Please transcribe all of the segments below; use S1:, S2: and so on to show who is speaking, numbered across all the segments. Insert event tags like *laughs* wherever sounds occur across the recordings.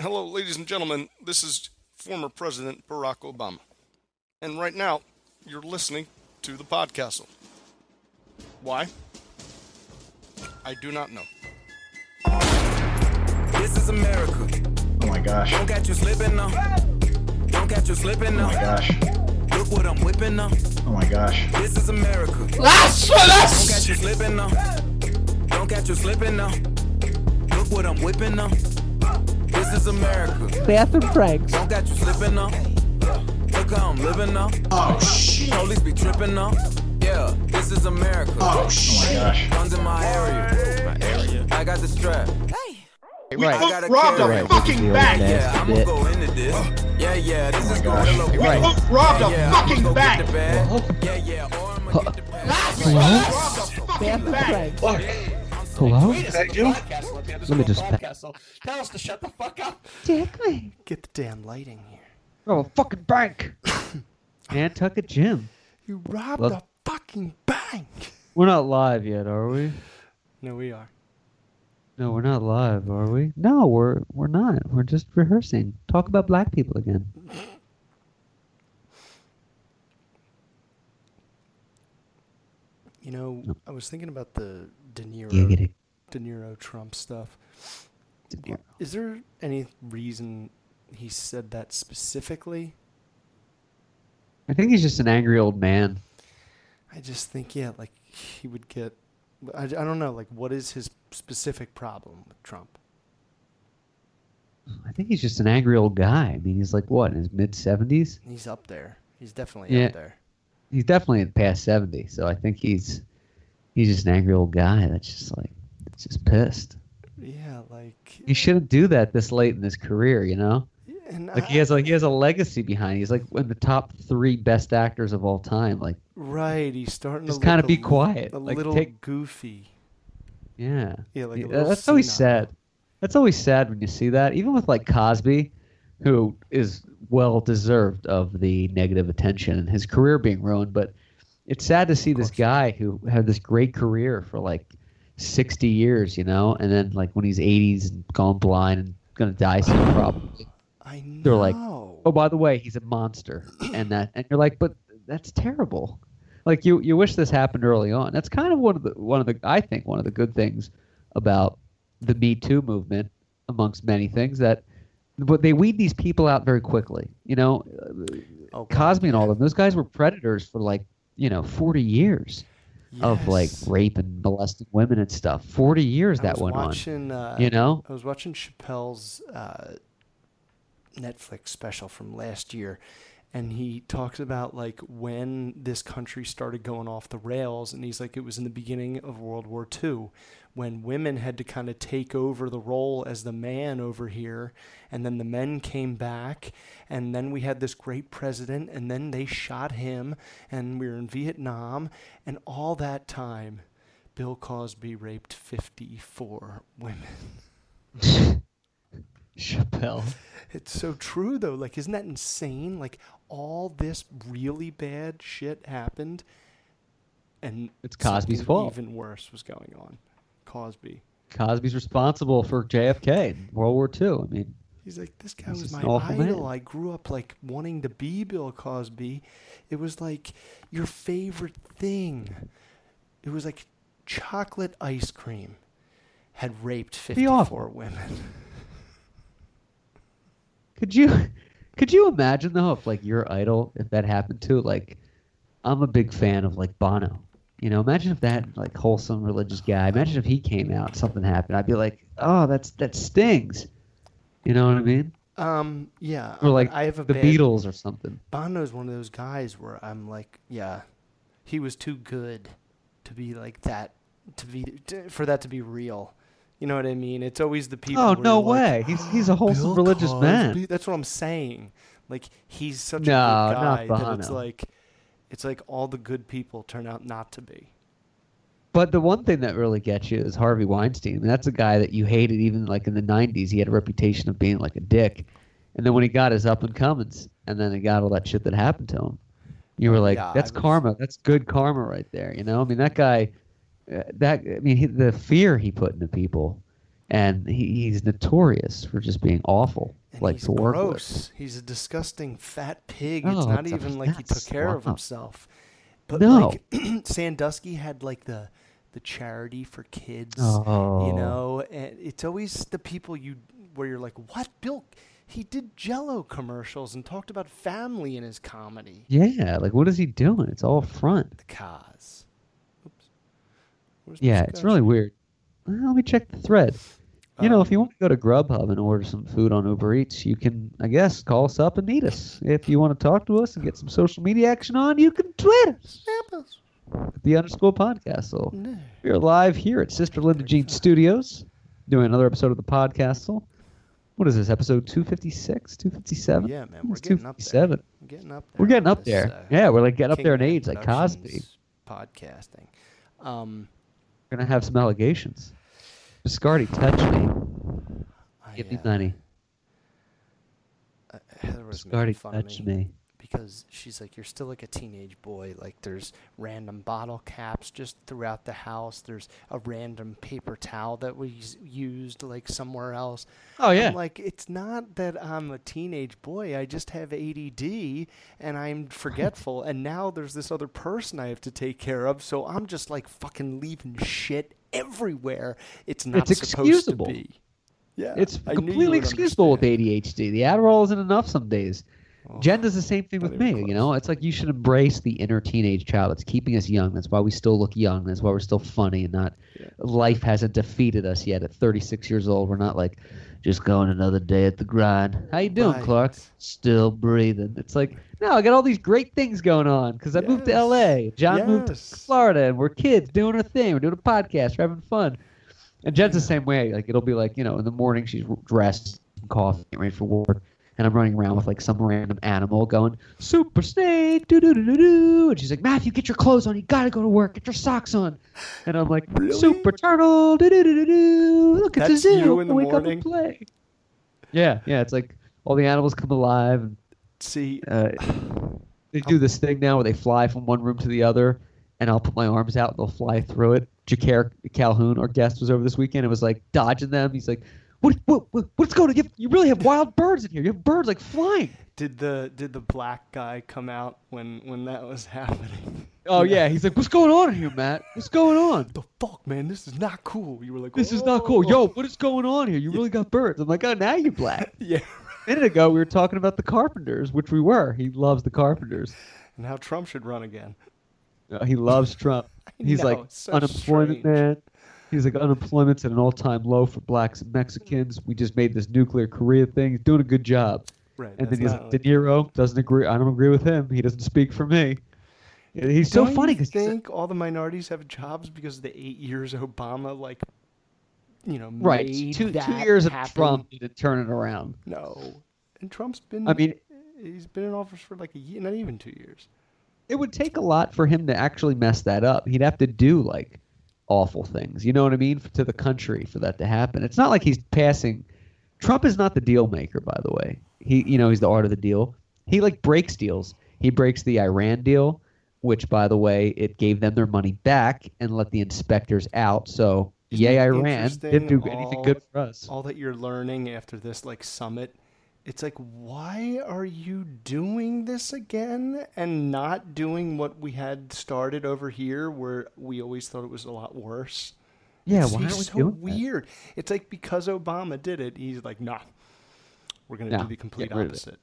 S1: Hello, ladies and gentlemen. This is former President Barack Obama. And right now, you're listening to the Podcastle. Why? I do not know.
S2: This is America.
S3: Oh my gosh.
S2: Don't catch you slipping now. Don't catch you slipping
S3: Oh my
S2: now.
S3: gosh.
S2: Look what I'm whipping now.
S3: Oh my gosh.
S2: This is America. Don't catch you slipping now. Don't catch you slipping now. Look what I'm whipping now. This is America.
S4: Bathroom Franks.
S2: Don't catch you slipping now. Look how I'm living now.
S3: Oh shit.
S2: Police be tripping now. Yeah, this is America.
S3: Oh shit. Oh my gosh.
S2: Guns in my area. I got the strap.
S3: We
S5: Right.
S2: I
S3: hooked
S2: gotta
S3: robbed
S2: carry
S3: a
S2: it.
S3: fucking bank.
S2: Yeah, I'm gonna
S5: bit.
S2: go into this. Yeah, yeah, this is
S3: gosh.
S2: gorilla.
S3: We
S2: Oh. Right.
S3: hooked robbed
S2: Yeah,
S3: a
S2: yeah, I'ma
S3: fucking
S2: go get
S3: bank.
S2: the
S6: Uh-huh.
S2: bag. Yeah, yeah, or I'ma get the bag.
S3: Robbed a fucking
S4: Bathroom
S3: bank.
S4: Franks.
S5: Hello?
S7: Wait a second. the podcast let
S5: Let me just pa-
S7: Tell us to shut the fuck up.
S4: Exactly.
S8: Get the damn light in here.
S5: Oh, a fucking *coughs* bank. Nantucket Jim.
S8: You robbed
S5: Well-
S8: a fucking bank.
S5: We're not live yet, are we?
S8: No, we are.
S5: No, we're not live, are we? No, we're we're not. We're just rehearsing. Talk about black people again.
S8: You know, I was thinking about the De Niro,
S5: Giggity.
S8: De Niro Trump stuff. Is there any reason he said that specifically?
S5: I think he's just an angry old man.
S8: I just think, yeah, like he would get. I, I don't know, like what is his specific problem with Trump?
S5: I think he's just an angry old guy. I mean, he's like what in his mid seventies.
S8: He's up there. He's definitely
S5: Yeah.
S8: up there.
S5: He's definitely past seventy, so I think he's he's just an angry old guy that's just like that's just pissed.
S8: Yeah, like
S5: He shouldn't do that this late in his career, you know.
S8: and
S5: Like
S8: I-
S5: he has like he has a legacy behind. He's like one of the top three best actors of all time. Like
S8: right, he's starting
S5: just
S8: to look
S5: kinda
S8: a
S5: be
S8: li-
S5: quiet,
S8: a
S5: like,
S8: little
S5: take-
S8: goofy.
S5: yeah,
S8: Yeah, like a
S5: Yeah,
S8: little
S5: that's always
S8: senile.
S5: sad. That's always sad when you see that. Even with like Cosby, who is well deserved of the negative attention and his career being ruined, but it's sad to see this guy who had this great career for like sixty years, you know, and then like when he's eighties and gone blind and gonna die soon probably.
S8: I know.
S5: they're like, oh by the way he's a monster and that and you're like but that's terrible like you you wish this happened early on that's kind of one of the one of the i think one of the good things about the me too movement amongst many things that but they weed these people out very quickly you know
S8: oh,
S5: cosby and all of them those guys were predators for like you know 40 years of like
S8: yes.
S5: rape and molesting women and stuff 40 years
S8: I
S5: that
S8: was
S5: went
S8: watching, Uh,
S5: on you know
S8: I was watching Chappelle's uh, Netflix special from last year, and he talks about like when this country started going off the rails, and he's like, it was in the beginning of World War II, when women had to kind of take over the role as the man over here, and then the men came back, and then we had this great president, and then they shot him, and we were in Vietnam, and all that time. Bill Cosby raped 54 women.
S5: chappelle
S8: It's so true though. Like, isn't that insane? Like, all this really bad shit happened, and
S5: It's Cosby's
S8: something
S5: fault.
S8: Even worse was going on. Cosby.
S5: Cosby's responsible for JFK in World War II. I mean,
S8: He's like, this guy
S5: He's
S8: was
S5: just
S8: my
S5: an awful man.
S8: idol. I grew up like wanting to be Bill Cosby. It was like your favorite thing. It was like chocolate ice cream had raped
S5: awful.
S8: fifty-four women. *laughs*
S5: could you *laughs* could you imagine though if like your idol if that happened to like I'm a big fan of like Bono. You know, imagine if that like wholesome religious guy, imagine if he came out, something happened. I'd be like, "Oh, that's that stings." You know what I mean?
S8: Um, yeah.
S5: Or
S8: um,
S5: like
S8: I have a
S5: the
S8: bad-
S5: Beatles or something.
S8: Bondo's one of those guys where I'm like, yeah, he was too good to be like that, to be to, for that to be real. You know what I mean? It's always the people.
S5: Oh,
S8: where
S5: no
S8: you're like,
S5: way. he's he's a wholesome
S8: "Bill
S5: religious man.
S8: Cosby?" That's what I'm saying. Like he's such
S5: No,
S8: a good guy
S5: not
S8: that it's
S5: Bono.
S8: like, it's like all the good people turn out not to be.
S5: But the one thing that really gets you is Harvey Weinstein. I mean, that's a guy that you hated even like in the '90s. He had a reputation of being like a dick, and then when he got his up and comings, and then he got all that shit that happened to him, you were like,
S8: Oh, Yeah, I
S5: "That's
S8: was-
S5: karma. That's good karma right there." You know, I mean, that guy, uh, that I mean, he, the fear he put into people, and he, he's notorious for just being awful,
S8: And
S5: like
S8: he's
S5: to work with.
S8: gross. He's a disgusting fat pig. it's
S5: Oh,
S8: not
S5: it's a
S8: even like he
S5: fat
S8: took care of
S5: slob.
S8: himself. But
S5: No.
S8: like *clears throat* Sandusky had like the the charity for kids.
S5: Oh.
S8: You know, and it's always the people you where you're like, what Bill? He did Jello commercials and talked about family in his comedy.
S5: Yeah, like what is he doing? It's all front.
S8: The cause. Oops. Where's my
S5: Yeah, it's
S8: scotch?
S5: really weird. Well, let me check the thread. You know,
S8: Um,
S5: if you want to go to Grubhub and order some food on Uber Eats, you can, I guess, call us up and meet us. If you want to talk to us and get some social media action on, you can tweet us at the underscore podcast. So we're live here at Sister Linda Jean Studios doing another episode of the podcast. So what is this, episode 256, 257?
S8: Yeah, man,
S5: I think
S8: we're
S5: it's
S8: getting up there.
S5: 257.
S8: We're getting up there.
S5: We're getting
S8: on
S5: up
S8: this,
S5: there.
S8: uh,
S5: yeah, we're like getting up there in
S8: Kingman
S5: age, like Cosby.
S8: Productions Podcasting. Um,
S5: We're going to have some allegations. Biscardi touched me.
S8: Oh, I,
S5: Give me
S8: uh,
S5: money.
S8: Heather was making
S5: Biscardi
S8: fun of
S5: touched
S8: me,
S5: me.
S8: because she's like, "You're still like a teenage boy. Like there's random bottle caps just throughout the house. There's a random paper towel that was used like somewhere else."
S5: Oh, yeah.
S8: I'm like it's not that I'm a teenage boy. I just have ADD and I'm forgetful. and now there's this other person I have to take care of. So I'm just like fucking leaving shit everywhere. It's not
S5: It's
S8: supposed
S5: excusable.
S8: to be. Yeah,
S5: It's
S8: I knew you
S5: completely
S8: would
S5: excusable with
S8: understand. Oh,
S5: ADHD. The Adderall isn't enough some days. Jen does the same thing with me. You know, it's like you should embrace the inner teenage child. It's keeping us young. That's why we still look young. That's why we're still funny and not. Life hasn't defeated us yet. At 36 years old, we're not like just going another day at the grind. How you doing,
S8: Right.
S5: Clark? Still breathing. It's like no, I got all these great things going on because I moved to
S8: Yes.
S5: L.A. John moved to
S8: Yes.
S5: Florida, and we're kids doing our thing. We're doing a podcast. We're having fun. And Jen's the same way. Like it'll be like you know in the morning she's dressed, coffee, getting ready for work, and I'm running around with like some random animal going super snake, doo doo doo doo doo, and she's like Matthew, get your clothes on, you gotta go to work, get your socks on, and I'm like super turtle, doo doo doo doo doo, look at
S8: That's
S5: the zoo,
S8: you in the
S5: wake up
S8: morning?
S5: and play. Yeah, yeah, it's like all the animals come alive and
S8: See,
S5: *sighs* uh, they do this thing now where they fly from one room to the other, and I'll put my arms out and they'll fly through it. Jacare Calhoun, our guest, was over this weekend and was like dodging them. He's like, what, what, what, what's going on? You, have- you really have wild birds in here. You have birds like flying.
S8: Did the did the black guy come out when when that was *laughs* happening?
S5: Oh, yeah. He's like, what's going on here, Matt? What's going on?
S8: The fuck, man, this is not cool. You were like,
S5: This is not cool. Yo, what is going on here? You really got birds. I'm like, oh, now you *laughs* black.
S8: "Whoa." yeah.
S5: A minute ago, we were talking about the Carpenters, which we were. He loves the Carpenters.
S8: *laughs* And how Trump should run again.
S5: Uh, he loves Trump.
S8: *laughs*
S5: He's
S8: know,
S5: like
S8: it's so
S5: unemployment
S8: strange.
S5: man. He's like unemployment's at an all-time low for blacks and Mexicans. We just made this nuclear Korea thing. He's doing a good job.
S8: Right.
S5: And
S8: that's
S5: then he's
S8: not
S5: like, De
S8: like-
S5: Niro doesn't agree. I don't agree with him. He doesn't speak for me. And He's so
S8: Don't
S5: funny
S8: You
S5: because
S8: think all the minorities have jobs because of the eight years Obama, like, you know,
S5: right
S8: made
S5: two two
S8: that
S5: years of
S8: happen?
S5: Trump didn't turn it around.
S8: No, and Trump's been.
S5: I mean-
S8: he's been in office for like a year, not even two years.
S5: It would take a lot for him to actually mess that up. He'd have to do like awful things. You know what I mean? To the country for that to happen. It's not like he's passing. Trump is not the deal maker, by the way. He, you know, he's the art of the deal. He like breaks deals. He breaks the Iran deal, which, by the way, it gave them their money back and let the inspectors out. So, yay, Iran didn't do
S8: interesting
S5: anything
S8: all-
S5: good for us.
S8: all that you're learning after this like summit it's like why are you doing this again and not doing what we had started over here where we always thought it was a lot worse
S5: Yeah,
S8: it's
S5: why aren't we
S8: so
S5: doing that?
S8: weird it's like because obama did it he's like nah we're going to
S5: Nah,
S8: do the
S5: get
S8: complete
S5: rid of it.
S8: opposite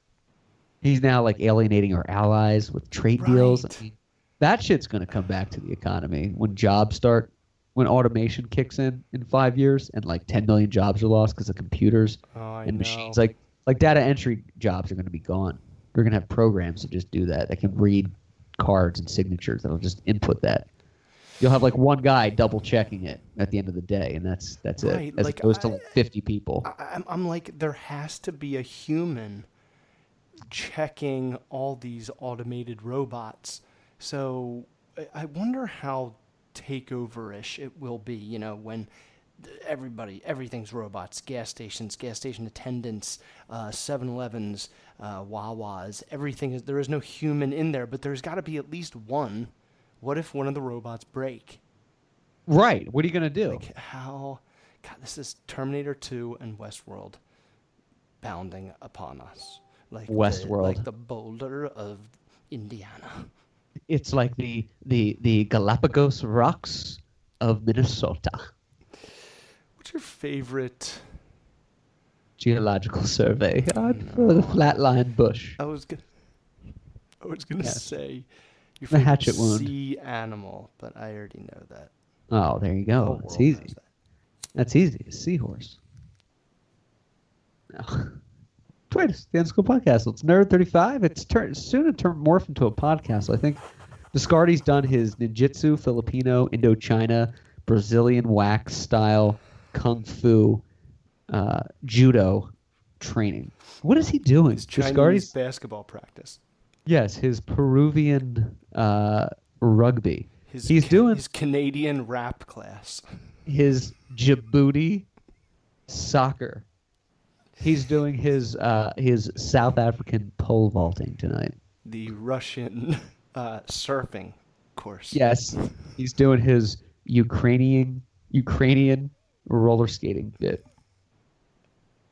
S5: He's now like alienating our allies with trade deals. I
S8: Right.
S5: mean, that shit's going to come back to the economy when jobs start, when automation kicks in in five years, and like 10 million jobs are lost because of computers
S8: oh i
S5: and
S8: know
S5: machines. Like, like data entry jobs are going to be gone. We're going to have programs that just do that. That can read cards and signatures that'll just input that. You'll have like one guy double checking it at the end of the day, and that's that's
S8: Right,
S5: it. As
S8: like,
S5: opposed to
S8: I-
S5: like 50 people.
S8: I- I'm, I'm like, there has to be a human checking all these automated robots. So I- I wonder how takeover-ish it will be, you know, when th- everybody, everything's robots, gas stations, gas station attendants, uh, 7-Elevens, uh, Wawas, everything is, there is no human in there, but there's got to be at least one. What if one of the robots break?
S5: right. What are you going to do?
S8: How God, this is Terminator 2 and Westworld bounding upon us. Like the-
S5: Westworld.
S8: like the boulder of Indiana.
S5: It's like the the the Galapagos rocks of Minnesota
S8: What's your favorite?
S5: Geological Survey. I'd throw the *laughs* flatline bush.
S8: I was gonna, I was gonna
S5: Yeah.
S8: say your
S5: The
S8: favorite
S5: hatchet wound.
S8: sea animal, but I already know that.
S5: Oh, there you
S8: The whole
S5: go. It's
S8: world knows
S5: easy.
S8: that.
S5: That's easy. A seahorse. No. *laughs* Twitter, it's the Unschool Podcast. It's Nerd Thirty Five. It's turn soon to turn morph into a podcast. I think Discardi's done his ninjutsu, Filipino, Indochina, Brazilian wax style, kung fu, uh, judo training. What is he doing?
S8: It's Chinese
S5: Discardi's
S8: basketball practice.
S5: yes, his Peruvian uh, rugby.
S8: His
S5: He's
S8: Ca-
S5: doing
S8: his Canadian rap class.
S5: his Djibouti soccer. He's doing his uh, his South African pole vaulting tonight.
S8: the Russian uh, surfing course.
S5: Yes, he's doing his Ukrainian Ukrainian roller skating bit.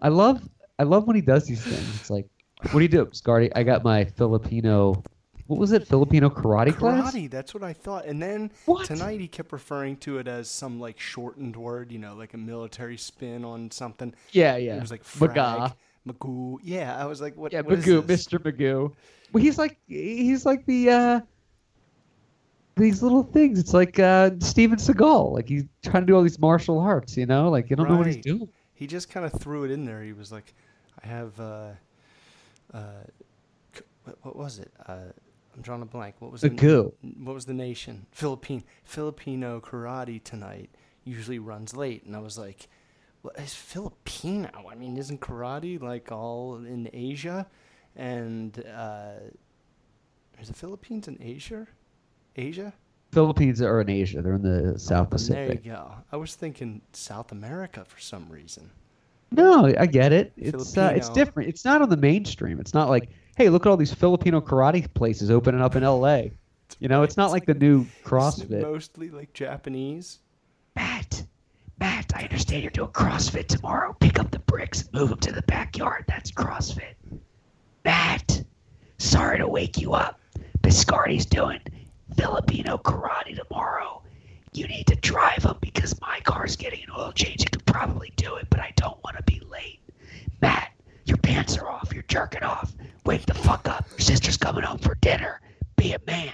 S5: I love I love when he does these things. It's like, what do you do, Scardy? I got my Filipino. What was it? Filipino karate, class?
S8: Karate, that's what I thought. And then
S5: What?
S8: tonight he kept referring to it as some like shortened word, you know, like a military spin on something.
S5: Yeah, yeah.
S8: It was like frag,
S5: Maga.
S8: Magoo. Yeah, I was like, what?
S5: Yeah,
S8: what is
S5: Magoo,
S8: this?
S5: Mr. Magoo. Well, he's like he's like the uh these little things. It's like uh Steven Seagal. Like he's trying to do all these martial arts, you know? Like you don't know what he's
S8: Right.
S5: doing.
S8: He just kind of threw it in there. He was like, I have, uh, uh, c- what, what was it? Uh, I'm drawing a blank. What was the
S5: Magoo.
S8: what was the nation? Philippine Filipino karate tonight usually runs late, and I was like, "What is Filipino? I mean, isn't karate like all in Asia? And uh, is the Philippines in Asia? Asia?
S5: Philippines are in Asia. They're in the South
S8: And there you
S5: Pacific.
S8: go. I was thinking South America for some reason.
S5: No, I get it. It's uh, it's
S8: Filipino.
S5: different. It's not on the mainstream. It's not like, hey, look at all these Filipino karate places opening up in LA.
S8: *laughs*
S5: You know, it's not like the new
S8: Isn't it
S5: CrossFit.
S8: Mostly like Japanese.
S5: Matt, Matt, I understand you're doing CrossFit tomorrow. Pick up the bricks, move them to the backyard. That's CrossFit. Matt, sorry to wake you up. Biscardi's doing Filipino karate tomorrow. You need to drive him because my car's getting an oil change. You could probably do it, but I don't want to be late. Matt, your pants are off. You're jerking off. Wake the fuck up. Your sister's coming home for dinner. Be a man.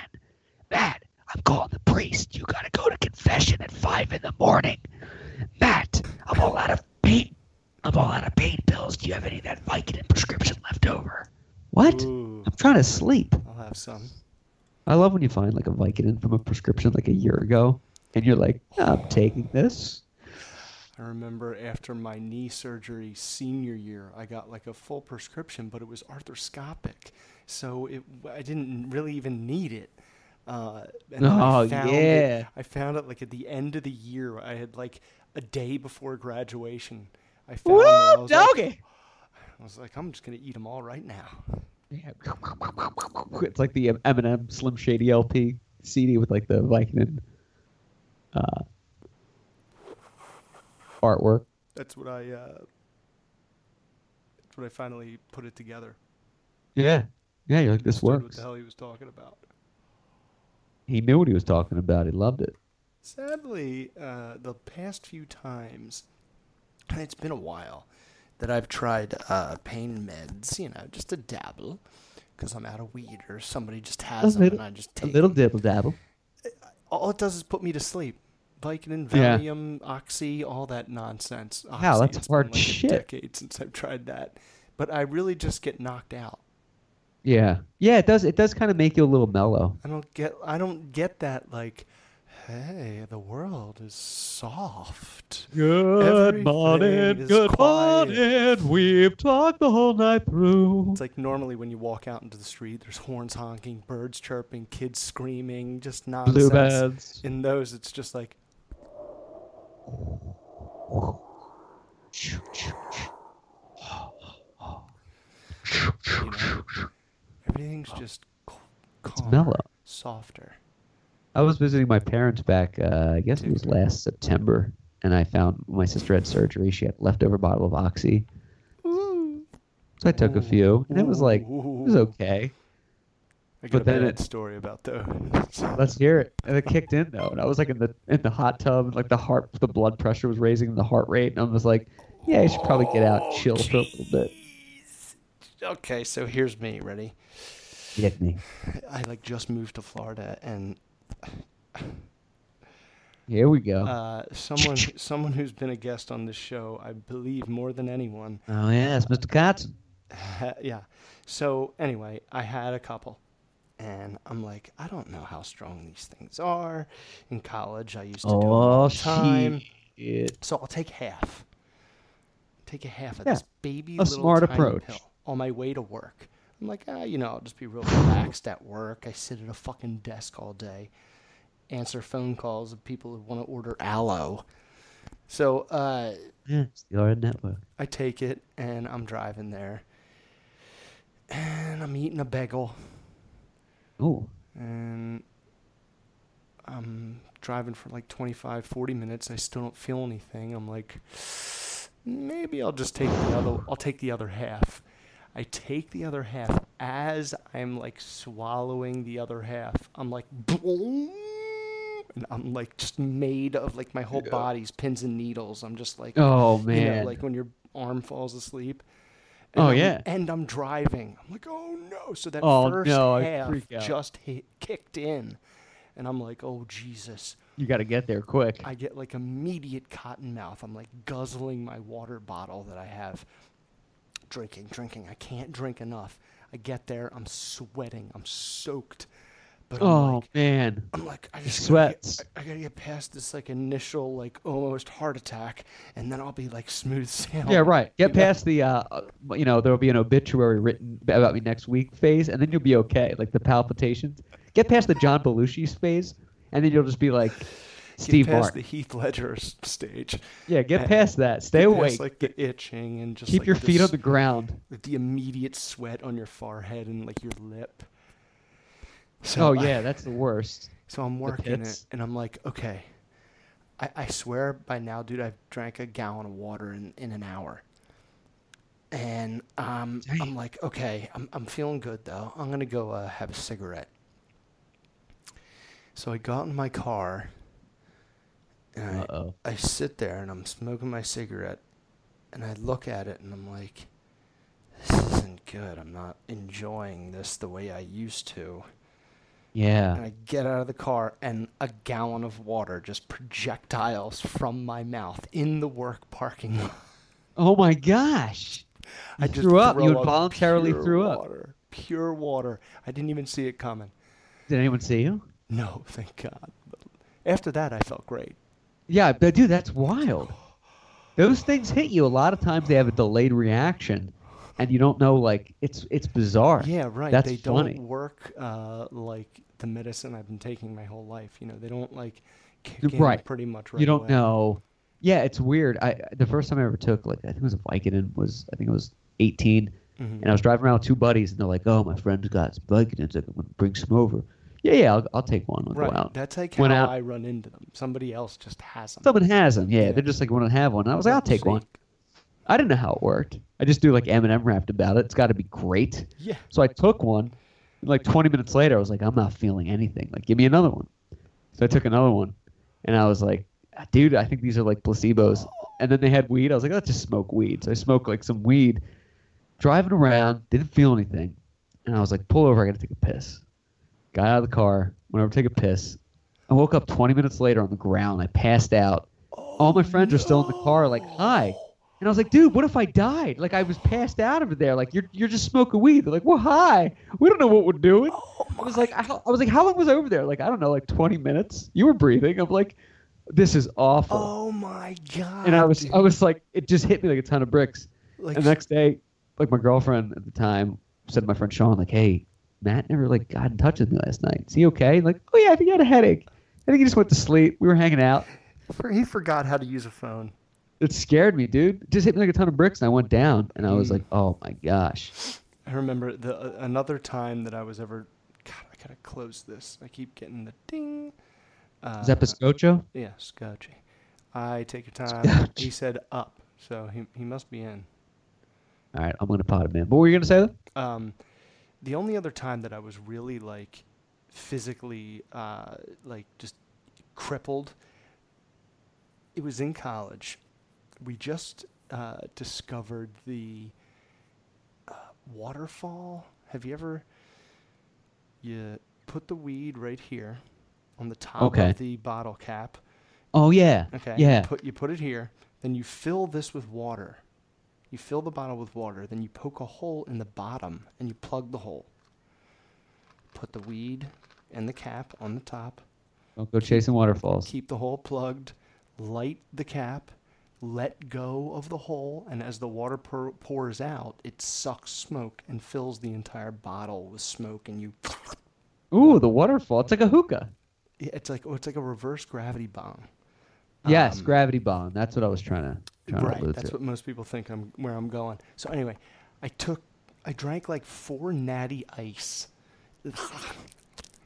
S5: Matt, I'm calling the priest. You gotta go to confession at five in the morning. Matt, I'm all out of pain. I'm all out of pain pills. Do you have any of that Vicodin prescription left over? What?
S8: Ooh,
S5: I'm trying to sleep.
S8: I'll have some.
S5: I love when you find like a Vicodin from a prescription like a year ago, and you're like, I'm taking this.
S8: I remember after my knee surgery senior year, I got like a full prescription, but it was arthroscopic, so it I didn't really even need it. Uh, and then
S5: Oh,
S8: I found
S5: yeah.
S8: It, I found it like at the end of the year. I had like a day before graduation. I found it, I was like- I was like, I'm just gonna eat them all right now.
S5: Yeah. It's like the Eminem Slim Shady LP CD with like the Vicodin uh, artwork.
S8: That's what I. Uh, that's what I finally put it together.
S5: Yeah. Yeah, you're like, this
S8: Understood What
S5: works.
S8: the hell he was talking about?
S5: He knew what he was talking about. He loved it.
S8: Sadly, uh, the past few times, and it's been a while, that I've tried uh, pain meds, you know, just a dabble, because I'm out of weed or somebody just has them
S5: little-
S8: and I just
S5: A
S8: take
S5: little
S8: 'em.
S5: dibble dabble.
S8: All it does is put me to sleep. Vicodin,
S5: Yeah.
S8: Valium, Oxy, all that nonsense. Oxy,
S5: Wow, that's
S8: it's
S5: hard
S8: been like
S5: shit.
S8: A decade since I've tried that. But I really just get knocked out.
S5: Yeah. Yeah, it does it does kind of make you a little mellow.
S8: I don't get I don't get that like hey, the world is soft. Everything
S5: Good
S8: morning, is good quiet.
S5: We've talked the whole night through.
S8: It's like normally when you walk out into the street, there's horns honking, birds chirping, kids screaming, just nonsense.
S5: Bluebirds.
S8: In those, it's just like, you know, everything's just c- calmer,
S5: mellow.
S8: softer.
S5: I was visiting my parents back, uh, I guess it was last September, and I found my sister had surgery. She had a leftover bottle of Oxy. So I took a few, and it was like, it was okay.
S8: I got
S5: But
S8: a
S5: then
S8: bad
S5: it-
S8: story about
S5: *laughs*
S8: those.
S5: Let's hear it. And it kicked in though, and I was like in the in the hot tub, like the heart, the blood pressure was raising, the heart rate, and I was like, yeah, I should probably get out, and chill for a little bit.
S8: okay, so here's me. Ready?
S5: Get me.
S8: I like just moved to Florida, and
S5: Here we go.
S8: uh, someone someone who's been a guest on this show, I believe more than anyone.
S5: oh yeah, it's Mr. Cotton.
S8: yeah. So anyway, I had a couple, and I'm like, I don't know how strong these things are. In college, I used to do them all
S5: Oh
S8: the time.
S5: shit.
S8: So I'll take half. Take a half of
S5: Yeah,
S8: this baby
S5: a
S8: little
S5: smart
S8: tiny
S5: approach.
S8: pill on my way to work. I'm like, ah, you know, I'll just be real relaxed at work. I sit at a fucking desk all day, answer phone calls of people who want to order aloe. So uh,
S5: Yeah, it's the RN network.
S8: I take it and I'm driving there, and I'm eating a bagel,
S5: Oh,
S8: and I'm driving for like 25, 40 minutes. I still don't feel anything. I'm like, maybe I'll just take the other. I'll take the other half. I take the other half as I'm like swallowing the other half. I'm like, boom, and I'm like just made of like my whole body's pins and needles. I'm just like,
S5: Oh,
S8: you know,
S5: man.
S8: like when your arm falls asleep.
S5: Oh,
S8: I'm-
S5: yeah.
S8: and I'm driving. I'm like, oh no! So that
S5: Oh,
S8: first
S5: no, I
S8: half
S5: freak out.
S8: just hit, kicked in, and I'm like, oh Jesus!
S5: you got to get there quick.
S8: I get like immediate cotton mouth. I'm like guzzling my water bottle that I have. Drinking, drinking. I can't drink enough. I get there. I'm sweating. I'm soaked. But I'm
S5: oh
S8: like,
S5: man.
S8: I'm like, I just
S5: sweats.
S8: Gotta get, I, I gotta get past this like initial like almost heart attack, and then I'll be like smooth *laughs* sailing.
S5: Yeah, right. Get
S8: You know?
S5: past the, uh, uh, you know, there'll be an obituary written about me next week phase, and then you'll be okay. Like the palpitations. Get past the John Belushi's phase, and then you'll just be like Steve
S8: get past
S5: Martin.
S8: the Heath Ledger *laughs* s- stage.
S5: yeah, get
S8: and
S5: past that. Stay
S8: get past,
S5: awake.
S8: like the itching and just
S5: Keep
S8: like,
S5: your feet on
S8: this-
S5: the ground.
S8: like, the immediate sweat on your forehead and like your lip. So
S5: Oh
S8: I-
S5: yeah, that's the worst.
S8: so I'm working it,
S5: pits.
S8: and I'm like, okay. I, I swear by now, dude, I've drank a gallon of water in, in an hour. And um, I'm like, okay, I'm, I'm feeling good though. I'm gonna go uh, have a cigarette. So I got in my car, and I,
S5: Uh-oh.
S8: I sit there and I'm smoking my cigarette, and I look at it and I'm like, this isn't good. I'm not enjoying this the way I used to and
S5: Yeah.
S8: I get out of the car, and a gallon of water just projectiles from my mouth in the work parking lot.
S5: Oh my gosh.
S8: I
S5: You
S8: just
S5: threw up.
S8: throw
S5: You involuntarily
S8: pure
S5: threw up.
S8: water, Pure water. I didn't even see it coming.
S5: Did anyone see you?
S8: No, *laughs* thank God. But after that, I felt great.
S5: Yeah, but dude, that's wild. Those things hit you a lot of times. They have a delayed reaction, and you don't know. Like it's it's bizarre.
S8: Yeah, right.
S5: That's
S8: they
S5: funny.
S8: don't work uh, like the medicine I've been taking my whole life. You know, they don't like
S5: You're
S8: kick in
S5: right.
S8: pretty much right
S5: you don't
S8: away.
S5: know. Yeah, it's weird. I the first time I ever took like I think it was a Vicodin was I think it was 18,
S8: Mm-hmm.
S5: and I was driving around with two buddies, and they're like, "Oh, my friend's got some Vicodin. I'm gonna bring some over." Yeah, yeah, I'll, I'll take one. I'll go
S8: Right.
S5: out.
S8: That's like
S5: Went
S8: how
S5: out.
S8: I run into them. Somebody else just has them.
S5: Someone has them. Yeah, they're just like, "Want to have one?" And I was like, "I'll take one." I didn't know how it worked. I just do like M&M wrapped about it. It's got to be great.
S8: Yeah.
S5: So I took one. and, Like 20 minutes later, I was like, I'm not feeling anything. Like, give me another one. So I took another one, and I was like, dude, I think these are like placebos. And then they had weed. I was like, let's just smoke weed. So I smoked like some weed, driving around, didn't feel anything, and I was like, pull over, I gotta take a piss. Got out of the car, went over to take a piss. I woke up 20 minutes later on the ground. I passed out. All my friends are still in the car, like, hi. And I was like, dude, what if I died? Like, I was passed out over there. Like, you're, you're just smoking weed. They're like, well, hi. We don't know what we're doing. I was like, I, I was like, how long was I over there? Like, I don't know, like 20 minutes. You were breathing. I'm like, this is awful.
S8: Oh my God.
S5: and I was,
S8: Ah, dude.
S5: I was like, it just hit me like a ton of bricks.
S8: Like,
S5: And the next day, like my girlfriend at the time said to my friend Sean, like, hey, Matt never like got in touch with me last night. Is he okay? Like, oh yeah, I think he had a headache. I think he just went to sleep. We were hanging out.
S8: For- He forgot how to use a phone.
S5: It scared me, dude. It just hit me like a ton of bricks, and I went down, and I
S8: Hmm.
S5: was like, oh my gosh.
S8: I remember the uh, another time that I was ever. God, I gotta close this. I keep getting the ding. Uh,
S5: Is that Piscocho?
S8: Yeah, scotchy. I take your time. he said up, so he, he must be in.
S5: All right, I'm gonna pot him in. What were you gonna say? Though?
S8: Um, the only other time that I was really like physically uh, like just crippled, it was in college. We just uh, discovered the uh, waterfall. Have you ever? You put the weed right here on the top
S5: Okay.
S8: of the bottle cap.
S5: Oh yeah.
S8: Okay.
S5: Yeah.
S8: You put you put it here, then you fill this with water. You fill the bottle with water, then you poke a hole in the bottom and you plug the hole. Put the weed and the cap on the top.
S5: Don't go chasing waterfalls.
S8: Keep the hole plugged. Light the cap. Let go of the hole, and as the water pour, pours out, it sucks smoke and fills the entire bottle with smoke. And you,
S5: Ooh, the waterfall. It's like a hookah.
S8: it's like oh, it's like a reverse gravity bomb.
S5: Yes, gravity bomb. That's what I was trying to. Trying
S8: Um, Right.
S5: To allude
S8: That's
S5: to.
S8: what most people think I'm where I'm going. So anyway, I took I drank like four natty ice.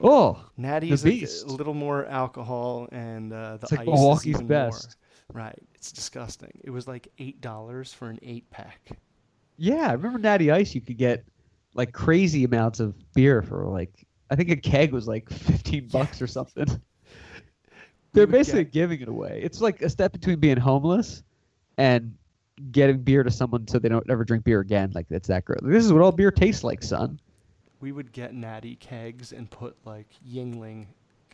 S5: Oh,
S8: Natty
S5: The
S8: is like,
S5: beast.
S8: a little more alcohol and uh, the
S5: It's like
S8: ice
S5: Milwaukee's
S8: is even
S5: best.
S8: More. Right. It's disgusting. It was like eight dollars for an eight pack.
S5: yeah. I remember Natty Ice. You could get like crazy amounts of beer for like I think a keg was like *laughs* fifteen bucks
S8: *laughs*
S5: or something. They're
S8: would
S5: basically
S8: get-
S5: giving it away. It's like a step between being homeless and getting beer to someone so they don't ever drink beer again. Like that's that gross. This is what all beer tastes like, son.
S8: We would get natty kegs and put like Yingling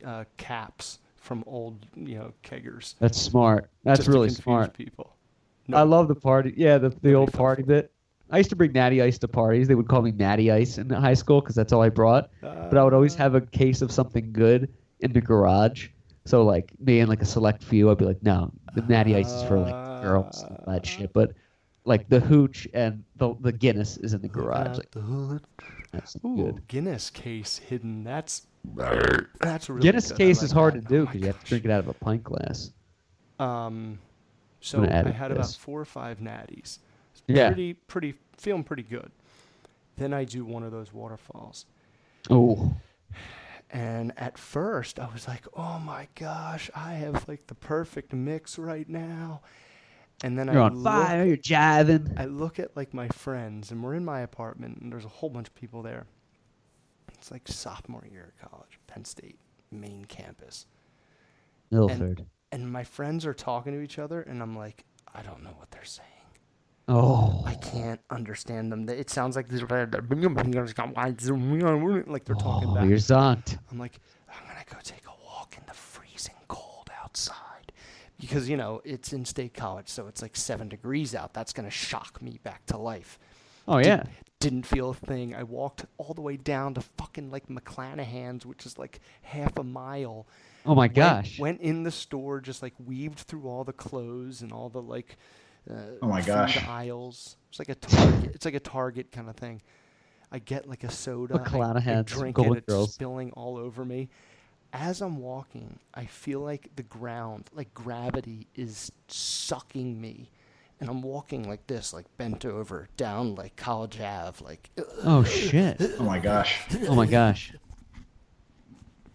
S8: uh, caps from old you know keggers.
S5: That's smart. That's
S8: just to
S5: really
S8: confuse
S5: smart.
S8: People.
S5: I love the party. Yeah, the, the old
S8: fun
S5: party bit. I used to bring Natty Ice to parties. They would call me Natty Ice in high school because that's all I brought. but I would always have a case of something good in the garage. So like me and like a select few, I'd be like, no, the Natty Ice is for like girls and all that shit. But like the hooch and the the Guinness is in the garage. Like that's
S8: Ooh,
S5: good.
S8: Guinness case hidden. That's that's really
S5: Guinness
S8: good. I
S5: case
S8: like
S5: is hard
S8: that.
S5: to do
S8: Oh my
S5: because you have to
S8: gosh.
S5: drink it out of a pint glass.
S8: Um, so
S5: gonna add
S8: I
S5: it to
S8: had about
S5: this.
S8: four or five natties. It's
S5: Yeah.
S8: Pretty, pretty, feeling pretty good. Then I do one of those waterfalls,
S5: Oh,
S8: and at first I was like, "Oh my gosh, I have like the perfect mix right now." And then
S5: you're
S8: I
S5: on
S8: look-
S5: fire. You're jiving.
S8: I look at like my friends, and we're in my apartment, and there's a whole bunch of people there. It's like sophomore year of college, Penn State main campus.
S5: Milford.
S8: and my friends are talking to each other and I'm like, I don't know what they're saying.
S5: Oh,
S8: I can't understand them. They- It sounds like they're like they're talking
S5: oh
S8: back.
S5: you're zonked.
S8: I'm like, I'm gonna go take a walk in the freezing cold outside. Because, you know, it's in state college, so it's like seven degrees out. That's gonna shock me back to life.
S5: Oh
S8: Did-
S5: yeah.
S8: Didn't feel a thing. I walked all the way down to fucking like McClanahan's, which is like half a mile.
S5: Oh my
S8: went-
S5: gosh.
S8: Went, in the store, just like weaved through all the clothes and all the like. Uh,
S3: Oh my
S8: food
S3: gosh.
S8: Aisles. It's like a target. it's like a Target kind of thing. I get like a soda. I- I,
S5: McClanahan's
S8: drink
S5: Golden
S8: it. It's
S5: Girls.
S8: spilling all over me. As I'm walking, I feel like the ground, like gravity, is sucking me, and I'm walking like this, like bent over, down like College Ave, like.
S5: oh shit.
S3: Oh my gosh.
S5: Oh my gosh.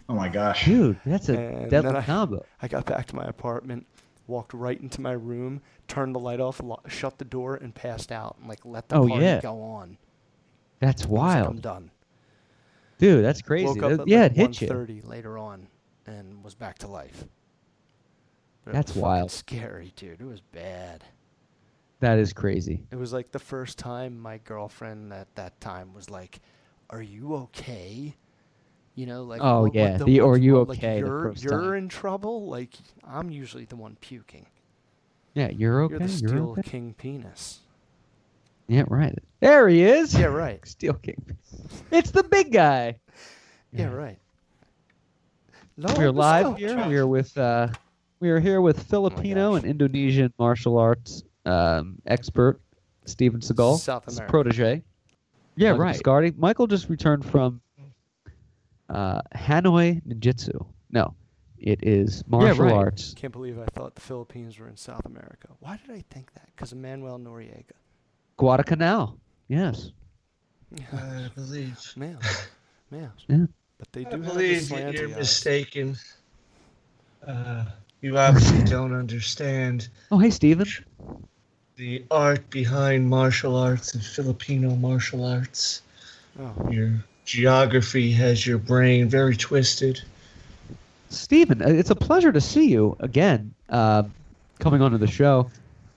S3: Oh my gosh.
S5: Dude, that's a
S8: And
S5: deadly
S8: then I-
S5: combo.
S8: I got back to my apartment, walked right into my room, turned the light off, lo- shut the door, and passed out. And like let the
S5: Oh,
S8: party
S5: yeah.
S8: go on.
S5: That's
S8: I was like, I'm
S5: wild.
S8: done.
S5: Dude, that's crazy.
S8: Woke up
S5: That-
S8: at
S5: yeah,
S8: like
S5: it hit you.
S8: 1:30 later on, and was back to life. But it
S5: That's
S8: was fucking
S5: wild.
S8: Scary, dude. It was bad.
S5: That is crazy.
S8: It was like the first time my girlfriend at that time was like, "Are you okay?" You know, like
S5: Oh,
S8: what- what
S5: yeah, the, "Are
S8: what's
S5: you
S8: wrong?" Like,
S5: okay the
S8: you're
S5: first
S8: you're
S5: time.
S8: in trouble. Like I'm usually the one puking.
S5: Yeah, you're okay.
S8: You're the
S5: You're,
S8: steel
S5: okay.
S8: king penis.
S5: Yeah, right. There he is.
S8: Yeah, right.
S5: *laughs* Steel King. It's the big guy.
S8: Yeah, right.
S5: We're
S8: Lord,
S5: live
S8: what's up?
S5: here. We're with uh, we are here with Filipino
S8: Oh gosh.
S5: and Indonesian martial arts um, expert Steven Seagal,
S8: South
S5: his
S8: America.
S5: protege. Yeah,
S8: Michael
S5: right. Biscardi. Michael just returned from uh, Hanoi Ninjutsu. No, it is martial right. arts.
S8: Can't believe I thought the Philippines were in South America. Why did I think that? Because of Manuel Noriega.
S5: Guadalcanal. Yes.
S4: I believe.
S5: *laughs*
S8: Man, man.
S5: Yeah.
S8: But they
S4: I
S8: do have
S4: believe that
S8: Islante
S4: you're
S8: eyes.
S4: mistaken. Uh,
S3: You obviously don't understand
S5: Oh, hey, Steven.
S3: the art behind martial arts and Filipino martial arts.
S8: Oh.
S3: Your geography has your brain very twisted.
S5: Steven, uh, it's a pleasure to see you again. Uh, coming onto the show,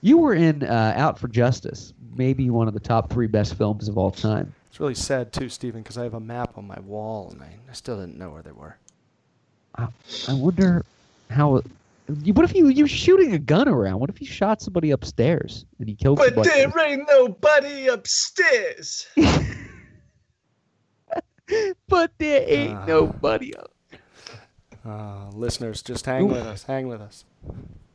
S5: you were in uh, Out for Justice, maybe one of the top three best films of all time.
S8: It's really sad too, Stephen, because I have a map on my wall and I, I still didn't know where they were.
S5: I wonder how. you- What if you you're shooting a gun around? What if you shot somebody upstairs and he killed
S3: But
S5: somebody?
S3: there ain't nobody upstairs.
S5: but there ain't
S8: Ah.
S5: nobody. Up.
S8: Uh, listeners, just hang with us. Hang with us.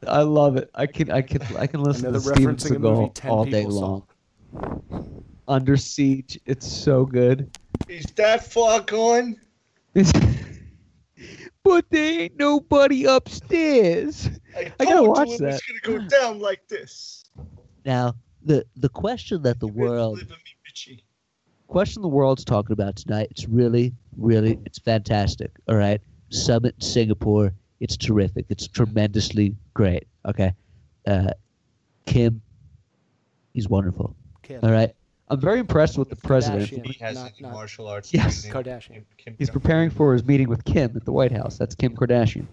S5: I love it. I can I can I can listen
S8: Another
S5: to Steven
S8: referencing a movie
S5: Seagal
S8: 10
S5: all day
S8: people saw.
S5: long. Under siege, it's so good.
S3: *laughs* Is that far gone?
S5: *laughs* but there ain't nobody upstairs. I gotta
S3: told you
S5: watch
S3: it
S5: that.
S3: was gonna go down like this.
S5: Now, the the question that the
S3: You're
S5: world
S3: living me, Richie.
S5: question the world's talking about tonight, it's really, really, it's fantastic. All right, summit Singapore, it's terrific. It's tremendously great. Okay, uh, Kim, he's wonderful.
S8: Kim.
S5: All right, I'm very impressed with the
S8: Kardashian.
S5: president.
S9: He has
S8: Not-
S9: any
S8: not-
S9: martial arts.
S5: Yes.
S9: training.
S8: Kardashian.
S9: Kim
S5: He's
S9: Jong-
S5: preparing for his meeting with Kim at the White House. That's Kim Kardashian.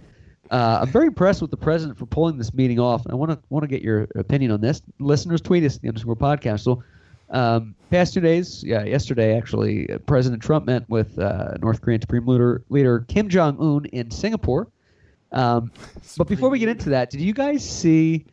S5: Uh, I'm very impressed with the president for pulling this meeting off. And I want to want to get your opinion on this. Listeners, tweet us the underscore podcastle. Um, past two days, yeah, yesterday actually, uh, President Trump met with uh, North Korean Supreme Leader, leader Kim Jong Un in Singapore. Um, but before we get into that, did you guys see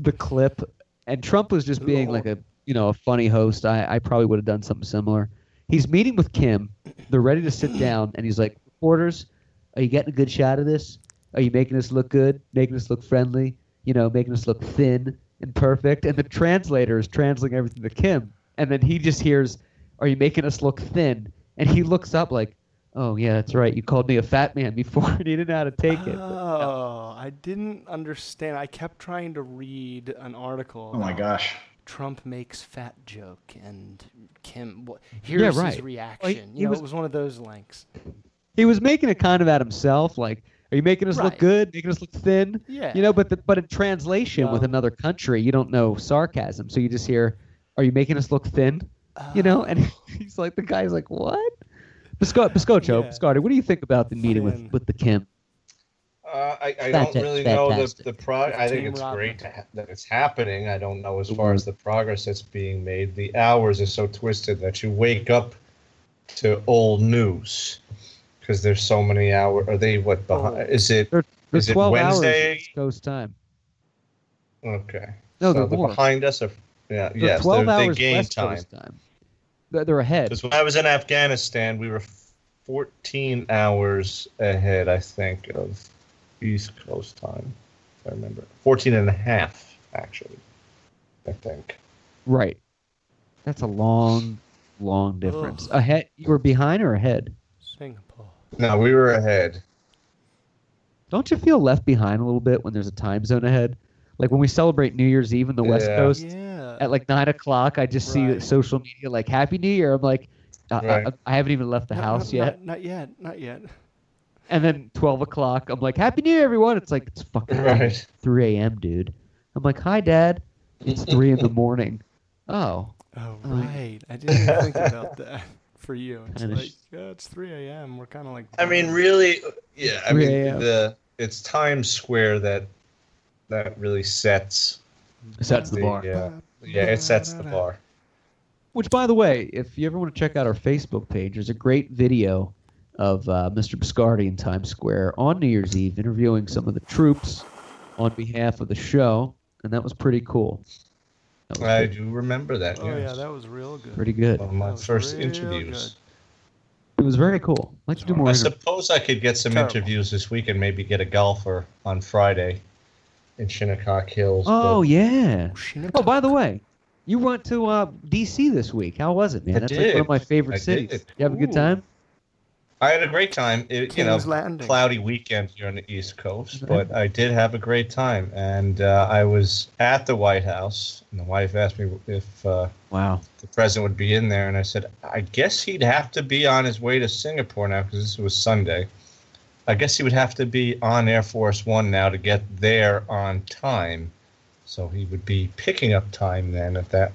S5: the clip? And Trump was just being like a you know a funny host. I, I probably would have done something similar. He's meeting with Kim. They're ready to sit down, and he's like, "Reporters, are you getting a good shot of this? Are you making us look good? Making us look friendly? You know, making us look thin and perfect?" And the translator is translating everything to Kim, and then he just hears, "Are you making us look thin?" And he looks up like, "Oh yeah, that's right. You called me a fat man before, *laughs* and he didn't know how to take it."
S8: Oh, I didn't understand. I kept trying to read an article.
S9: Oh my
S8: about
S9: gosh.
S8: Trump makes fat joke and Kim. wha- Here's
S5: right.
S8: his
S5: Well,
S8: reaction.
S5: he- he
S8: you know,
S5: was-
S8: it was one of those links.
S5: he was making it kind of at himself like are you making us look
S8: Right.
S5: good making us look thin
S8: Yeah.
S5: you know but the, but in translation with
S8: Well-
S5: another country you don't know sarcasm so you just hear are you making us look thin you know and *laughs* he's like the guy's like what Bisco- Biscocho,
S8: Ah. Yeah.
S5: Biscotti, what do you think about the meeting
S8: Thin.
S5: with, with the Kim?
S9: Uh, I, I
S5: That's
S9: don't really
S5: it.
S9: know the,
S5: Fantastic.
S9: the product. I think
S8: Team
S9: it's
S8: Robin.
S9: great to ha- that it's happening. I don't know as far as the progress that's being made. The hours are so twisted that you wake up to old news because there's so many hours. Are they what behind?
S5: Oh.
S9: Is it
S5: There's
S9: Is it
S5: 12
S9: Wednesday?
S5: hours East Coast time.
S9: okay?
S5: No,
S9: so
S5: they're
S9: the
S5: more.
S9: behind us are yeah
S5: They're
S9: yes
S5: 12
S9: they're, they
S5: hours
S9: gain
S5: West
S9: time.
S5: Coast time. They're, they're ahead.
S9: Because when I was in Afghanistan, we were 14 hours ahead, I think, of East Coast time, if I remember. 14 and a half, actually, I think.
S5: Right. That's a long, long difference. Ahead. You were behind or ahead?
S8: Singapore.
S9: No, we were ahead.
S5: Don't you feel left behind a little bit when there's a time zone ahead? Like when we celebrate New Year's Eve in the West
S9: Yeah.
S5: Coast
S8: Yeah.
S5: at like nine o'clock, I just see
S8: Right.
S5: social media like "Happy New Year." I'm like, I, I-
S9: Right.
S5: I, haven't even left the
S8: Not- not-
S5: house yet.
S8: Not, not yet. Not yet.
S5: And then twelve o'clock, I'm like, "Happy New Year, everyone!" It's like it's fucking
S9: Right.
S5: three a.m., dude. I'm like, "Hi, Dad." It's three in the morning. Oh,
S8: Oh,
S5: Oh, yeah.
S8: right. I didn't even think
S5: *laughs*
S8: about that for you. It's
S5: Kinda
S8: like,
S5: sh-
S8: yeah, it's 3 a.m. We're kind of like.
S9: I mean, really, yeah, I mean,
S5: Yeah.
S9: the it's Times Square that that really sets
S5: sets the
S9: the,
S5: bar.
S9: yeah, yeah, it sets the bar.
S5: Which, by the way, if you ever want to check out our Facebook page, there's a great video of uh, Mr. Biscardi in Times Square on New Year's Eve interviewing some of the troops on behalf of the show, and that was pretty cool. That was
S9: I
S5: pretty,
S9: do remember that.
S8: Oh, yeah,
S9: yes.
S8: that was real good.
S5: pretty good.
S9: One of my
S8: that was
S9: first
S8: real
S9: interviews.
S5: It was very cool. I'd like to do more.
S9: I
S5: interviews.
S9: suppose I could get some
S8: Terrible.
S9: interviews this week and maybe get a golfer on Friday in Shinnecock Hills.
S5: oh
S9: but
S5: yeah.
S8: Shinnecock.
S5: Oh, by the way, you went to uh, D.C. this week. How was it, man?
S9: I
S5: That's like
S9: did.
S5: one of my favorite
S9: I
S5: cities.
S9: did.
S5: You have a good
S8: Ooh.
S5: time?
S9: I had a great time. It, you know,
S8: King's Landing.
S9: cloudy weekend here on the East Coast,
S5: Right.
S9: but I did have a great time. And uh, I was at the White House, and the wife asked me if uh,
S5: Wow.
S9: the president would be in there, and I said, I guess he'd have to be on his way to Singapore now because this was Sunday. I guess he would have to be on Air Force One now to get there on time. So he would be picking up time then at that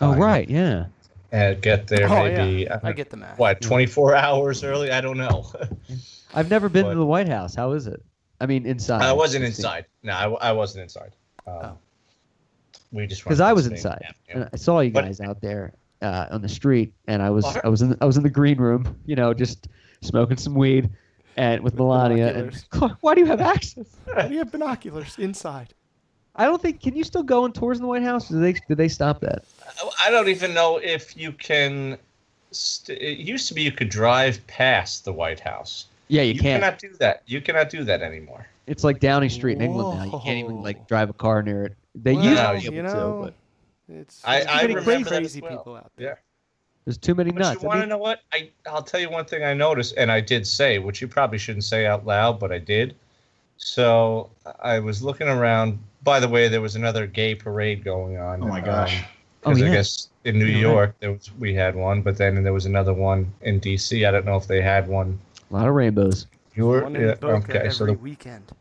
S5: Oh
S9: time.
S5: right, yeah.
S9: And get there
S8: Oh,
S9: maybe,
S8: yeah.
S9: uh,
S8: I get the math.
S9: what, 24 hours early? I don't know. *laughs*
S5: I've never been
S9: But-
S5: to the White House. How is it? Oh, I mean, inside.
S9: I wasn't inside. No, I, I wasn't inside. Um, We just
S5: because
S9: wanted
S5: I
S9: to
S5: was
S9: stay-
S5: inside.
S9: Yeah.
S5: And I saw you
S9: But-
S5: guys out there uh, on the street, and I was
S9: Alright.
S5: I was in I was in the green room, you know, just smoking some weed, and with Melania. And
S8: binoculars.
S5: Clark, *laughs* why do you have access?
S8: We have binoculars inside.
S5: I don't think. Can you still go on tours in the White House? Do they do they stop that?
S9: I don't even know if you can. St- it used to be you could drive past the White House.
S5: Yeah, you,
S9: you
S5: can't.
S9: cannot do that. You cannot do that anymore.
S5: It's like Downing Street in England now. You can't even
S8: Whoa.
S5: like drive a car near it. They
S8: Well,
S5: used
S9: No,
S5: to be able
S8: you
S5: to,
S8: know,
S5: but
S8: it's
S9: I-
S8: there's
S9: I
S8: too many
S9: remember that
S8: crazy
S9: as well.
S8: people out there.
S5: there's too many
S9: But
S5: nuts.
S9: you
S5: I
S9: want to
S5: mean,
S9: know what? I I'll tell you one thing I noticed, and I did say, which you probably shouldn't say out loud, but I did. So I was looking around. By the way, there was another gay parade going on.
S10: Oh my
S9: um,
S10: gosh.
S5: Oh,
S9: 'cause I
S5: yeah.
S9: guess in New
S5: Yeah, right.
S9: York there was, we had one, but then there was another one in D.C. I don't know if they had one.
S5: a lot of rainbows.
S9: You were
S8: One in
S9: yeah,
S8: Boca
S9: okay. So
S8: every
S9: the
S8: weekend.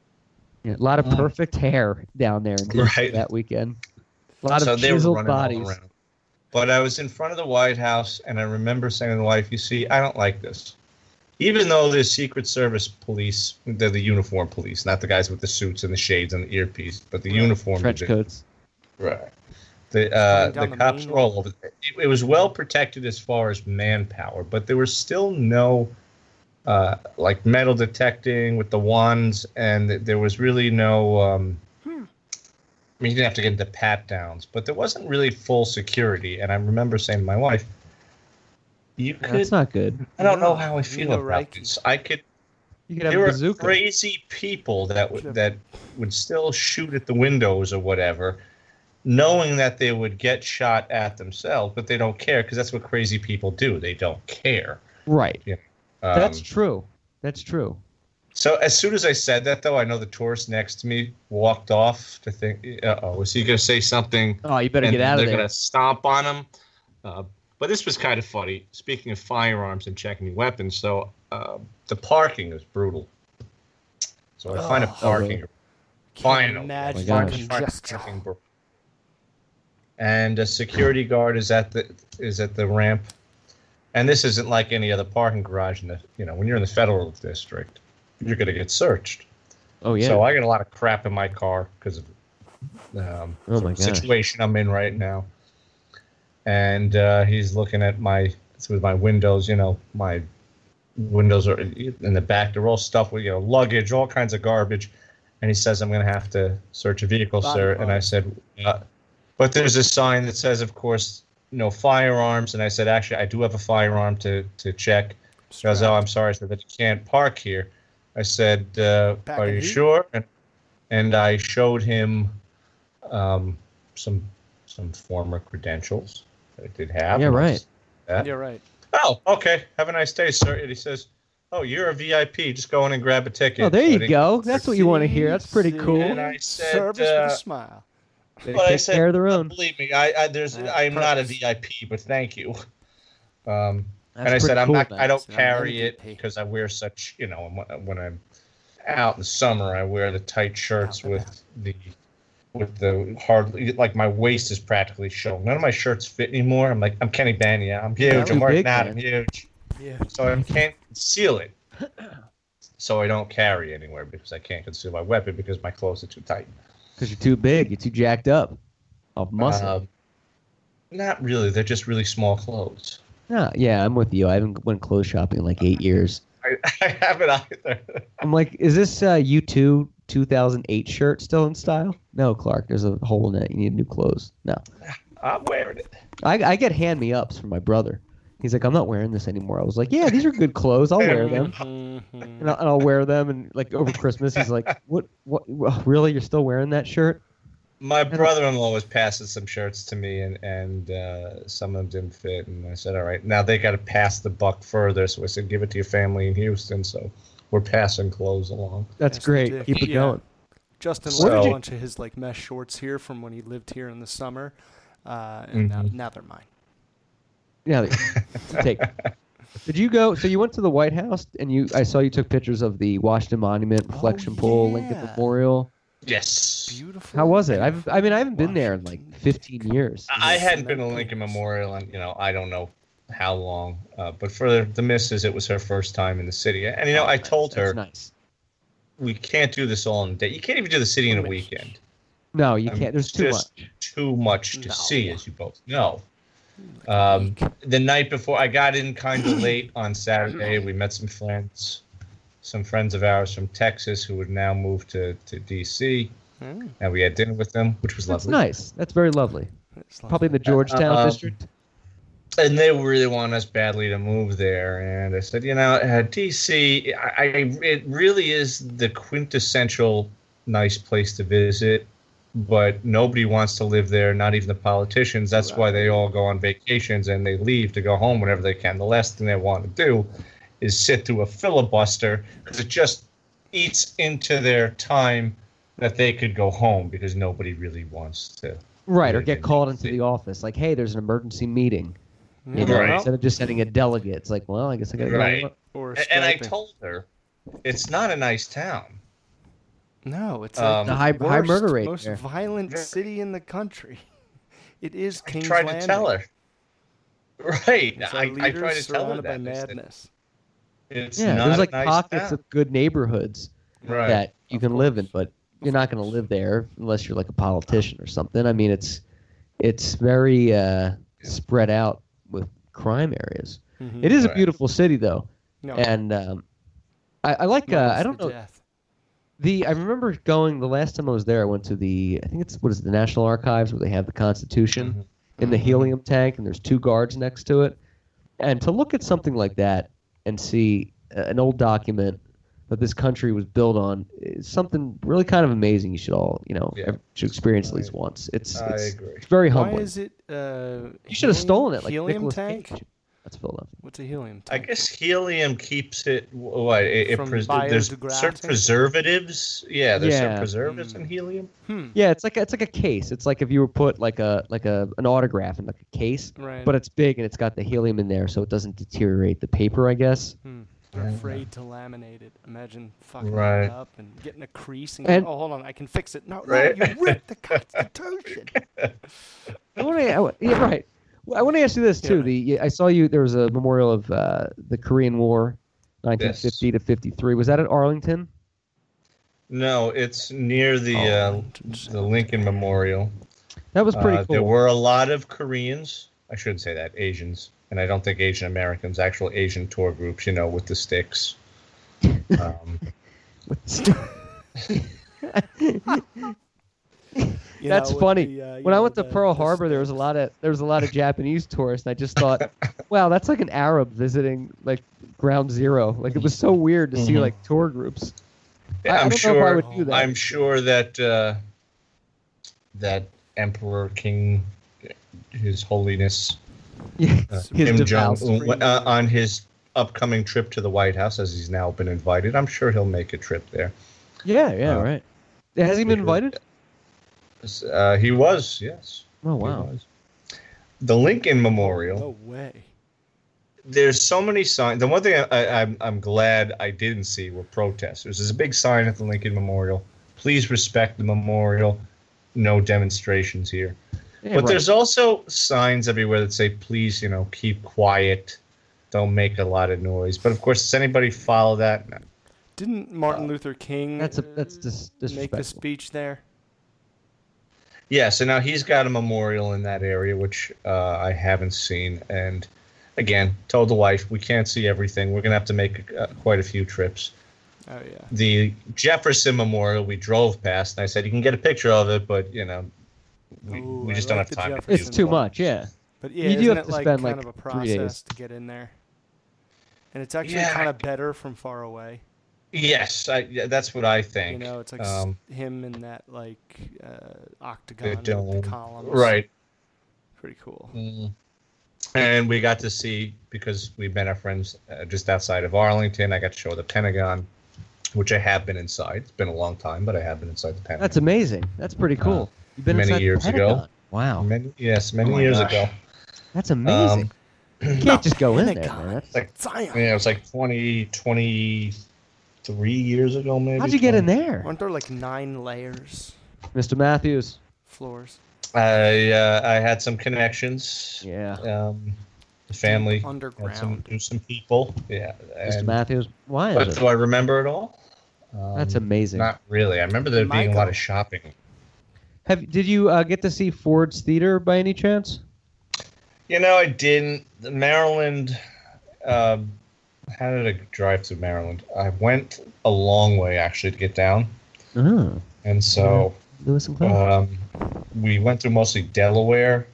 S5: Yeah, a lot of perfect hair down there in DC
S9: Right.
S5: that weekend. A lot
S9: so
S5: of
S9: they were
S5: chiseled
S9: running all
S5: bodies.
S9: around. But I was in front of the White House, and I remember saying to the wife, "You see, I don't like this. Even though there's Secret Service police, they're the uniform police, not the guys with the suits and the shades and the earpiece, but the uniform
S5: trench coats.
S9: Right. The uh,
S8: Coming down
S9: the
S8: the
S9: cops
S8: main-
S9: were all over. It, it was well protected as far as manpower, but there was still no uh, like metal detecting with the wands, and th- there was really no. Um,
S8: Hmm.
S9: I mean, you didn't have to get into pat downs, but there wasn't really full security. And I remember saying to my wife, "You
S5: Yeah,
S9: could."
S5: That's not good.
S9: I don't know
S8: No,
S9: how I
S8: you
S9: feel
S8: know,
S9: about
S8: right?
S9: this. I could.
S5: You could have
S9: There
S5: a
S9: were
S5: bazooka.
S9: crazy people that
S8: Should have-
S9: would that would still shoot at the windows or whatever, knowing that they would get shot at themselves, but they don't care because that's what crazy people do. They don't care.
S5: Right.
S9: Um,
S5: That's true. That's true.
S9: so as soon as I said that, though, I know the tourist next to me walked off to think, uh oh, is he going to say something?
S5: Oh, you better
S9: and
S5: get out
S9: they're
S5: of there.
S9: going to stomp on him. Uh, but this was kind of funny. Speaking of firearms and checking your weapons, so uh, the parking is brutal. So I find a
S8: Oh.
S9: parking
S8: Can't
S9: Final.
S8: Imagine
S5: Oh my
S8: the
S5: gosh.
S9: *laughs*
S8: congestion.
S9: parking bro- and a security guard is at the is at the ramp. And this isn't like any other parking garage in the you know when you're in the federal district, you're going to get searched.
S5: Oh yeah.
S9: So I get a lot of crap in my car because of um,
S5: oh my gosh.
S9: situation I'm in right now. And uh, he's looking at my through my windows. You know, my windows are in the back. They're all stuffed with you know luggage, all kinds of garbage. And he says, "I'm going to have to search a vehicle,
S8: Body
S9: sir." And I
S8: parts.
S9: said, uh, "But there's a sign that says, of course, no firearms." And I said, "Actually, I do have a firearm to to check." She goes, "Oh, I'm sorry, I said that you can't park here." I said, uh,
S8: Pack
S9: "Are
S8: and
S9: you
S8: heat?
S9: sure?" And, and I showed him um, some some former credentials that I did have.
S5: Yeah,
S9: and I
S5: right.
S9: said that.
S8: You're right.
S9: Oh, okay. Have a nice day, sir. And he says, "Oh, you're a VIP. Just go in and grab a ticket."
S5: Oh, there
S9: But
S5: you
S9: he-
S5: go. That's what you want to hear. That's pretty
S8: See,
S5: cool.
S9: And I said,
S8: Service with
S9: uh,
S8: a smile.
S5: They
S9: But I
S5: take
S9: said,
S5: care of their own.
S9: Believe me, I, I there's
S8: Uh,
S9: I'm not a
S8: perks.
S9: VIP, but thank you. *laughs* Um,
S5: That's
S9: and I said,
S5: pretty
S9: I'm
S5: cool,
S9: not,
S5: man.
S9: I don't
S8: So I'm
S9: carry it
S8: MVP.
S9: because I wear such, you know, when- when I'm out in the summer, I wear the tight shirts
S8: Out and
S9: with the, with the hardly, like my waist is practically showing. None of my shirts fit anymore. I'm like, I'm Kenny Banya. I'm huge.
S5: too
S9: I'm working
S5: big,
S9: out.
S5: man.
S9: I'm huge.
S8: Yeah.
S9: So I can't conceal it. So I don't carry anywhere because I can't conceal my weapon because my clothes are too tight.
S5: Because you're too big. You're too jacked up. Of muscle.
S9: Um, not really. They're just really small clothes.
S5: no, yeah, I'm with you. I haven't went clothes shopping in like eight years.
S9: I, *laughs* I haven't either.
S5: I'm like, is this uh, U2 2008 shirt still in style? No, Clark. There's a hole in it. You need new clothes. No.
S9: I'm wearing it.
S5: I, I get hand me ups from my brother. He's like, I'm not wearing this anymore. I was like, yeah, these are good clothes. I'll wear them.
S8: Mhm.
S9: Mm-hmm.
S5: And I'll, and I'll wear them. And like over Christmas,
S9: *laughs*
S5: he's like, what, what, wha- really? You're still wearing that shirt?
S9: My brother-in-law was passing some shirts to me, and and uh, some of them didn't fit. And I said, "All right, now they got to pass the buck further." So I said, "Give it to your family in Houston." So we're passing clothes along.
S5: That's
S8: Yes,
S5: great.
S8: dick.
S5: Keep it
S8: Yeah.
S5: going.
S8: Justin
S9: So-
S8: left a bunch of his like mesh shorts here from when he lived here in the
S9: Mm-hmm.
S8: summer, uh, and now, now they're mine. *laughs*
S5: Yeah. it's a take. Did you go? So you went to the White House, and you I saw you took pictures of the Washington Monument, Reflection Pool, Lincoln
S8: Oh, yeah.
S5: Memorial.
S9: Yes.
S8: Beautiful.
S5: How was it? I've, I mean, I haven't been there in like
S8: Washington.
S5: 15 years.
S9: I I hadn't been to Lincoln Memorial in, you know, I don't know how long. Uh, but for the missus, it was her first time in the city. And, you know, I told
S5: Oh, That's
S9: her,
S5: nice.
S9: we can't do this all in a day. You can't even do the city in a weekend.
S5: No, you
S9: I mean,
S5: can't. There's
S9: it's
S5: too much.
S9: just Too much to
S8: No.
S9: see, as you both know. Um, the night before, I got in kind of late on Saturday. We met some friends, some friends of ours from Texas who had now moved to, to D.C.
S8: Hmm.
S9: And we had dinner with them, which was
S5: That's
S9: lovely.
S5: nice. That's very lovely.
S8: It's
S5: Probably in the Georgetown
S9: um,
S5: district.
S9: and they really want us badly to move there. And I said, you know, uh, DC, I, I it really is the quintessential nice place to visit, but nobody wants to live there, not even the politicians. That's why they all go on vacations and they leave to go home whenever they can. The last thing they want to do is sit through a filibuster because it just eats into their time that they could go home because nobody really wants to.
S5: Right, or
S9: Yeah,
S5: get
S9: yeah,
S5: called into
S9: yeah.
S5: the office. Like, hey, there's an emergency meeting. You know,
S9: Right.
S5: Instead of just sending a delegate, it's like, well, I guess I got to
S9: Right.
S5: go.
S8: Or
S9: A- And I
S8: Skyping.
S9: told her, it's not a nice town.
S8: No, it's
S9: Um,
S8: like
S5: The high, high
S8: worst,
S5: murder rate.
S8: most
S5: there.
S8: violent
S9: Yeah.
S8: city in the country. *laughs* It is
S9: I
S8: King's
S9: tried to
S8: Landing.
S9: tell her. *laughs* Right.
S8: It's our
S9: I, I
S8: leaders
S9: tried to tell her
S8: surrounded by
S9: that. I said,
S8: madness.
S9: It's
S5: Yeah,
S9: not
S5: there's
S9: a
S5: like
S9: nice
S5: pockets
S9: town.
S5: of good neighborhoods
S9: right.
S5: that you can live in, but you're not going to live there unless you're like a politician or something. I mean, it's it's very uh, spread out with crime areas.
S8: Mhm.
S5: It is
S9: Mm-hmm.
S5: a
S9: Right.
S5: beautiful city though,
S8: No,
S5: and um, I, I like. Uh, I
S8: it's
S5: don't
S8: the
S5: know
S8: death.
S5: the. I remember going the last time I was there. I went to the. I think it's what is it, the National Archives where they have the Constitution
S9: Mhm.
S5: in the helium tank, and there's two guards next to it. And to look at something like that and see uh, an old document that this country was built on is something really kind of amazing. You should all, you know,
S9: Yeah.
S5: ev- should experience at
S9: I-
S5: least once. It's
S9: I
S5: it's,
S9: agree.
S5: it's very
S8: Why
S5: humbling.
S8: is it? Uh,
S5: you should
S8: helium-
S5: have stolen it, like
S8: helium
S5: Nicholas
S8: tank.
S5: Cage. That's Philadelphia.
S8: What's a helium
S9: I
S8: tank?
S9: guess helium keeps it. What it, it
S8: From
S9: pres- there's certain
S8: biodegrading?
S9: preservatives. Yeah, there's
S5: Yeah.
S9: certain preservatives
S8: Hmm.
S9: in helium.
S5: Yeah, it's like a, it's like a case. It's like if you were put like a like a an autograph in like a case,
S8: Right.
S5: but it's big and it's got the helium in there, so it doesn't deteriorate the paper. I guess.
S8: Hmm. They're afraid to laminate it. Imagine fucking
S9: Right.
S8: it up and getting a crease and,
S5: And-
S8: oh, hold on, I can fix it. No,
S9: Right.
S8: no you ripped
S5: *laughs*
S8: the Constitution.
S5: I want to. I, wa- yeah, right. Well, I want to ask you this too.
S8: Yeah.
S5: The yeah, I saw you. There was a memorial of uh, the Korean War, 1950 to 53. Was that at Arlington?
S9: No, it's near the
S8: Oh,
S9: uh, the Lincoln Memorial.
S5: That was pretty
S9: Uh,
S5: cool.
S9: There were a lot of Koreans. I shouldn't say that Asians, and I don't think Asian Americans. Actual Asian tour groups, you know, with the
S5: *laughs*
S9: sticks. Um,
S8: You
S5: That's
S8: know, with
S5: funny.
S8: the, uh, you
S5: when I
S8: know,
S5: went to
S8: the-
S5: Pearl
S8: the
S5: Harbor, there was a lot of there was a lot of Japanese tourists. And I just thought,
S8: *laughs*
S5: wow, that's like an Arab visiting like Ground Zero. Like it was so weird to see
S8: Mm-hmm.
S9: Mhm.
S5: like tour groups.
S9: yeah,
S5: I, I
S9: I'm
S5: don't
S9: sure.
S5: know if I would do that. *laughs*
S9: I'm sure that uh, that Emperor King, His Holiness uh,
S5: His
S9: Kim Jong
S5: devout-
S9: Un, uh, on his upcoming trip to the White House, as he's now been invited. I'm sure he'll make a trip there.
S5: Yeah, yeah,
S9: Uh,
S5: right. Has he been invited?
S9: Uh, he was, yes.
S5: Oh
S9: he
S5: wow.
S9: was. The Lincoln
S8: sticks.
S9: Memorial.
S8: No way.
S9: there's so many signs. The one thing I, I, I'm, I'm glad I didn't see were protesters. There's a big sign at the Lincoln Memorial. Please respect the memorial. No demonstrations here. but
S5: Yeah, right.
S9: there's also signs everywhere that say, please, you know, keep quiet. Don't make a lot of noise. But of course, does anybody follow that? No.
S8: Didn't Martin Luther King
S5: that's a, that's
S8: uh,
S5: dis-
S8: make the
S5: disrespectful.
S8: speech there?
S9: Yeah, so now he's got a memorial in that area, which uh, I haven't seen. And again, told the wife, we can't see everything. We're going to have to make uh, quite a few trips.
S8: Oh yeah.
S9: the Jefferson Memorial we drove past, and I said, "You can get a picture of it, but you know, we,
S8: Ooh,
S9: we
S8: I
S9: just
S8: like
S9: don't
S8: the
S9: have time."
S8: Jefferson
S5: It's too
S8: Memorial.
S5: much. Yeah.
S8: But yeah,
S5: You do
S8: isn't
S5: have
S8: it
S5: to
S8: like
S5: spend,
S8: kind
S5: like,
S8: of a
S5: three days.
S8: process to get in there? And it's actually
S9: Yeah, I-
S8: kind of better from far away.
S9: Yes, I, yeah, that's what I
S8: You
S9: think.
S8: know, it's like s-
S9: um,
S8: him in that like uh, octagon with
S9: dome.
S8: the columns.
S9: right.
S8: Pretty cool.
S9: Mm. And we got to see because we met our friends uh, just outside of Arlington. I got to show the Pentagon, which I have been inside. It's been a long time, but I have been inside the Pentagon.
S5: That's amazing. That's pretty cool. You've been
S9: Uh, many
S5: inside the
S9: years ago.
S5: Pentagon. Wow,
S9: many, yes, many
S11: my
S9: years
S11: gosh.
S9: ago.
S5: that's amazing.
S9: Um, *clears throat*
S5: You can't just go in there.
S8: Pentagon.
S5: Man. That's-
S9: Like,
S8: Zion.
S9: yeah, it was like 20, 23 years ago, maybe.
S5: How'd you get in there,
S8: Aren't there like nine layers,
S5: Mr. Matthews?
S8: floors?
S9: I uh, I had some connections.
S5: Yeah.
S9: Um, the family had some
S8: Underground.
S9: knew some people. Yeah.
S5: Mr.
S9: and-
S5: Matthews, why
S9: but
S5: is
S9: do
S5: it?
S9: I remember it all? Um,
S5: That's amazing.
S9: Not really. I remember there being a lot of shopping.
S5: Have did you uh, get to see Ford's Theater by any chance?
S9: You know, I didn't. The Maryland. Um, how did I drive through Maryland? I went a long way actually to get down,
S5: Oh,
S9: and so
S5: Lewis and Clark.
S9: um, we went through mostly Delaware,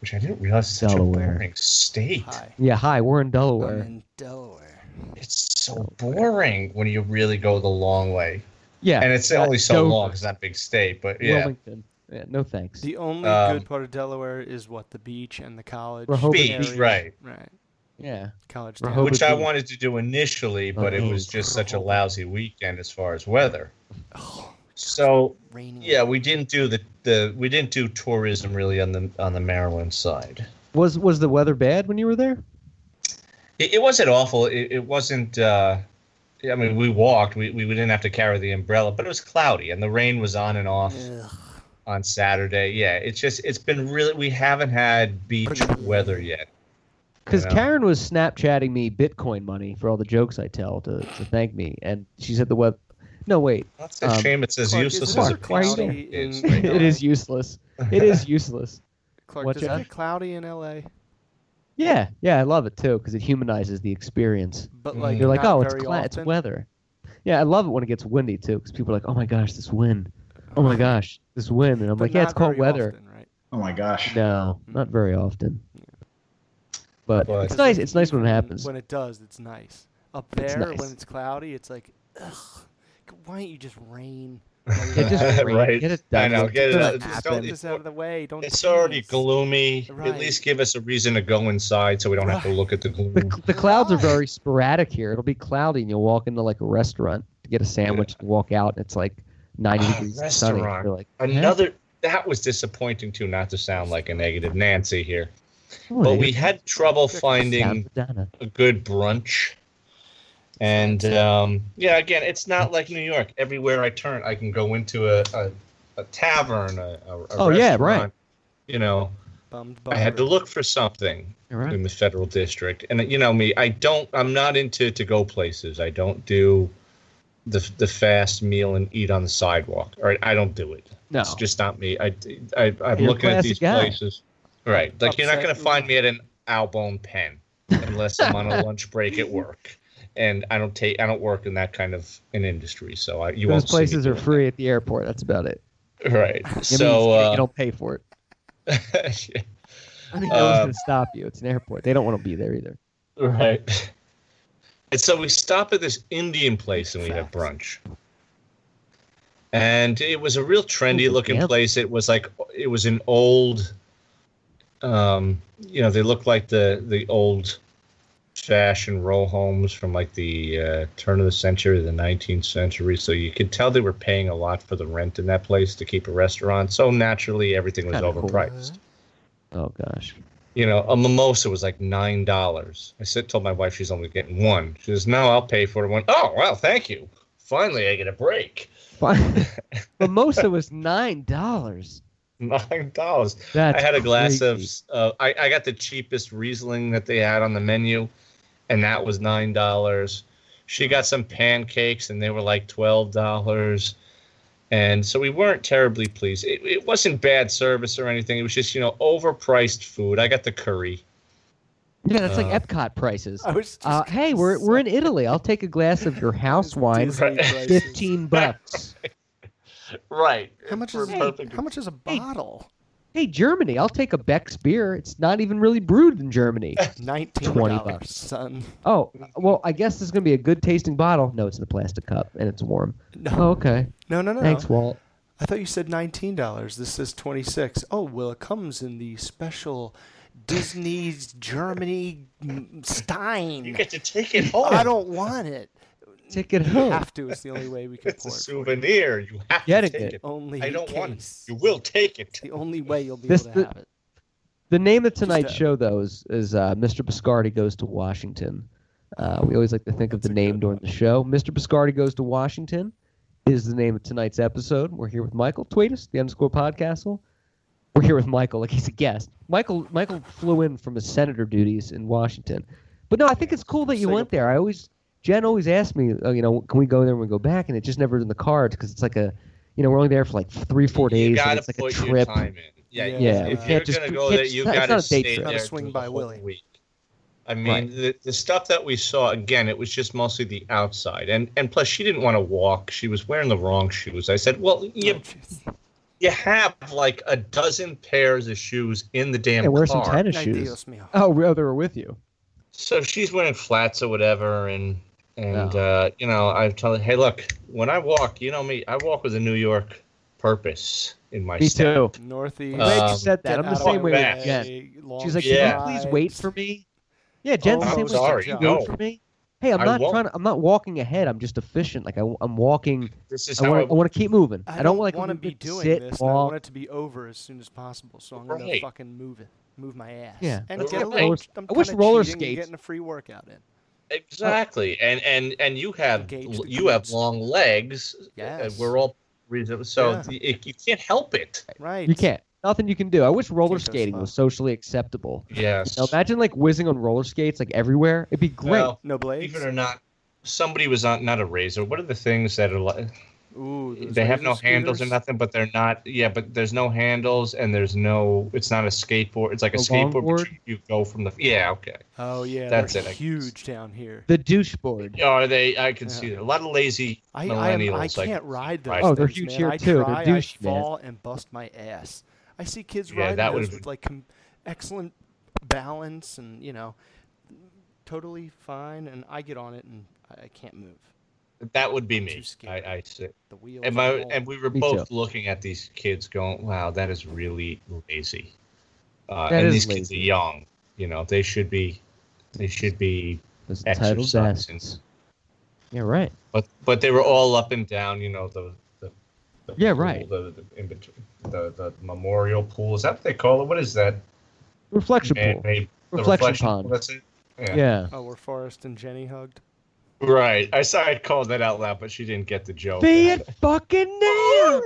S9: which I didn't realize is such
S5: Delaware.
S9: a boring state.
S8: Hi.
S5: yeah, hi. We're in
S8: I'm
S5: Delaware.
S8: in Delaware.
S9: It's so boring when you really go the long way,
S5: Oh, Yeah,
S9: and it's
S5: uh,
S9: only so
S5: Dover,
S9: long. It's not a big state, but yeah.
S5: Wilmington. Yeah, no thanks.
S8: The only
S9: Um,
S8: good part of Delaware is the beach and the college.
S5: Rehoboth
S9: Beach,
S8: area.
S9: right.
S8: Right.
S5: yeah,
S8: College
S5: Rehoboth
S8: town.
S9: Which I
S5: Beach.
S9: wanted to do initially, but it
S5: Oh,
S9: was just such a lousy weekend as far as weather.
S8: Oh,
S9: So
S8: raining.
S9: Yeah, we didn't do the, the we didn't do tourism really on the on the Maryland side.
S5: was was the weather bad when you were there?
S9: It, it wasn't awful. It, it wasn't. Uh, I mean, we walked. We, we didn't have to carry the umbrella, but it was cloudy and the rain was on and off
S8: Ugh.
S9: on Saturday. Yeah, it's just it's been really. We haven't had beach weather yet.
S5: Because
S9: Yeah.
S5: Karen was Snapchatting me Bitcoin money for all the jokes I tell to, to thank me, and she said the web. No, wait, *laughs*
S9: That's a
S5: Um,
S9: shame. It's as
S8: Clark, is
S9: useless
S8: it
S9: as
S5: ever
S9: a
S5: cloudy
S9: pencil
S8: in-
S9: is. *laughs*
S8: Right
S5: it
S8: now.
S5: is useless. It is useless.
S8: Clark,
S5: What,
S8: does it
S5: John?
S8: get cloudy in L.A.?
S5: Yeah, yeah, I love it too because it humanizes the experience.
S8: But
S9: Mm-hmm.
S8: like,
S5: You're like,
S8: not
S5: oh, it's
S8: very
S5: cla- it's
S8: often.
S5: weather. Yeah, I love it when it gets windy too because people are like, oh my gosh, this wind. Oh my gosh, this wind, and I'm
S8: But
S5: like, yeah, it's
S8: not
S5: called
S8: very
S5: weather.
S8: often, right?
S12: Oh my gosh.
S5: No, not very often. But,
S9: But-
S5: it's
S8: Because
S5: nice. It's nice when it
S8: even
S5: happens.
S8: When it does, it's nice. Up
S5: It's
S8: there, when
S5: nice.
S8: it's cloudy, it's like, ugh, g- why don't you just
S5: *laughs*
S8: rain? *laughs*
S5: Yeah, just rain.
S9: Right.
S5: Get it
S9: I
S5: done.
S9: know,
S5: Like,
S9: get it
S5: let
S9: out. *laughs*
S5: it
S9: Just
S5: happen.
S9: don't-
S8: Get this out of the way. Don't.
S9: It's already
S8: tease.
S9: gloomy.
S8: Right.
S9: At least give us a reason to go inside so we don't have to look at the
S5: *laughs*
S9: gloom.
S5: The, the clouds are very sporadic here. It'll be cloudy, and you'll walk into like a restaurant to get a sandwich and walk out, and it's like 90
S9: Ah,
S5: degrees and sunny.
S9: restaurant.
S5: You're like,
S9: Another that was disappointing too. Not to sound like a negative Nancy here,
S5: "Oh,
S9: but
S5: dude,
S9: we had trouble
S5: Santa
S9: finding
S5: Donna."
S9: a good brunch. And um, yeah, again, it's not like New York. Everywhere I turn, I can go into a, a, a tavern, a, a, a
S5: Oh, yeah, right.
S9: restaurant, You know,
S8: Bummed
S9: I had to
S8: bummer.
S9: look for something
S5: You're right.
S9: in the federal district, and you know me, I don't. I'm not into to go places. I don't do the the fast meal and eat on the sidewalk. All right, I don't do it.
S5: No,
S9: It's just not me. I, I I'm
S5: You're a
S9: looking at
S5: classic
S9: these
S5: guy.
S9: places. Right. Like you're not
S8: Upset
S9: going to
S8: and-
S9: find me at an Albone Pen unless I'm on a lunch break at work. And I don't take I don't work in that kind of an industry, so I, you
S5: those
S9: won't see me
S5: places are
S9: doing
S5: free at the airport. That's about it.
S9: that.
S5: *laughs*
S9: Right.
S5: I mean,
S9: So
S5: you-
S9: uh,
S5: you don't pay for it.
S9: *laughs*
S5: I mean, no one's
S9: uh,
S5: gonna stop you. It's an airport. They don't want to be there either.
S9: right. And so we stop at this Indian place and we have brunch. And it was a real trendy looking
S5: yeah.
S9: place. It was like it was an old um you know, they looked like the the old fashioned row homes from like the uh, turn of the century the 19th century so you could tell they were paying a lot for the rent in that place to keep a restaurant so naturally everything was
S5: Kinda cool.
S9: overpriced
S5: Oh gosh.
S9: you know, a mimosa was like nine dollars. I said, told my wife she's only getting one. She says, "No, I'll pay for it." One. Oh, well, thank you. Finally, I get a break. *laughs*
S5: Fine. Mimosa was nine dollars.
S9: Nine dollars.
S5: That's
S9: I had a glass
S5: crazy.
S9: of. Uh, I I got the cheapest Riesling that they had on the menu, and that was nine dollars. She got some pancakes, and they were like twelve dollars. And so we weren't terribly pleased. It, it wasn't bad service or anything. It was just you know overpriced food. I got the curry.
S5: Yeah, that's
S9: uh,
S5: like Epcot prices.
S8: I was. Just
S5: Uh, hey, we're we're in Italy. I'll take a glass of
S8: *laughs*
S5: your house wine.
S8: Disney
S9: *laughs*
S8: prices.
S5: Fifteen bucks.
S9: Right.
S8: How much
S9: For
S8: is
S9: perfect-
S8: how much is a bottle?
S5: Hey, Germany. I'll take a Beck's beer. It's not even really brewed
S9: *laughs*
S5: in Germany.
S8: Nineteen dollars,
S5: bucks.
S8: son.
S5: Oh, well, I guess this is gonna be a good tasting bottle. No, it's in a plastic cup and it's warm.
S8: No,
S5: Oh, okay.
S8: no, no, no.
S5: Thanks, Walt.
S8: I thought you said nineteen dollars. This says twenty six. Oh well, it comes in the special Disney's Germany mm,
S9: *laughs* You oh.
S8: Stein.
S9: get to take it home.
S8: *laughs* I don't want it.
S5: Take
S8: *laughs*
S5: it
S8: You
S5: home.
S8: have to. It's the only way we can
S9: It's a
S8: pour it.
S9: souvenir. You have
S5: Getting
S9: to take
S5: it.
S9: it.
S8: Only
S9: I don't want it.
S8: case.
S9: You will take it.
S8: The only way you'll be
S5: This-
S8: able to
S5: the-
S8: have it.
S5: The name of tonight's
S8: uh,
S5: show, though, is is uh, Mr. Biscardi goes to Washington. Uh, we always like to think of the name during the show. Mr. Biscardi goes to Washington is the name of tonight's episode. We're here with Michael. Tweet us the underscore podcastle. We're here with Michael, like he's a guest. Michael Michael flew in from his senator duties in Washington, but no, I think it's cool that you went there. I always Jen always asked me, oh, you know, can we go there when we go back, and it just never in the cards because it's like a, you know, we're only there for like three four days.
S9: You
S5: and
S9: gotta
S5: it's like
S9: put
S5: a
S9: your
S5: trip.
S9: time in. Yeah,
S8: Yeah,
S5: Yeah,
S9: if
S5: we
S9: you're
S5: can't just-
S9: gonna
S5: we
S9: go
S5: can't
S9: there,
S5: just-
S9: you've
S5: it's
S9: got
S5: not
S9: to
S5: a day
S9: stay
S5: trip.
S9: there
S8: Gotta swing
S9: for the
S8: by
S9: whole
S8: Willie.
S9: week. I mean,
S5: Right.
S9: the, the stuff that we saw again, it was just mostly the outside, and and plus she didn't want to walk. She was wearing the wrong shoes. I said, well, you you have like a dozen pairs of shoes in the damn
S5: And wear some
S9: car.
S5: tennis
S8: Ay,
S5: shoes.
S8: Dios mío.
S5: Oh, well, they were with you.
S9: so she's wearing flats or whatever and and
S5: Yeah.
S9: uh, you know i tell her hey look when i walk you know me i walk with a new york purpose in my
S5: Me
S9: step.
S5: too.
S8: Northeast.
S5: Glad
S9: Um,
S5: you said that.
S8: Get
S5: I'm the
S8: out of
S5: same
S8: my
S5: way
S9: back.
S5: with Jen.
S8: long
S5: She's like,
S9: Yeah.
S5: can you please wait for me? Yeah, Jen's
S8: Oh,
S5: the
S8: I'm
S5: same way.
S9: sorry.
S5: Can you
S9: No.
S5: wait for me? Hey, I'm
S9: I
S5: not
S9: won't.
S5: trying. To, I'm not walking ahead. I'm just efficient. Like I, am walking.
S9: this is
S5: I
S9: how
S5: want.
S9: I,
S5: I want to keep moving.
S8: I
S5: don't, like
S8: want to
S5: move
S8: be
S5: it,
S8: doing
S5: sit,
S8: this. and I
S5: Walk.
S8: want it to be over as soon as possible, so I'm gonna
S9: Right.
S8: fucking move it, move my ass.
S5: Yeah,
S8: and
S9: let's
S8: get
S9: get
S8: a
S9: roller-
S8: little, I'm
S5: I wish
S8: kinda
S5: roller
S8: cheating and
S5: skates-
S8: Getting a free workout in.
S9: exactly and and and you have
S8: Engage the
S9: you have
S8: glutes.
S9: long legs and
S8: Yes.
S9: we're all reasonable so
S8: Yeah.
S9: the- it, you can't help it
S8: Right.
S5: you can't. Nothing you can do. I wish roller
S8: Keep those
S5: skating was
S8: spots.
S5: socially acceptable.
S9: yes
S5: Now, imagine like whizzing on roller skates like everywhere. It'd be great.
S9: Well,
S8: No blades.
S9: believe it or not somebody was on not a razor what are the things that are like
S8: Ooh, those
S9: they have no
S8: razor
S9: handles or
S8: scooters.
S9: nothing, but they're not. Yeah, but there's no handles and there's no. It's not a skateboard. It's like a,
S5: A
S9: skateboard. But
S5: longboard?
S9: you, you go from the. Yeah, okay.
S8: Oh yeah,
S9: That's
S8: they're
S9: it, I guess.
S8: huge down here.
S5: the douche board.
S9: Are they? I can
S8: Yeah.
S9: see that. a lot of lazy
S8: I I, am,
S9: millennials.
S8: I
S9: like,
S8: can't ride those.
S9: Right.
S5: Oh, they're
S8: things,
S5: huge
S8: man.
S5: here,
S8: I
S5: too. They're
S8: Try,
S5: douche,
S8: I
S5: man.
S8: fall and bust my ass. I see kids
S9: Yeah,
S8: riding
S9: that
S8: those
S9: would've
S8: with
S9: been-
S8: like com- excellent balance and you know, totally fine. And I get on it and I, I can't move.
S9: That would be
S8: I'm
S9: me.
S8: too scared.
S9: I, I see.
S8: The wheels.
S9: And
S8: are
S9: my,
S8: all-
S9: and we were
S5: Me
S9: both
S5: too.
S9: looking at these kids, going, "Wow, that is really lazy." Uh,
S5: That
S9: and these
S5: is
S9: kids are
S5: lazy.
S9: young. You know, they should be. They should be
S5: Those entitled
S9: exercising.
S5: bastards. Yeah, right.
S9: But but they were all up and down, you know, the the, the
S5: Yeah,
S9: pool,
S5: right.
S9: The, the in between the, the memorial pool. Is that what they call it? What is that?
S5: Reflection pool.
S9: Man-made- the
S5: Reflection
S9: pool,
S5: pond.
S9: That's it. Yeah.
S5: Yeah.
S8: oh, were Forrest and Jenny hugged.
S9: Right. I saw I called that out loud, but she didn't get the joke.
S5: Be it fucking now.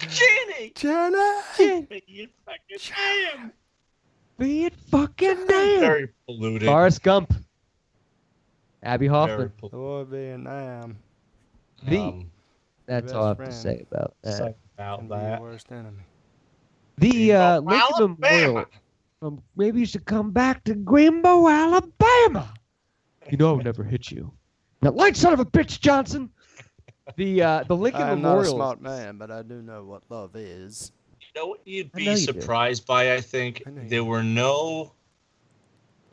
S9: Jenny,
S8: Jenny.
S9: you fucking
S5: Be it fucking now.
S9: Very polluted.
S5: Forrest Gump. Abby
S9: very
S5: Hoffman.
S9: polluted.
S8: Oh, Vietnam.
S5: The-
S9: um,
S5: That's
S8: best
S5: all I have
S8: friend.
S5: to say about that.
S9: something
S8: Can
S9: about
S8: be your
S9: that.
S8: worst enemy.
S5: The uh,
S9: Greenbow,
S5: Lincoln Memorial.
S9: Alabama.
S5: Um, maybe you should come back to Greenbow, Alabama. You know I would never hit you. Now, light son of a bitch, Johnson. The uh, the Lincoln
S8: I'm not a
S5: Memorial.
S8: smart man, but I do know what love is.
S9: You know what you'd
S5: I
S9: be
S5: know you do.
S9: surprised by? I think
S8: I know you
S9: there were no.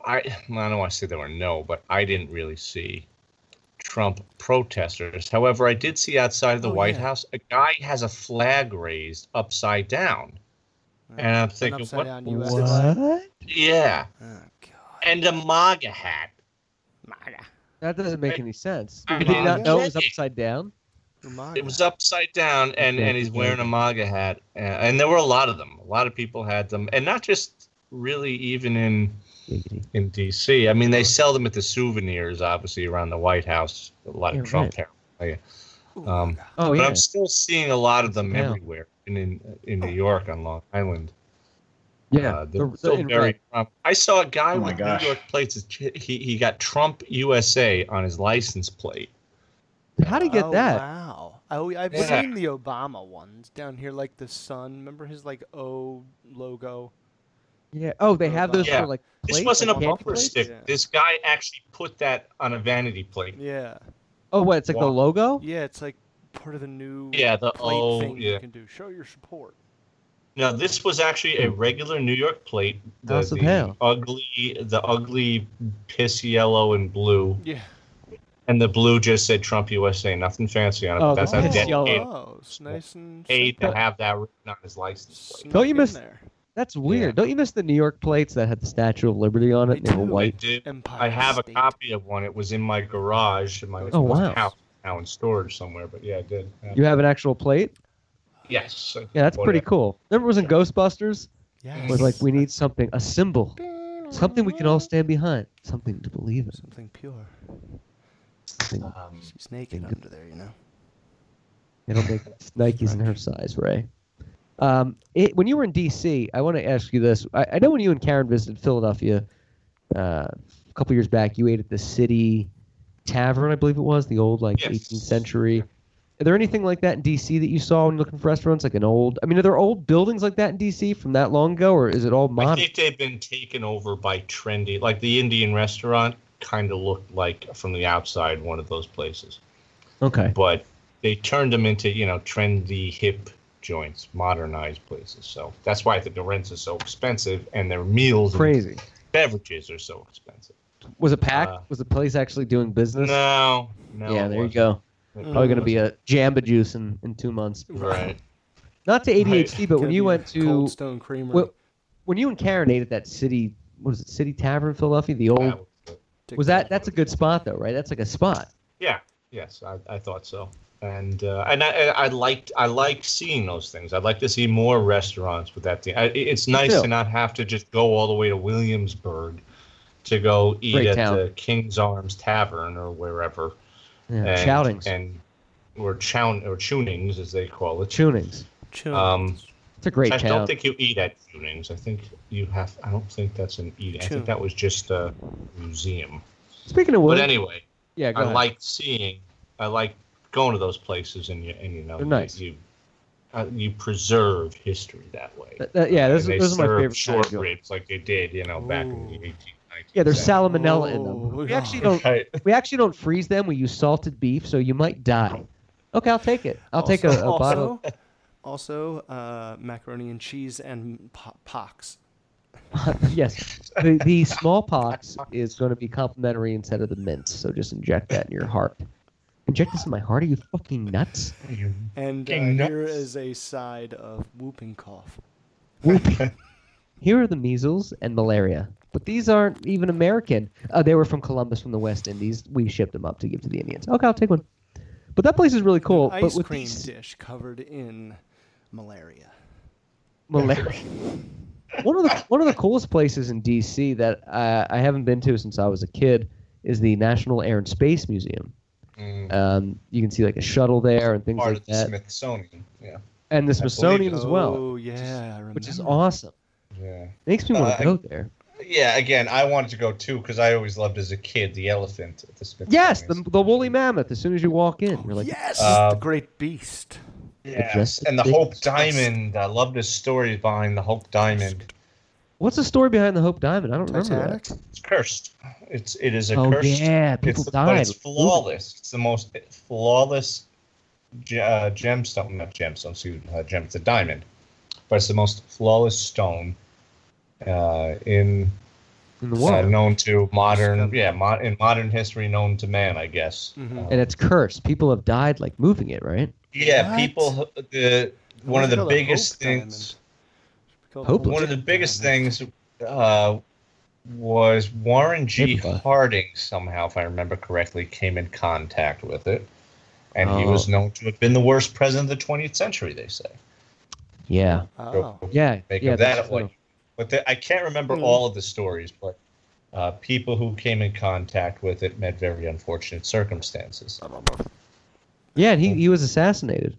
S9: I, well, I don't want to say there were no, but I didn't really see Trump protesters. However, I did see outside of the
S8: Oh,
S9: White
S8: yeah.
S9: House a guy has a flag raised upside down, and I'm
S8: An
S9: thinking,
S8: Oh, upside
S9: what?
S8: down U.S. flag.
S5: What?
S9: Yeah,
S8: Oh God.
S9: and um, a MAGA hat.
S5: That doesn't make any sense.
S9: I
S5: You did
S9: mean,
S5: not know it was
S9: really?
S5: upside down.
S8: Umaga.
S9: It was upside down, and
S5: Okay,
S9: and he's
S5: okay,
S9: wearing a MAGA hat, and, and there were a lot of them. A lot of people had them, and not just really even in in D.C. I mean, they sell them at the souvenirs, obviously, around the White House. A lot of
S5: Yeah,
S9: Trump paraphernalia. Um,
S5: Oh
S9: but
S5: yeah.
S9: I'm still seeing a lot of them
S5: Yeah.
S9: everywhere, and in in New York on Long Island.
S5: Yeah,
S9: uh,
S5: they're-
S9: they're
S5: they're
S9: still
S5: in
S9: very
S5: red.
S9: Trump. I saw a guy
S13: Oh my
S9: with
S13: gosh.
S9: New York plates. that ch- He he got Trump USA on his license plate.
S5: How do you get
S8: oh,
S5: that?
S8: Wow. Oh, yeah, I've
S9: Yeah.
S8: seen the Obama ones down here, like the sun. Remember his like O logo?
S5: Yeah. Oh, they
S8: Or
S5: have
S8: bu-
S5: those
S9: Yeah.
S5: for like.
S9: This
S5: plates,
S9: wasn't a
S5: like candy
S9: bumper
S5: plates?
S9: stick.
S8: Yeah.
S9: This guy actually put that on a vanity plate.
S8: Yeah.
S5: Oh, what? It's like the
S9: Wow.
S5: logo.
S8: Yeah, it's like part of the new
S9: Yeah, the
S8: plate
S9: oh
S8: thing
S9: yeah.
S8: you can do. Show your support.
S9: No, this was actually a regular New York plate. The,
S5: House of
S9: the
S5: Hell.
S9: ugly, the ugly piss yellow and blue,
S8: Yeah.
S9: and the blue just said Trump USA. Nothing fancy on it.
S5: Oh,
S9: but that's
S5: the
S9: how
S5: piss
S9: dedicated
S5: yellow.
S8: Oh, it's nice and.
S9: paid to
S5: But-
S9: have that written on his license plate.
S8: snuck
S5: you
S8: in
S5: miss-
S8: there.
S5: That's weird. Don't you miss the New York plates that had the Statue of Liberty on it?
S8: They
S5: They were
S8: do.
S9: I
S5: white.
S9: do.
S8: Empire
S9: I have a
S8: State.
S9: copy of one. It was in my garage in my
S5: Oh, wow.
S9: house now in storage somewhere. But yeah, I did. Yeah.
S5: You have an actual plate?
S9: Yes. I
S5: Yeah, that's
S9: bought
S5: pretty
S9: it.
S5: cool. Remember, it was in Ghostbusters
S8: Yes.
S5: was like, we need something, a symbol, something we can all stand behind, something to believe in.
S8: something pure.
S5: Something.
S3: Um,
S8: She's naked under there, you know.
S5: It'll *laughs* make Nikes in her size, Ray. Um, it, when you were in D.C., I want to ask you this. I, I know when you and Karen visited Philadelphia uh, a couple years back, you ate at the City Tavern, I believe it was, the old like
S9: Yes.
S5: 18th century. Are there anything like that in D.C. that you saw when you're looking for restaurants, like an old? I mean, are there old buildings like that in D.C. from that long ago, or is it all
S9: I
S5: modern?
S9: think they've been taken over by trendy, like the Indian restaurant kind of looked like from the outside one of those places,
S5: okay,
S9: but they turned them into you know trendy, hip joints, modernized places. So that's why I think the rents are so expensive and their meals
S5: crazy.
S9: and beverages are so expensive.
S5: Was it packed?
S9: Uh,
S5: was the place actually doing business?
S9: No, no.
S5: yeah,
S9: it
S5: there you
S9: wasn't.
S5: go.
S9: It
S5: Probably going to be a Jamba Juice in, in two months.
S9: right.
S5: Not to ADHD, but
S8: Gonna
S5: when
S8: be a
S5: you went to
S8: Cold Stone Creamery,
S5: Well, when you and Karen ate at that city, what is it, City Tavern in Philadelphia? The
S9: That
S5: old
S9: was good.
S5: was that? That's a good spot though, right? That's like a spot.
S9: Yeah. Yes, I, I thought so. And uh, and I, and I liked I like seeing those things. I'd like to see more restaurants with that thing. I, it- it's nice
S5: too.
S9: to not have to just go all the way to Williamsburg to go eat
S5: Great
S9: at
S5: town.
S9: the King's Arms Tavern or wherever.
S5: Yeah.
S9: And,
S5: Chowdings,
S9: and or chown or tunings as they call it.
S5: Tunings.
S8: Chill.
S9: Um,
S5: It's a great
S9: I
S5: town.
S9: don't think you eat at tunings. I think you have. I don't think that's an eat. I
S8: Tune.
S9: think that was just a museum.
S5: Speaking of
S9: But
S5: which,
S9: anyway,
S5: yeah, go
S9: I
S5: ahead.
S9: like seeing. I like going to those places, and you and you know,
S5: They're nice.
S9: you uh, you preserve history that way.
S5: That- that- yeah,
S9: And
S5: those,
S9: they
S5: those are my
S9: serve
S5: favorite.
S9: short
S5: kinds of-
S9: ribs like they did, you know, back in the
S8: Ooh.
S9: 1890s.
S5: Yeah, there's
S9: salad.
S5: salmonella in them.
S8: Oh,
S5: We
S8: God. *laughs*
S5: actually don't.
S3: right.
S5: We actually don't freeze them. We use salted beef, so you might die. Okay, I'll take it.
S8: Oh,
S5: I'll take a, a
S8: also,
S5: bottle.
S8: Also, uh, macaroni and cheese and po- pox.
S5: yes, the, the smallpox is going to be complimentary instead of the mints. So just inject that in your heart. Inject this in my heart? Are you fucking nuts?
S8: And uh,
S3: Fucking nuts.
S8: here is a side of whooping cough.
S5: *laughs* Here are the measles and malaria, but these aren't even American. Uh, they were from Columbus, from the West Indies. We shipped them up to give to the Indians. Okay, I'll take one. But that place is really cool.
S8: Ice
S5: but with
S8: cream
S5: these-
S8: dish covered in malaria.
S5: malaria. one of the one of the coolest places in D.C. that uh, I haven't been to since I was a kid is the National Air and Space Museum. Um, you can see like a shuttle there and things
S3: Mm. Part
S5: like
S3: of the
S5: that,
S3: Smithsonian. Yeah.
S5: and the Smithsonian
S3: it-
S5: as well,
S8: Oh yeah, I remember.
S5: which is awesome.
S3: Yeah.
S5: Makes me want
S3: Uh,
S5: to go there.
S3: Yeah. Again, I wanted to go too because I always loved as a kid the elephant at the Smithsonian.
S5: Yes, the, the woolly mammoth. As soon as you walk in, you're like,
S8: yes,
S3: Uh,
S8: the great beast.
S3: Yes,
S5: Majestic
S3: and the
S5: Big
S3: Hope
S5: Beast.
S3: Diamond. I love the story behind the Hope Diamond.
S5: What's the story behind the Hope Diamond? I don't remember.
S8: Titanic.
S5: That.
S3: It's cursed. It's it is a
S5: Oh
S3: cursed.
S5: yeah,
S3: it's,
S5: people
S3: But
S5: died.
S3: it's flawless. It's the most flawless ge- uh, gemstone. Not gemstone. Excuse me. Uh, gem. It's a diamond, but it's the most flawless stone uh, in
S5: in the
S3: uh,
S5: world,
S3: known to modern. Yeah, mo- in modern history, known to man. I guess. Uh,
S8: Mhm.
S5: and it's cursed. People have died like moving it, right?
S3: Yeah,
S8: What?
S3: people. uh, The one of
S8: It's
S3: the
S8: called a
S3: biggest
S8: hope
S3: things.
S8: diamond. It's called a
S5: Hope
S3: One of the biggest
S8: diamond.
S3: things uh, was Warren G.
S5: HIPAA.
S3: Harding somehow, if I remember correctly, came in contact with it, and he
S5: Oh.
S3: was known to have been the worst president of the 20th century. They say.
S5: Yeah,
S8: Oh,
S5: yeah,
S3: Make
S5: yeah.
S3: of that
S5: that's
S3: what?
S5: true.
S3: But the, I can't remember
S8: Hmm.
S3: all of the stories, but uh, people who came in contact with it met very unfortunate circumstances.
S5: Oh. Yeah, and he, he was assassinated.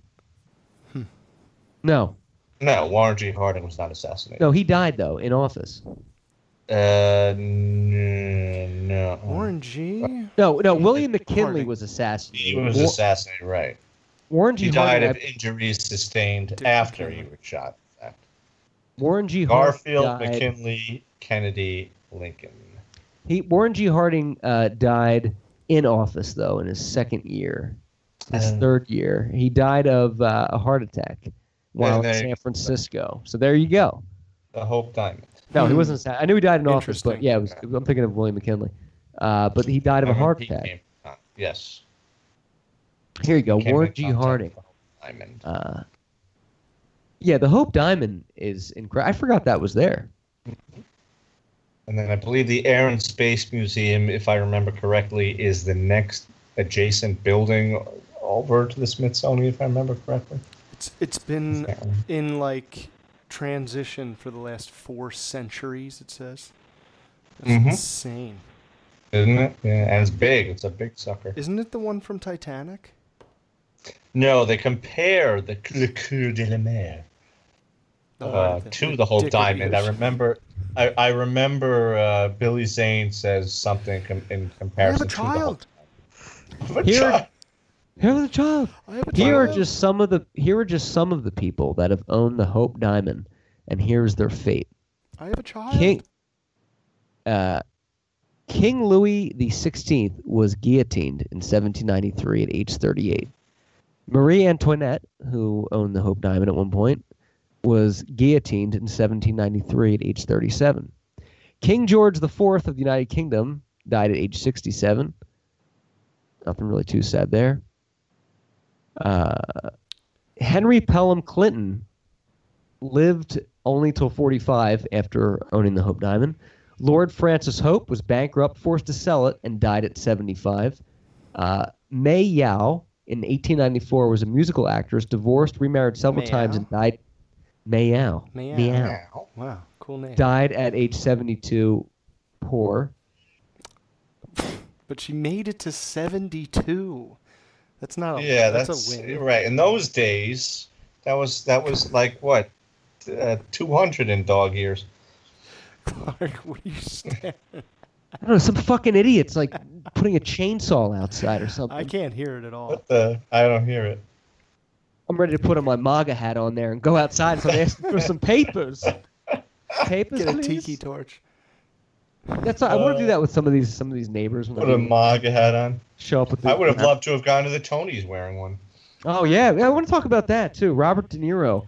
S5: No,
S3: No, Warren G. Harding was not assassinated.
S5: no, he died though in office.
S3: Uh, n- no.
S8: Warren G.
S5: No, no, William McKinley
S8: Harding.
S5: was
S3: He
S5: assassinated.
S3: was
S5: Wa-
S3: assassinated, right?
S5: Warren G.
S3: He died
S5: Harding,
S3: of injuries sustained
S8: Dick
S3: after
S8: McKinley.
S3: he was shot. in fact.
S5: Warren G. Harding
S3: Garfield,
S5: died-
S3: McKinley, Kennedy, Lincoln.
S5: He Warren G. Harding uh, died in office though in his second year, his
S3: Uh.
S5: third year. He died of uh, a heart attack while
S3: And
S5: in
S3: they-
S5: San Francisco. So there you go.
S3: The Hope Diamond.
S5: No, he wasn't. Sad. I knew he died in office, but
S8: Interesting.
S5: yeah, it was, I'm thinking of William McKinley. Uh, but he died of a
S3: Remember,
S5: heart
S3: Mm-hmm. he
S5: attack.
S3: came- uh, Yes.
S5: Here you go,
S3: came
S5: Warren
S3: in
S5: G.
S3: contact
S5: Harding.
S3: with the Hope Diamond.
S5: Uh, yeah, the Hope Diamond is incredible. I forgot that was there.
S3: And then I believe the Air and Space Museum, if I remember correctly, is the next adjacent building over to the Smithsonian, if I remember correctly.
S8: It's it's been in like transition for the last four centuries. It says that's
S3: Mm-hmm.
S9: Mhm.
S8: insane.
S3: isn't it? Yeah, and it's big. It's a big sucker.
S8: Isn't it the one from Titanic?
S3: No, they compare the Le Coeur de la Mer
S8: The
S3: uh,
S8: one that-
S3: to the whole
S8: Dick
S3: diamond. I
S8: Rivers.
S3: remember. I, I remember uh, Billy Zane says something com- in
S8: I have a
S3: comparison to the whole.
S8: child.
S3: I have a
S5: Here-
S3: child.
S5: Here was a child.
S8: I have a
S5: Here are
S8: child.
S5: just some of the here are just some of the people that have owned the Hope Diamond, and here's their fate.
S8: I have a child.
S5: King, uh, King Louis the Sixteenth was guillotined in 1793 at age 38. Marie Antoinette, who owned the Hope Diamond at one point, was guillotined in 1793 at age 37. King George IV of the United Kingdom died at age 67. Nothing really too sad there. Uh, Henry Pelham Clinton lived only till 45 after owning the Hope Diamond. Lord Francis Hope was bankrupt, forced to sell it, and died at 75. Uh, May Yao in 1894 was a musical actress, divorced, remarried several
S8: May
S5: times,
S8: Yao?
S5: and died. May Yao.
S8: May Yao. Wow, cool name.
S5: Died at age 72, poor.
S8: But she made it to 72. That's not a
S3: Yeah,
S8: that's,
S3: that's,
S8: a *laughs* win.
S3: right. In those days, that was that was like what, uh, two hundred in dog years.
S8: Clark, what are you staring?
S5: I don't know, some fucking idiot's like putting a chainsaw outside
S3: *laughs*
S5: or something.
S8: I can't hear it at all.
S3: What the? I don't hear it.
S5: I'm ready to put on my MAGA hat on there and go outside. So I'm asking for
S8: *laughs*
S5: some papers. Papers,
S8: Get a
S5: please?
S8: tiki Uh, torch.
S5: That's not, I want to do that with some of these some of these neighbors when
S3: Put a
S5: I
S3: MAGA hat on.
S5: show up with. The,
S3: I would have loved to have gone to the Tonys wearing one.
S5: Oh yeah, yeah, I want to talk about that too. Robert De Niro,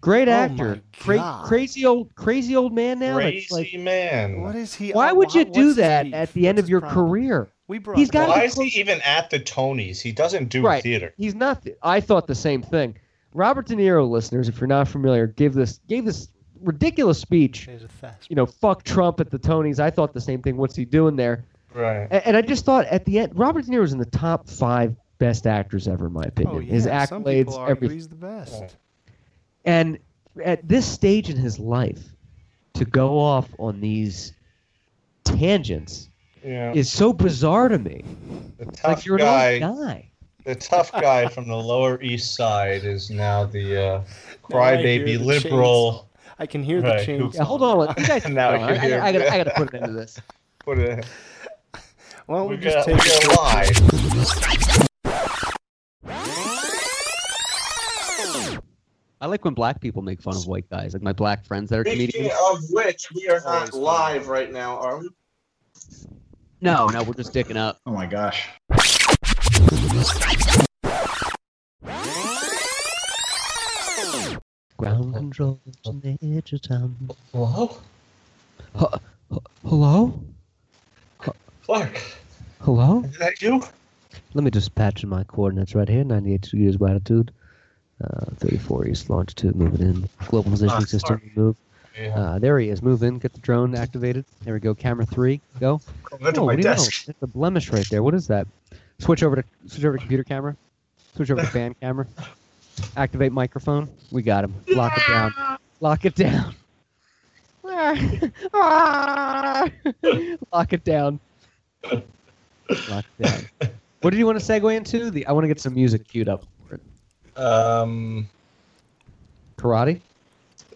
S5: great
S8: Oh,
S5: actor,
S8: my
S5: Cra-
S8: God.
S5: crazy old crazy old man now.
S3: Crazy
S5: That's like,
S3: man.
S8: What is he?
S5: why
S8: oh,
S5: would
S8: wow,
S5: you do
S8: what's his
S5: that
S8: beef?
S5: at the end
S8: What's
S5: of
S8: his
S5: your
S8: problem?
S5: career?
S8: We brought
S5: He's gotta
S3: Why
S5: be
S3: is he even at the Tonys? He doesn't do
S5: Right.
S3: theater.
S5: He's not. th- I thought the same thing. Robert De Niro, listeners, if you're not familiar, gave this gave this ridiculous speech. *laughs*
S8: He's a fast.
S5: You know, fuck Trump at the Tonys. I thought the same thing. What's he doing there?
S3: Right.
S5: And, and I just thought at the end, Robert De Niro is in the top five best actors ever, in my opinion.
S8: Oh, yeah.
S5: His
S8: Some people
S5: accolades,
S8: argue
S5: everything.
S8: He's the best.
S5: And at this stage in his life, to go off on these tangents
S3: Yeah.
S5: is so bizarre to me.
S3: The tough
S5: Like you're
S3: guy.
S5: an old guy.
S3: The tough guy from the Lower East Side is now the uh,
S8: *laughs* Now I hear
S3: crybaby
S8: the
S3: liberal.
S8: chainsaw. I can hear
S3: Right,
S8: the
S3: who-
S8: chainsaw.
S5: Yeah, hold on. let- You
S3: *laughs*
S5: guys,
S3: Now
S5: hold on,
S3: you're
S5: I,
S3: here.
S5: I, I gotta, I gotta put an end to this.
S3: Put it.
S8: Why don't
S3: We
S8: we
S3: got,
S8: just
S3: we
S8: take it?
S3: got live.
S5: I like when black people make fun of white guys, like my black friends that are comedians.
S9: of which, we are not live right now, are we?
S5: No, no, we're just dicking up.
S13: Oh my gosh.
S5: Ground control to Major Tom.
S3: Hello,
S5: Hello?
S3: Clark.
S5: Hello?
S3: Is that you?
S5: Let me just patch in my coordinates right here. 98 degrees latitude, uh, 34 east longitude, moving in. Global positioning system, move.
S3: Yeah.
S5: Uh, there he is, move in. Get the drone activated. There we go. Camera three, go.
S3: Over to
S5: Oh,
S3: my
S5: what do you know?
S3: desk.
S5: It's a blemish right there. What is that? Switch over to switch over to computer camera. Switch over
S9: *laughs*
S5: to fan camera. Activate microphone. We got him. Lock it down. Lock it down. Lock it down. Lock it down. What did you want to segue into? The I want to get some music queued up for it.
S9: Um,
S5: Karate?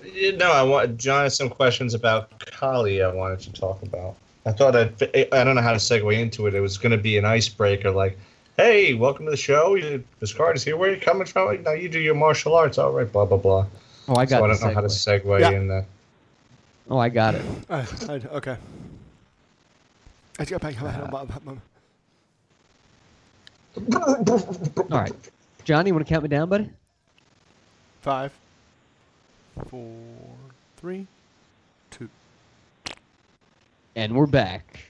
S9: you know, I want John has some questions about Kali. I wanted to talk about. I thought I'd, I don't know how to segue into it. It was going to be an icebreaker, like, "Hey, welcome to the show. You- This card is here. Where are you coming from? Like, now you do your martial arts, all right? Blah blah blah."
S5: Oh, I got
S9: so I
S5: the
S9: don't know how to
S5: segue.
S9: segue
S8: Yeah.
S9: in that.
S5: Oh, I got it.
S8: Uh, I- okay. I got back.
S5: All right. Johnny, you want to count me down, buddy?
S8: Five, four, three, two.
S5: And we're back.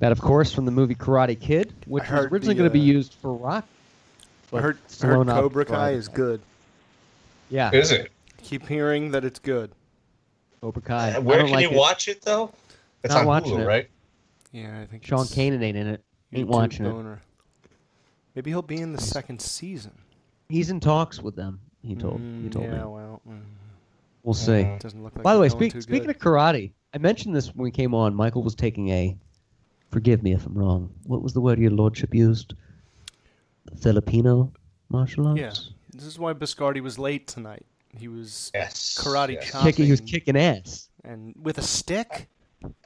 S5: That, of course, from the movie Karate Kid, which was
S8: heard
S5: originally
S8: the,
S5: going to be
S8: uh,
S5: used for rock.
S8: I heard, I
S5: Stallone
S8: heard
S5: up-
S8: Cobra Kai is good.
S5: Yeah.
S3: Is it?
S8: Keep hearing that it's good.
S5: Cobra Kai. I
S9: Where
S5: don't
S9: can
S5: like
S9: you
S5: it.
S9: watch it though?
S3: It's
S5: Not
S3: on
S5: watching
S3: Hulu,
S5: it.
S3: right?
S8: Yeah, I think
S5: Sean
S8: it's
S5: Kanan ain't in it. Ain't
S8: YouTube
S5: watching it.
S8: boner. Maybe he'll be in the second season.
S5: He's in talks with them. He told. He
S8: Mm,
S5: told
S8: yeah,
S5: me.
S8: well, mm,
S5: We'll see.
S8: doesn't look like.
S5: By the
S8: we're
S5: way,
S8: going
S5: speak,
S8: too
S5: speaking
S8: good.
S5: of karate, I mentioned this when we came on. Michael was taking a. Forgive me if I'm wrong. What was the word your lordship used? Filipino martial
S8: yeah,
S5: arts.
S8: this is why Biscardi was late tonight. He was
S9: Yes.
S8: karate
S9: yes.
S8: chopping,
S5: Kicking, he was kicking ass.
S8: and with a stick.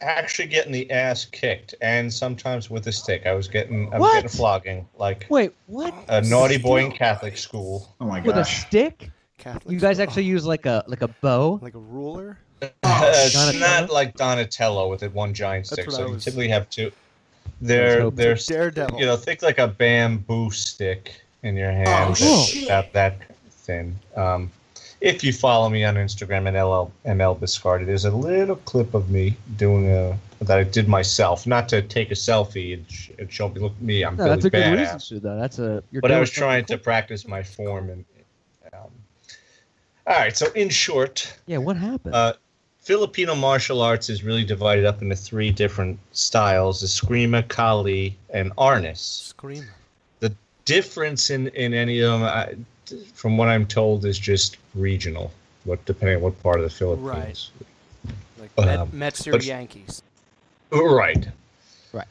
S9: Actually, getting the ass kicked, and sometimes with a stick. I was getting, I was
S5: What?
S9: getting flogging like
S5: Wait, what?
S1: Oh
S9: a naughty boy in Catholic school.
S13: Oh my
S5: With a
S13: gosh.
S5: stick?
S8: Catholic.
S5: You guys actually use like a like a bow?
S8: like a ruler.
S9: Uh, it's
S5: Donatello?
S9: not like Donatello with it one giant
S8: That's
S9: stick.
S8: what I
S9: So you
S8: was-
S9: typically have two.
S5: I
S9: They're
S5: was hoping.
S9: they're
S8: Daredevil.
S9: you know think like a bamboo stick in your hand.
S13: Oh,
S9: that's
S13: shit.
S9: about that thin. Um, if you follow me on Instagram at LLML Biscardi, there's a little clip of me doing a that I did myself, not to take a selfie and, sh- and show me look me. I'm
S5: No,
S9: really
S5: that's a good
S9: badass
S5: reason to though. That's a. You're
S9: but I
S5: doing
S9: was trying to
S5: something
S9: practice my form. And um, all right, so in short,
S5: cool. Yeah, what happened?
S9: uh, Filipino martial arts is really divided up into three different styles: the Eskrima, Kali, and Arnis.
S8: Scream.
S9: The difference in in any of them, I, from what I'm told, is just regional. What depending on what part of the Philippines.
S8: Like
S9: Um,
S8: Met, Mets or
S9: but-
S8: Yankees.
S9: Right. Right.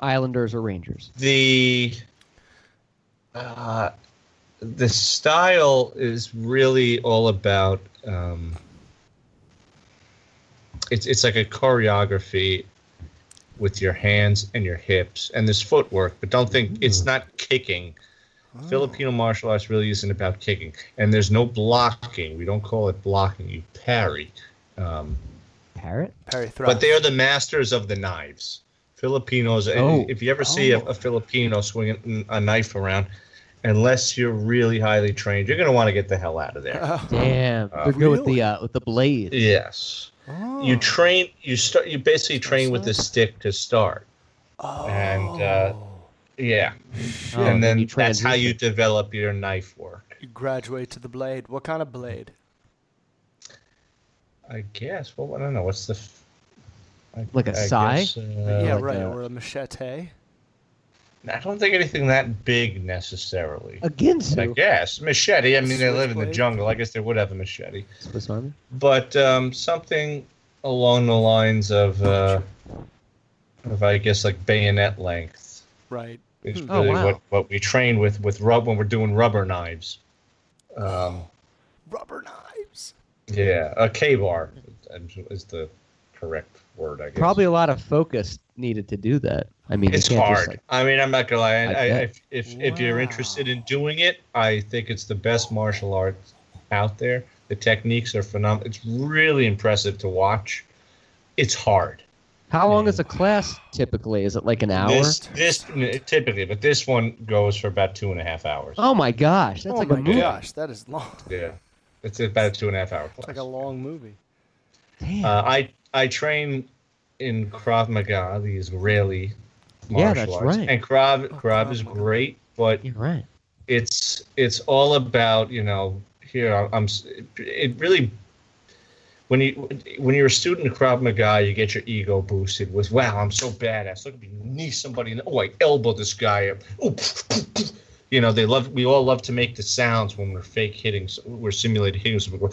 S5: Islanders or Rangers?
S9: the uh, the style is really all about um, it's it's like a choreography with your hands and your hips and there's footwork but don't think it's not kicking filipino martial arts really isn't about kicking and there's no blocking we don't call it blocking you parry um,
S5: Parrot?
S8: Perry
S9: but they are the masters of the knives. Filipinos. and
S5: Oh.
S9: If you ever see a, a Filipino swinging a knife around, unless you're really highly trained, you're going to want to get the hell out of there.
S5: *laughs* Damn. They're good with the uh, with the blade.
S9: Yes.
S5: Oh.
S9: You train. You start. You basically train with the stick to start. Oh. And uh, yeah,
S5: Oh,
S9: and then
S5: you
S9: that's how you
S5: transition.
S9: develop your knife work.
S8: You graduate to the blade. What kind of blade?
S9: I guess. Well, I don't know. What's the f- I-
S5: Like a
S9: I
S5: sai?
S9: guess, uh,
S8: yeah,
S5: like
S8: right.
S5: a-
S8: Or a machete.
S9: I don't think anything that big necessarily.
S5: A Ginsu.
S9: I guess machete. I mean, they live in the
S8: Switchblade.
S9: jungle. I guess they would have a machete,
S5: Swiss Army.
S9: but um, something along the lines of, uh, of I guess like bayonet length
S8: Right.
S9: is
S5: Oh,
S9: really
S5: wow.
S9: what, what we train with with rub when we're doing rubber knives. Um,
S8: Rubber knives.
S9: yeah, a K bar is the correct word. I guess
S5: Probably a lot of focus needed to do that. I mean, you
S9: it's
S5: can't just,
S9: hard.
S5: like-
S9: I mean, I'm not gonna lie. I,
S5: I
S9: I,
S5: bet.
S9: if if, if you're interested in doing it, I think it's the best martial art out there. The techniques are phenomenal. It's really impressive to watch. It's hard.
S5: how long is a class typically? Is it like an hour?
S9: This this n- typically, but this one goes for about two and a half hours.
S5: oh my gosh, that's
S8: oh
S5: like
S8: my
S5: a movie.
S8: gosh, that is long. *laughs*
S9: Yeah, it's about a two and a half hour
S8: It's
S9: class.
S8: like a long movie.
S5: Damn.
S9: Uh, I I train in Krav Maga, the Israeli martial
S5: Yeah, that's
S9: arts,
S5: right. Oh,
S9: and Krav Krav
S8: Krav
S9: is
S8: Maga.
S9: great, but
S5: You're right.
S9: it's it's all about you know here I'm, I'm s- it really when you when you're a student of Krav Maga you get your ego boosted with wow I'm so badass look at me knee somebody in the, oh I elbow this guy up oh, pff, pff, pff. you know they love we all love to make the sounds when we're fake hitting s- we're simulated hitting so we're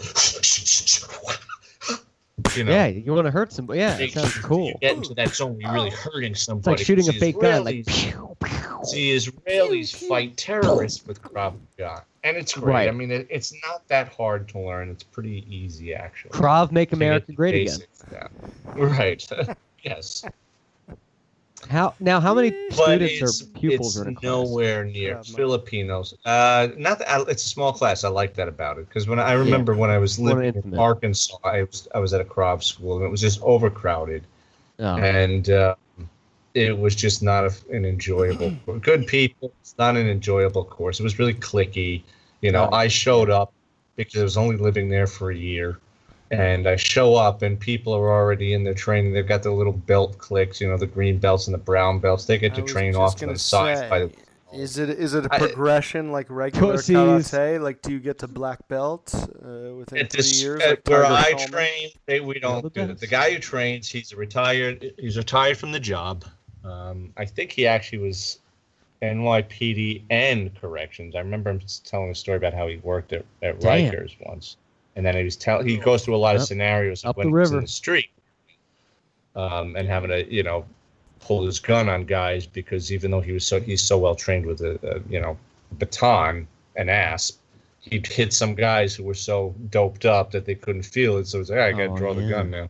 S9: you know
S5: Yeah, you want to hurt somebody. Yeah,
S9: you-
S5: it sounds
S9: you
S5: cool.
S9: get into that zone you're really hurting
S5: It's
S9: somebody
S5: like shooting a
S9: See,
S5: fake
S9: Israelis-
S5: gun. Like, pew, pew.
S9: See, Israelis fight terrorists with Krav Maga, and it's great.
S5: Right.
S9: I mean, it, it's not that hard to learn. It's pretty easy, actually.
S5: Krav make
S9: To get
S5: America
S9: the
S5: great again.
S9: basics down. Right. *laughs* yes.
S5: How now? How many
S9: But
S5: students
S9: it's,
S5: or pupils are in a
S9: it's
S5: class?
S9: nowhere near
S8: Krav Maga.
S9: Filipinos. Uh, not that, I, it's a small class. I like that about it because when I, I remember when I was
S5: More
S9: living in
S5: intimate.
S9: Arkansas, I was I was at a Krav school and it was just overcrowded.
S5: Oh.
S9: and uh, it was just not a, an enjoyable good people it's not an enjoyable course it was really clicky you know
S5: Right.
S9: i showed up because i was only living there for a year and i show up and people are already in their training they've got their little belt clicks you know the green belts and the brown belts they get
S8: I
S9: to
S8: was
S9: train
S8: just
S9: off to
S8: gonna
S9: the side
S8: say,
S9: by the
S8: Is it is it a
S9: I-
S8: progression like regular
S5: Pussies.
S8: karate? Like, do you get to black belt uh, within
S9: at
S8: three
S9: this
S8: years?
S9: at
S8: like
S9: where
S8: Tiger
S9: I
S8: Tillman?
S9: train, they, we
S5: the
S9: don't do that. The
S5: best.
S9: guy who trains, he's retired. He's retired from the job. Um, I think he actually was NYPD and corrections. I remember him telling a story about how he worked at, at
S5: Damn.
S9: Rikers once, and then he was tell he goes through a lot of
S5: Up-
S9: scenarios of
S5: up
S9: when
S5: the
S9: he was in
S5: river.
S9: the street, um, and having to you know pull his gun on guys because even though he was so he's so well trained with a, a you know baton and asp he'd hit some guys who were so doped up that they couldn't feel it. So it's like, I gotta
S5: Oh,
S9: draw the
S5: yeah.
S9: gun now.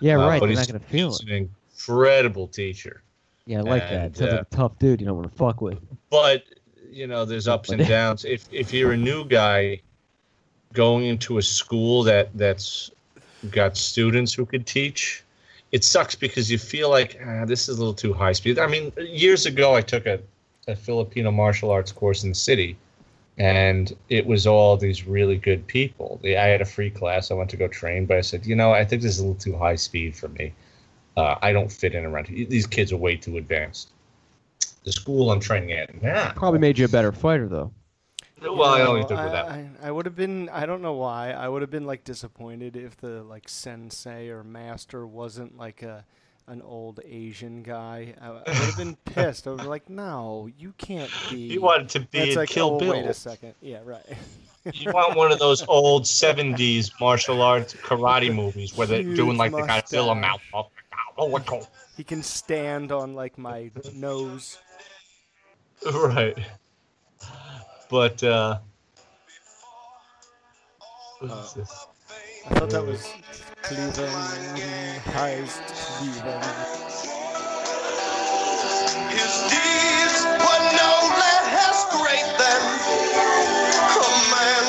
S5: Yeah,
S9: Uh,
S5: right.
S9: but
S5: They're
S9: he's-
S5: not gonna feel
S9: He's
S5: it.
S9: an incredible teacher,
S5: Yeah, I like
S9: and,
S5: that. Sounds
S9: uh,
S5: like a tough dude you don't want to fuck with.
S9: but you know, there's ups
S5: *laughs*
S9: and downs. If if you're a new guy going into a school that that's got students who could teach, it sucks because you feel like ah, this is a little too high speed. I mean, years ago, I took a a Filipino martial arts course in the city, and it was all these really good people. The- I had a free class. I went to go train, but I said, you know, I think this is a little too high speed for me. Uh, I don't fit in around here. These kids are way too advanced. The school I'm training at now.
S5: Probably made you a better fighter though.
S9: Well, I
S8: No,
S9: only took with that.
S8: I, I would have been. I don't know why. I would have been like disappointed if the like sensei or master wasn't like a an old Asian guy. I, I
S9: *laughs*
S8: would have been pissed. I was like, no, you can't be.
S9: You wanted to be
S8: That's
S9: in
S8: like,
S9: Kill
S8: oh,
S9: Bill.
S8: wait a second. Yeah, right. *laughs*
S9: You want one of those old '70s martial arts karate movies where they're doing
S8: Huge
S9: like the Godzilla mouth.
S8: mustache.
S9: off. Oh, what the-
S8: He can stand on like my nose.
S9: *laughs* right. But uh, what's this?
S8: I thought that was Cleveland Heist Cleveland.
S13: His deeds were no less great than a man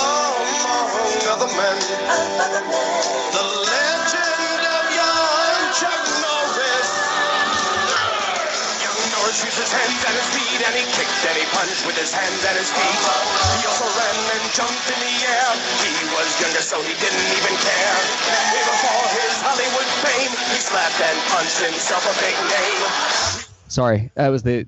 S13: among other men. The legend of young Chuck Norris. Young Norris used his hands and his feet, and he kicked and he punched with his hands and his feet. He also ran and jumped in the air. He was younger, so he didn't even care. Way before his Hollywood fame, he slapped and punched himself a big name.
S5: Sorry, that was the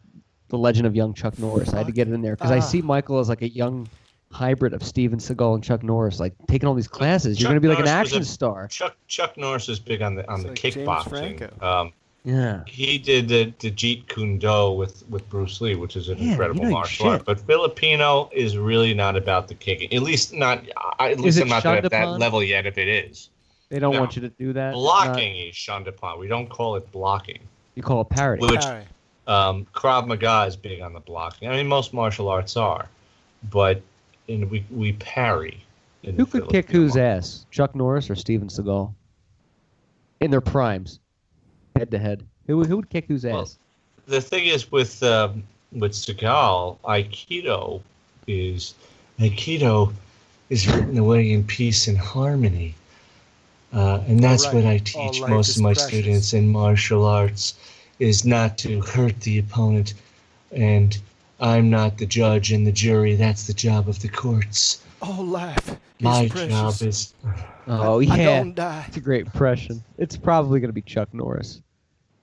S5: the legend of young Chuck Norris. I had to get it in there because I
S8: Ah.
S5: see Michael as like a young hybrid of Steven Seagal and Chuck Norris, like taking all these classes. You're
S9: Chuck
S5: gonna be like an
S9: Norris was
S5: action
S9: a-
S5: star.
S9: Chuck Chuck Norris is big on the on
S8: It's
S9: the
S8: like James
S9: kickboxing.
S8: Franco.
S9: Um,
S5: Yeah.
S9: he did the, the Jeet Kune Do with, with Bruce Lee, which is an
S5: Yeah, you
S9: incredible
S5: know your
S9: martial
S5: shit.
S9: art. But Filipino is really not about the kicking. At least not. I- At least
S5: it
S9: I'm not at
S5: shunned
S9: that
S5: upon?
S9: level yet. If it is
S5: They don't
S9: No.
S5: want you to do that.
S9: blocking, is shunned upon. We don't call it blocking.
S5: Not- you call it parody.
S9: Which
S8: All right.
S9: um, Krav Maga is big on the blocking. I mean, most martial arts are, but in, we we parry. in
S5: Who
S9: the
S5: could kick
S9: Filipino
S5: whose
S9: martial
S5: ass? Chuck Norris or Steven Seagal? In their primes, head to head. Who who would kick whose
S9: Well,
S5: ass?
S9: the thing is with um, with Seagal, Aikido is Aikido is written away in peace and harmony, uh, and that's
S8: Right.
S9: what I
S8: All
S9: teach
S8: life
S9: most
S8: is
S9: of my
S8: precious.
S9: students in martial arts is not to hurt the opponent, and I'm not the judge and the jury. That's the job of the courts.
S8: Oh, life.
S9: My
S8: is precious.
S9: job is
S5: oh
S8: I
S5: yeah,
S8: don't die.
S5: it's a great impression. It's probably gonna be Chuck Norris.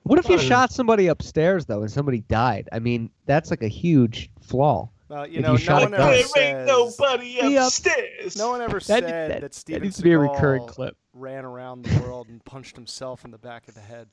S5: What if you
S9: Well,
S5: shot somebody upstairs though, and somebody died? I mean, that's like a huge flaw.
S8: Well, you
S5: If
S8: know,
S5: you
S8: no
S5: shot
S8: one
S5: a gun-
S8: ever says.
S5: There
S9: nobody
S5: Yep.
S9: upstairs.
S8: No one ever
S5: That,
S8: said
S5: that,
S8: that,
S5: that
S8: Steven
S5: needs to be a
S8: Seagal
S5: recurring clip.
S8: ran around the world and punched himself in the back of the head.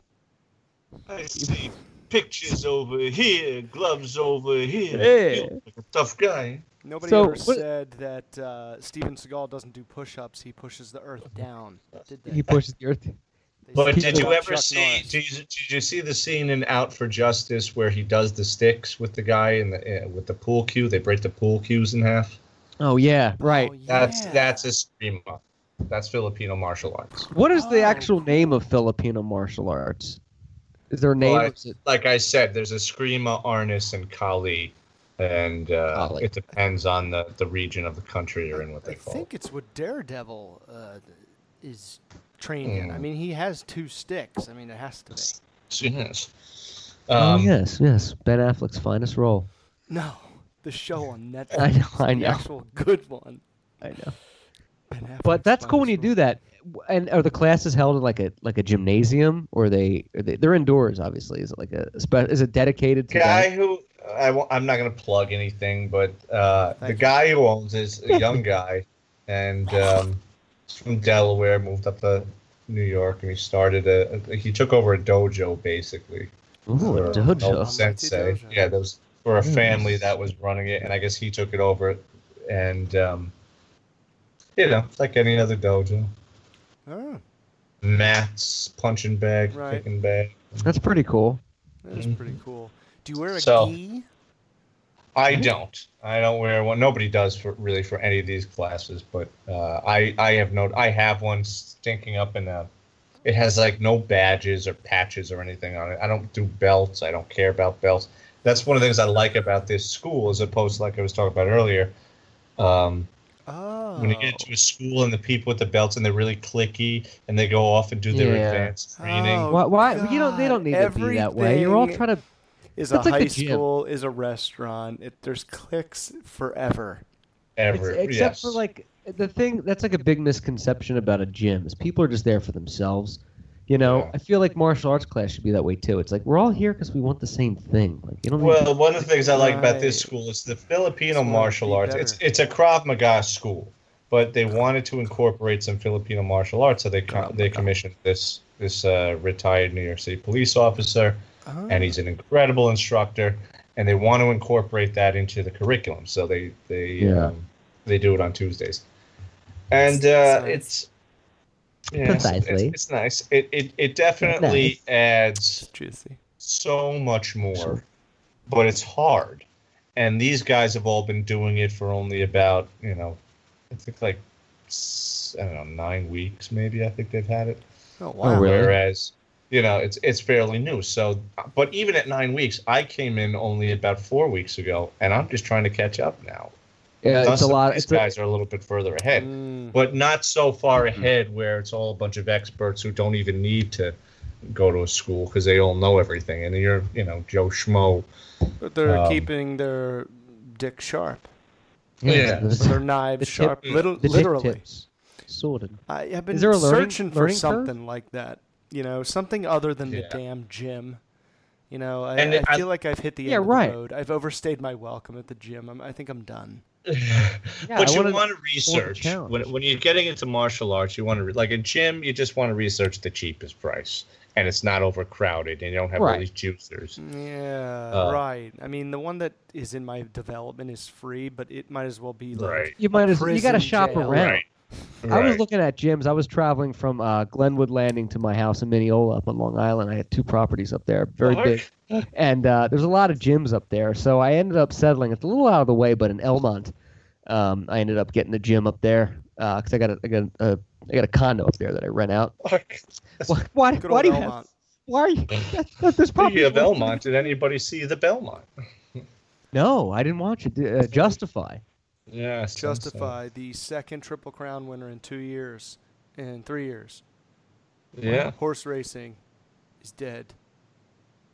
S9: I see pictures over here, gloves over here.
S5: Yeah.
S9: You look like a tough guy.
S8: Nobody
S5: So,
S8: ever
S5: what-
S8: said that uh, Steven Seagal doesn't do push-ups; he pushes the earth down. Did they?
S5: He pushes the earth.
S8: They
S9: But
S8: said
S9: did
S8: that
S9: you
S8: about
S9: ever
S8: Chuck
S9: see?
S8: Norris.
S9: Did you, did you see the scene in Out for Justice where he does the sticks with the guy in the uh, with the pool cue? They break the pool cues in half.
S5: Oh yeah, right.
S8: Oh,
S9: That's
S8: yeah.
S9: that's a scream up. That's Filipino martial arts.
S5: What is the
S8: Oh,
S5: actual name of Filipino martial arts? Is there a name?
S9: Well, I-
S5: or is it-
S9: like I said, there's a Screama, Arnis, and Kali, and uh,
S5: Kali.
S9: it depends on the, the region of the country you're in. What
S8: I
S9: they call. it.
S8: think it's what Daredevil uh, is trained in. I
S9: Mm.
S8: mean, he has two sticks. I mean, it has to be.
S9: Yes.
S5: oh
S9: Um,
S5: yes, yes. Ben Affleck's finest role.
S8: No, the show on Netflix.
S5: *laughs* I know, I
S8: the
S5: know.
S8: actual good one.
S5: I know.
S8: Ben Affleck's
S5: But that's cool when you
S8: finest
S5: do that. And are the classes held in like a like a gymnasium, or are they, are they they're indoors? Obviously, is it like a spe- is it dedicated to
S9: guy
S5: that?
S9: who I w- I'm not going to plug anything, but uh, the guy who owns is a young guy, and um, he's from Delaware, moved up to New York, and he started a. a- He took over a dojo basically.
S5: Ooh,
S9: for
S5: a
S9: an
S5: dojo.
S9: old Sensei,
S8: dojo.
S9: yeah, there was for a family that was running it, and I guess he took it over, and um, you know, it's like any other dojo,
S8: Oh,
S9: mats, punching bag,
S8: Right.
S9: kicking bag.
S5: That's pretty cool.
S8: that
S5: Mm-hmm.
S8: is pretty cool. Do you wear a
S9: So-
S8: gi?
S9: I don't. I don't wear one. Nobody does for really for any of these classes, but uh, I I have no. I have one stinking up in a. It has like no badges or patches or anything on it. I don't do belts. I don't care about belts. That's one of the things I like about this school, as opposed to like I was talking about earlier. Um,
S8: Oh,
S9: when you get into a school and the people with the belts and they're really clicky and they go off and do their
S5: Yeah.
S9: advanced training.
S8: Oh,
S5: why? why you don't. They
S8: God,
S5: don't need to be that way. You're all
S8: everything-
S5: trying to.
S8: Oh. is a
S5: That's like
S8: high
S5: the gym.
S8: school, is a restaurant. It, there's clicks forever.
S9: ever,
S5: Ex- except
S9: yes.
S5: for like the thing that's like a big misconception about a gym is people are just there for themselves. You know,
S9: Yeah.
S5: I feel like martial arts class should be that way too. It's like we're all here because we want the same thing. Like you don't. need to-
S9: Well, one of the things I like about this
S8: Right.
S9: school is the Filipino
S8: It's gotta
S9: martial
S8: be
S9: arts.
S8: better.
S9: It's it's a Krav Maga school, but they wanted to incorporate some Filipino martial arts, so they com- they commissioned this this uh, retired New York City police officer,
S8: Oh,
S9: and he's an incredible instructor, and they want to incorporate that into the curriculum. So they they
S5: Yeah.
S9: um, they do it on Tuesdays, and uh,
S8: Sounds-
S9: it's. Yeah, it's- it's,
S5: Precisely.
S9: it's nice. It, it, it definitely adds
S8: It's juicy.
S9: so much more, but it's hard. And these guys have all been doing it for only about, you know, I think like, s- I don't know, nine weeks maybe. I think they've had it.
S8: Oh, wow.
S5: really?
S9: Whereas, you know, it's it's fairly new. So, but even at nine weeks, I came in only about four weeks ago, and I'm just trying to catch up now.
S5: yeah, it's
S9: Thus,
S5: a lot.
S9: These
S5: It's a,
S9: guys are a little bit further ahead,
S8: Mm.
S9: but not so far
S5: Mm-hmm.
S9: ahead where it's all a bunch of experts who don't even need to go to a school because they all know everything. And you're, you know, Joe Schmo
S8: But they're
S9: Um,
S8: keeping their dick sharp,
S9: Yeah.
S5: it's-
S8: their knives
S5: The tip-
S8: sharp, little,
S5: the dick
S8: literally.
S5: tips sorted.
S8: I have been
S5: Is there a learning-
S8: searching for
S5: learning curve?
S8: something like that. You know, something other than
S9: Yeah.
S8: the damn gym. You know, I,
S9: And
S8: I
S9: I-
S8: feel like I've hit the
S5: Yeah,
S8: end of
S5: right.
S8: the road. I've overstayed my welcome at the gym. I'm, I think I'm done.
S5: Yeah,
S9: but
S5: I
S9: you
S5: wanted-
S9: want to research
S5: challenge.
S9: when, when you're getting into martial arts. You want to re- like a gym. You just want to research the cheapest price, and it's not overcrowded, and you don't have all
S5: Right.
S9: these juicers.
S8: Yeah,
S9: Uh,
S8: right. I mean, the one that is in my development is free, but it might as well be like
S9: Right.
S5: You might as you got to
S8: prison
S5: shop
S8: jail.
S5: around.
S9: Right.
S5: I was
S9: Right.
S5: looking at gyms. I was traveling from uh, Glenwood Landing to my house in Mineola up on Long Island. I had two properties up there, very
S9: What?
S5: big, and uh, there's a lot of gyms up there. So I ended up settling. It's a little out of the way, but in Elmont, um, I ended up getting a gym up there because I got a, I got a, I got a condo up there that I rent out.
S9: *laughs*
S5: Why? *laughs* Why,
S8: good
S5: why
S8: old
S5: do you have?
S8: Elmont.
S5: *laughs* Why are you? That, that, there's probably
S9: Speaking of Belmont, did anybody see the Belmont?
S5: No, I didn't watch it. Uh, Justify.
S9: Yeah,
S8: justify the second Triple Crown winner in two years, in three years.
S9: Yeah,
S8: Horse racing is dead.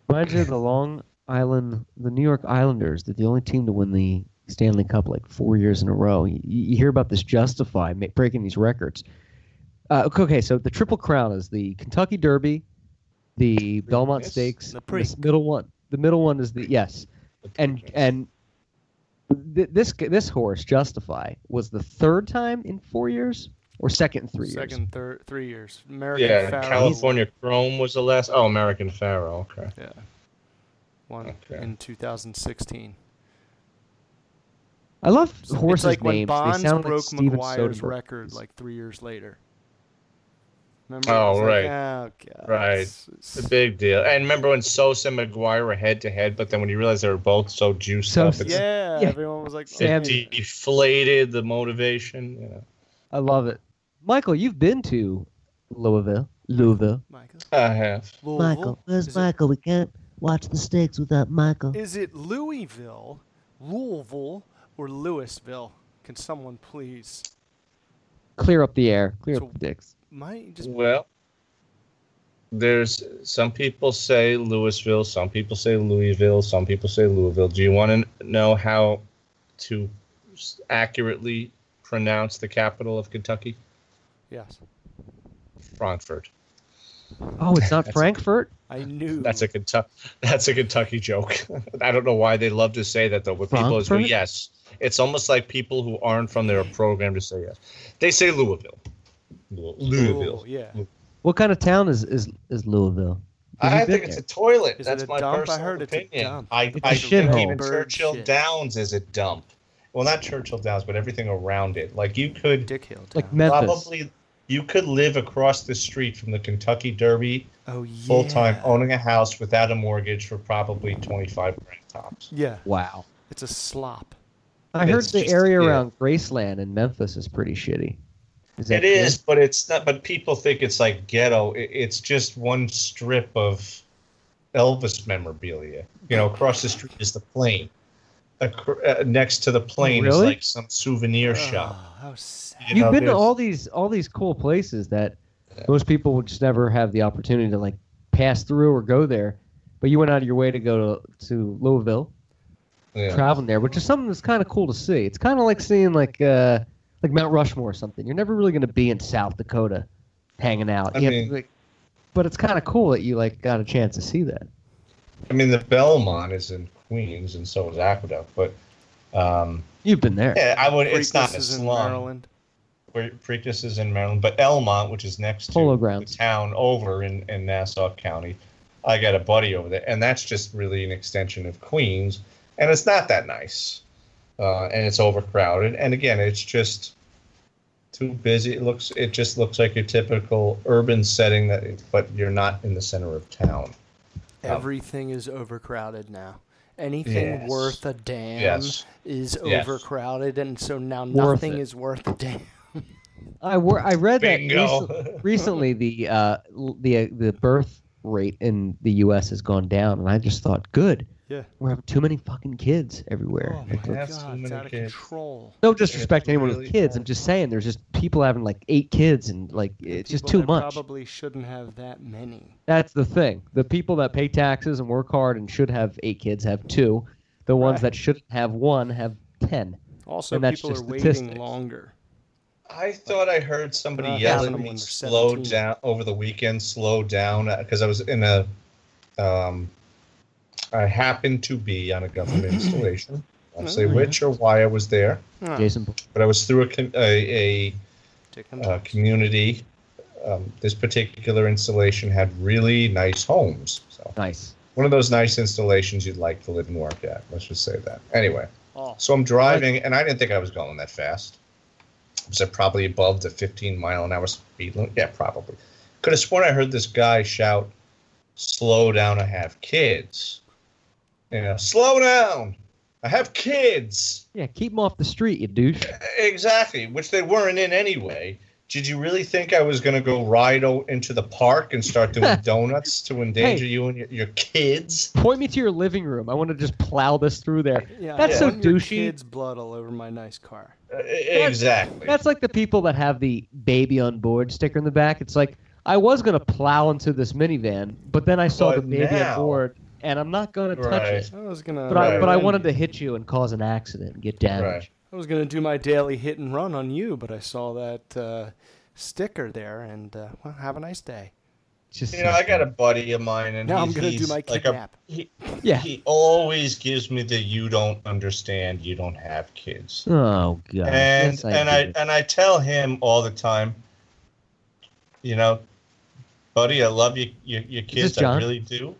S5: Reminds me of the Long Island, the New York Islanders, that the only team to win the Stanley Cup like four years in a row. You, you hear about this Justify ma- breaking these records. Uh, ok- okay, so the Triple Crown is the Kentucky Derby, the Belmont
S9: Yes,
S5: Stakes,
S8: the
S5: and
S8: Preakness.
S5: this middle one. The middle one is the yes, and and th- this g- this horse Justify was the third time in four years or second in three years.
S8: Second, third, three years. American
S9: yeah.
S8: Pharaoh
S9: California Chrome was the last. Oh, American Pharaoh. Okay.
S8: won
S9: Okay.
S8: in 2016.
S5: I love
S8: So
S5: horses
S8: it's like when
S5: names.
S8: Bonds
S5: they sound
S8: broke
S5: like Steven
S8: McGuire's
S5: Soderbergh.
S8: record like three years later. Remember?
S9: Oh,
S8: It's like,
S9: right.
S8: oh, God.
S9: Right.
S8: it's- it's-
S9: The big deal. And remember when Sosa and McGuire were head to head, but then when you realized they were both so juiced
S5: So-
S9: up, it's,
S8: Yeah,
S5: Yeah.
S8: everyone was like, oh,
S5: Sam-
S9: it
S8: yeah.
S9: deflated the motivation. You know.
S5: I love it. Michael, you've been to Louisville. Louisville.
S8: Michael.
S9: I have.
S8: Louisville? Is it-
S5: We can't watch the stakes without Michael.
S8: Is it Louisville, Louisville, or Louisville? Can someone please?
S5: Clear up the air. Clear
S8: So-
S5: up the dicks.
S8: Might just
S9: Well, there's some people say Louisville, some people say Louisville, some people say Louisville. Do you want to know how to s- accurately pronounce the capital of Kentucky?
S8: yes.
S9: Frankfurt.
S5: Oh, *laughs* it's not Frankfurt.
S8: I knew.
S9: That's a Kentucky. *laughs* That's a Kentucky joke. *laughs* I don't know why they love to say that though. But people always go
S5: Frankfurt?
S9: yes. It's almost like people who aren't from their program to say yes. They say Louisville. Lou- Louisville.
S8: Louisville, yeah.
S5: What kind of town is is, is Louisville? Have you
S9: I
S5: been
S9: think it's
S5: there?
S9: a toilet.
S8: Is it
S9: That's
S8: a
S9: my
S8: dump? I
S9: personal
S8: heard it's a
S9: opinion.
S8: dump.
S9: I,
S5: It's a
S9: I think
S5: shithole.
S9: even
S8: Bird
S9: Churchill
S8: shit.
S9: Downs is a dump. Well, not Churchill Downs, but everything around it. Like you could
S8: Dick Hill.
S5: like
S8: town.
S5: Memphis.
S9: probably you could live across the street from the Kentucky Derby
S8: oh yeah.
S9: full time, owning a house without a mortgage for probably twenty five grand tops.
S8: Yeah,
S5: Wow.
S8: it's a slop.
S5: I heard
S9: It's
S5: the
S9: just-
S5: area
S9: yeah.
S5: around Graceland in Memphis is pretty shitty. Is
S9: It
S5: true?
S9: is, but it's not. But people think it's like ghetto. It, it's just one strip of Elvis memorabilia. You know, across the street is the plane. Acro- uh, next to the plane is
S5: Really?
S9: like some souvenir
S8: Oh,
S9: shop.
S8: how sad.
S9: You
S5: You've
S9: know,
S5: been to
S9: there's-
S5: all these all these cool places that most people would just never have the opportunity to like pass through or go there. But you went out of your way to go to, to Louisville,
S9: yeah.
S5: traveling there, which is something that's kind of cool to see. It's kind of like seeing like uh, like Mount Rushmore or something. You're never really going to be in South Dakota, hanging out.
S9: I
S5: You have
S9: mean-
S5: to, like- but it's kind of cool that you like got a chance to see that.
S9: I mean, the Belmont is in Queens, and so is Aqueduct. But um,
S5: You've been there.
S9: yeah, I would. it's not
S8: Preakness
S9: a
S8: is in
S9: slum.
S8: Maryland.
S9: Pre- Preakness is in Maryland, but Elmont, which is next
S5: Polo
S9: to
S5: grounds.
S9: the town over in, in Nassau County, I got a buddy over there, and that's just really an extension of Queens, and it's not that nice, uh, and it's overcrowded, and again, it's just too busy. It looks, it just looks like your typical urban setting that, but you're not in the center of town.
S8: Everything is overcrowded now. Anything
S9: Yes.
S8: worth a damn
S9: Yes.
S8: is
S9: Yes.
S8: overcrowded, and so now
S5: Worth
S8: nothing
S5: it.
S8: is worth a
S5: *laughs*
S8: damn.
S5: I, wor- I read that
S9: Bingo. *laughs*
S5: recent- recently the uh, l- the uh, the birth rate in the U.S. has gone down, and I just thought, good.
S8: Yeah.
S5: We're having too many fucking kids everywhere.
S8: Oh my
S9: have
S8: god,
S9: so
S8: it's
S9: many
S8: out of
S9: kids.
S8: control.
S5: no disrespect to anyone
S9: really
S5: with kids.
S9: bad.
S5: I'm just saying, there's just people having like eight kids, and like it's just
S8: People
S5: too
S8: that
S5: much.
S8: Probably shouldn't have that many.
S5: That's the thing. The people that pay taxes and work hard and should have eight kids have two. The ones
S8: Right.
S5: that shouldn't have one have ten.
S8: Also,
S5: And that's
S8: people are
S5: just
S8: waiting
S5: statistics.
S8: longer.
S9: I thought I heard somebody
S8: Uh,
S9: yell
S8: having
S9: at
S8: them
S9: me,
S8: when they're
S9: slow
S8: 17.
S9: down, over the weekend, slow down, because I was in a, um, I happened to be on a government installation. I won't say which or why I was there,
S8: Huh.
S5: Jason,
S9: but I was through a, com- a,
S8: Taking
S9: a, uh community. Um, this particular installation had really nice homes. So
S5: nice.
S9: one of those nice installations you'd like to live and work at. Let's just say that. Anyway.
S8: off.
S9: So I'm driving, and I didn't think I was going that fast. Was it probably above the 15 mile an hour speed limit? Yeah, probably. Could have sworn I heard this guy shout, "Slow down! I have kids." You know, slow down! I have kids.
S5: Yeah, keep them off the street, you douche.
S9: Exactly, which they weren't in anyway. Did you really think I was going to go ride o- into the park and start doing donuts to endanger you and your, your kids?
S5: Point me to your living room. I want to just plow this through there.
S8: Yeah,
S5: That's
S8: I
S5: so
S8: want your
S5: douchey.
S8: Kids' blood all over my nice car.
S9: Uh, exactly.
S5: That's like the people that have the baby on board sticker in the back. It's like I was gonna plow into this minivan, but then I saw
S9: But
S5: the baby
S9: now-
S5: on board, and I'm not gonna touch
S9: Right.
S5: it.
S8: I was gonna.
S5: But I but I
S8: run
S5: wanted to
S8: you.
S5: hit you and cause an accident and get damage.
S8: I was gonna do my daily hit and run on you, but I saw that uh, sticker there, and uh, well, have a nice day.
S5: It's Just
S9: You know, I got a buddy of mine, and
S8: Now I'm
S9: he's-
S8: gonna do
S9: he's
S8: my
S9: like a,
S8: kidnap.
S9: he,
S5: yeah.
S9: he always gives me the "you don't understand, you don't have kids,"
S5: Oh
S9: and
S5: god. Yes,
S9: and
S5: did.
S9: I and I tell him all the time, you know, buddy, I love you, your, your
S5: this
S9: kids, I
S5: John?
S9: really do.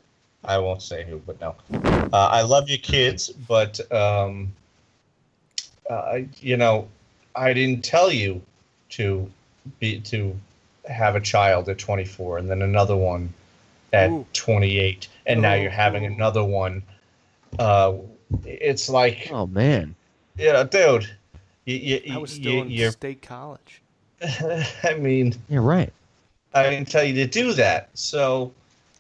S9: I won't say who, but no, uh, I love your kids, but um, uh, you know, I didn't tell you to be to have a child at 24 and then another one at
S8: Ooh.
S9: 28 and now you're having another one uh it's like
S5: Oh man.
S9: yeah dude you, you,
S8: I was still
S9: you,
S8: in
S9: you're
S8: state college.
S9: *laughs* i mean
S5: You're right.
S9: i didn't tell you to do that so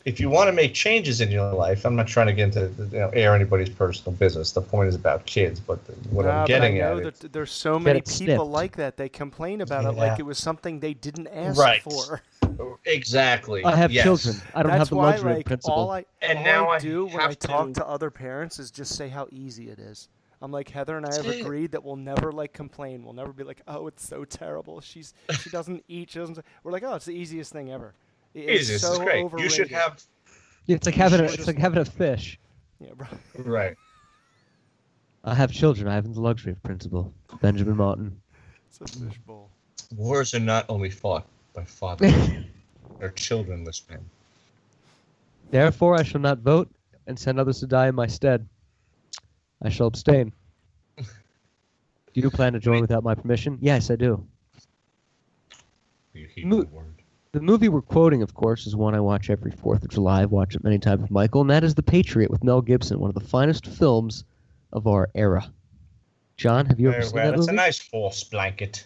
S9: if you want to make changes in your life i'm not trying to get into you know air anybody's personal business the point is about kids but the, what
S8: Nah,
S9: i'm
S8: but
S9: getting
S8: I know
S9: at is-
S8: that there's so many
S5: it
S8: people
S5: snipped.
S8: like that. They complain about it
S9: Yeah.
S8: like it was something they didn't ask
S9: Right.
S8: for.
S9: exactly
S5: I have
S9: yes.
S5: children. I don't
S8: Uh, That's
S5: have the
S8: why,
S5: luxury
S8: like,
S5: of principle.
S8: All I,
S9: And
S8: all
S9: now
S8: I
S9: I
S8: do when
S9: have
S8: I talk
S9: to-
S8: to other parents is just say how easy it is. I'm like Heather and I have
S9: it.
S8: agreed that we'll never like complain. We'll never be like, oh, it's so terrible. She's she doesn't eat. She doesn't. We're like, oh, it's the easiest thing ever.
S9: Jesus, it's
S8: so
S9: great. You
S8: overrated.
S9: should have
S5: It's like having a, it's like having a fish.
S8: Yeah, right.
S9: right.
S5: I have children. I have the luxury of principle. Benjamin Martin.
S8: *laughs* It's a fishbowl.
S9: Wars are not only fought by
S5: *laughs*
S9: fathers or children, this man.
S5: Therefore, I shall not vote and send others to die in my stead. I shall
S8: *laughs*
S5: abstain. Do you plan to join without my permission? Yes, I do.
S9: You keep
S5: Mo-
S9: the word.
S5: The movie we're quoting, of course, is one I watch every 4th of July. I've watched it many times with Michael, and that is The Patriot with Mel Gibson, one of the finest films of our era. John, have you ever
S9: Very
S5: seen
S9: well.
S5: that
S9: It's a
S5: movie?
S9: nice force blanket.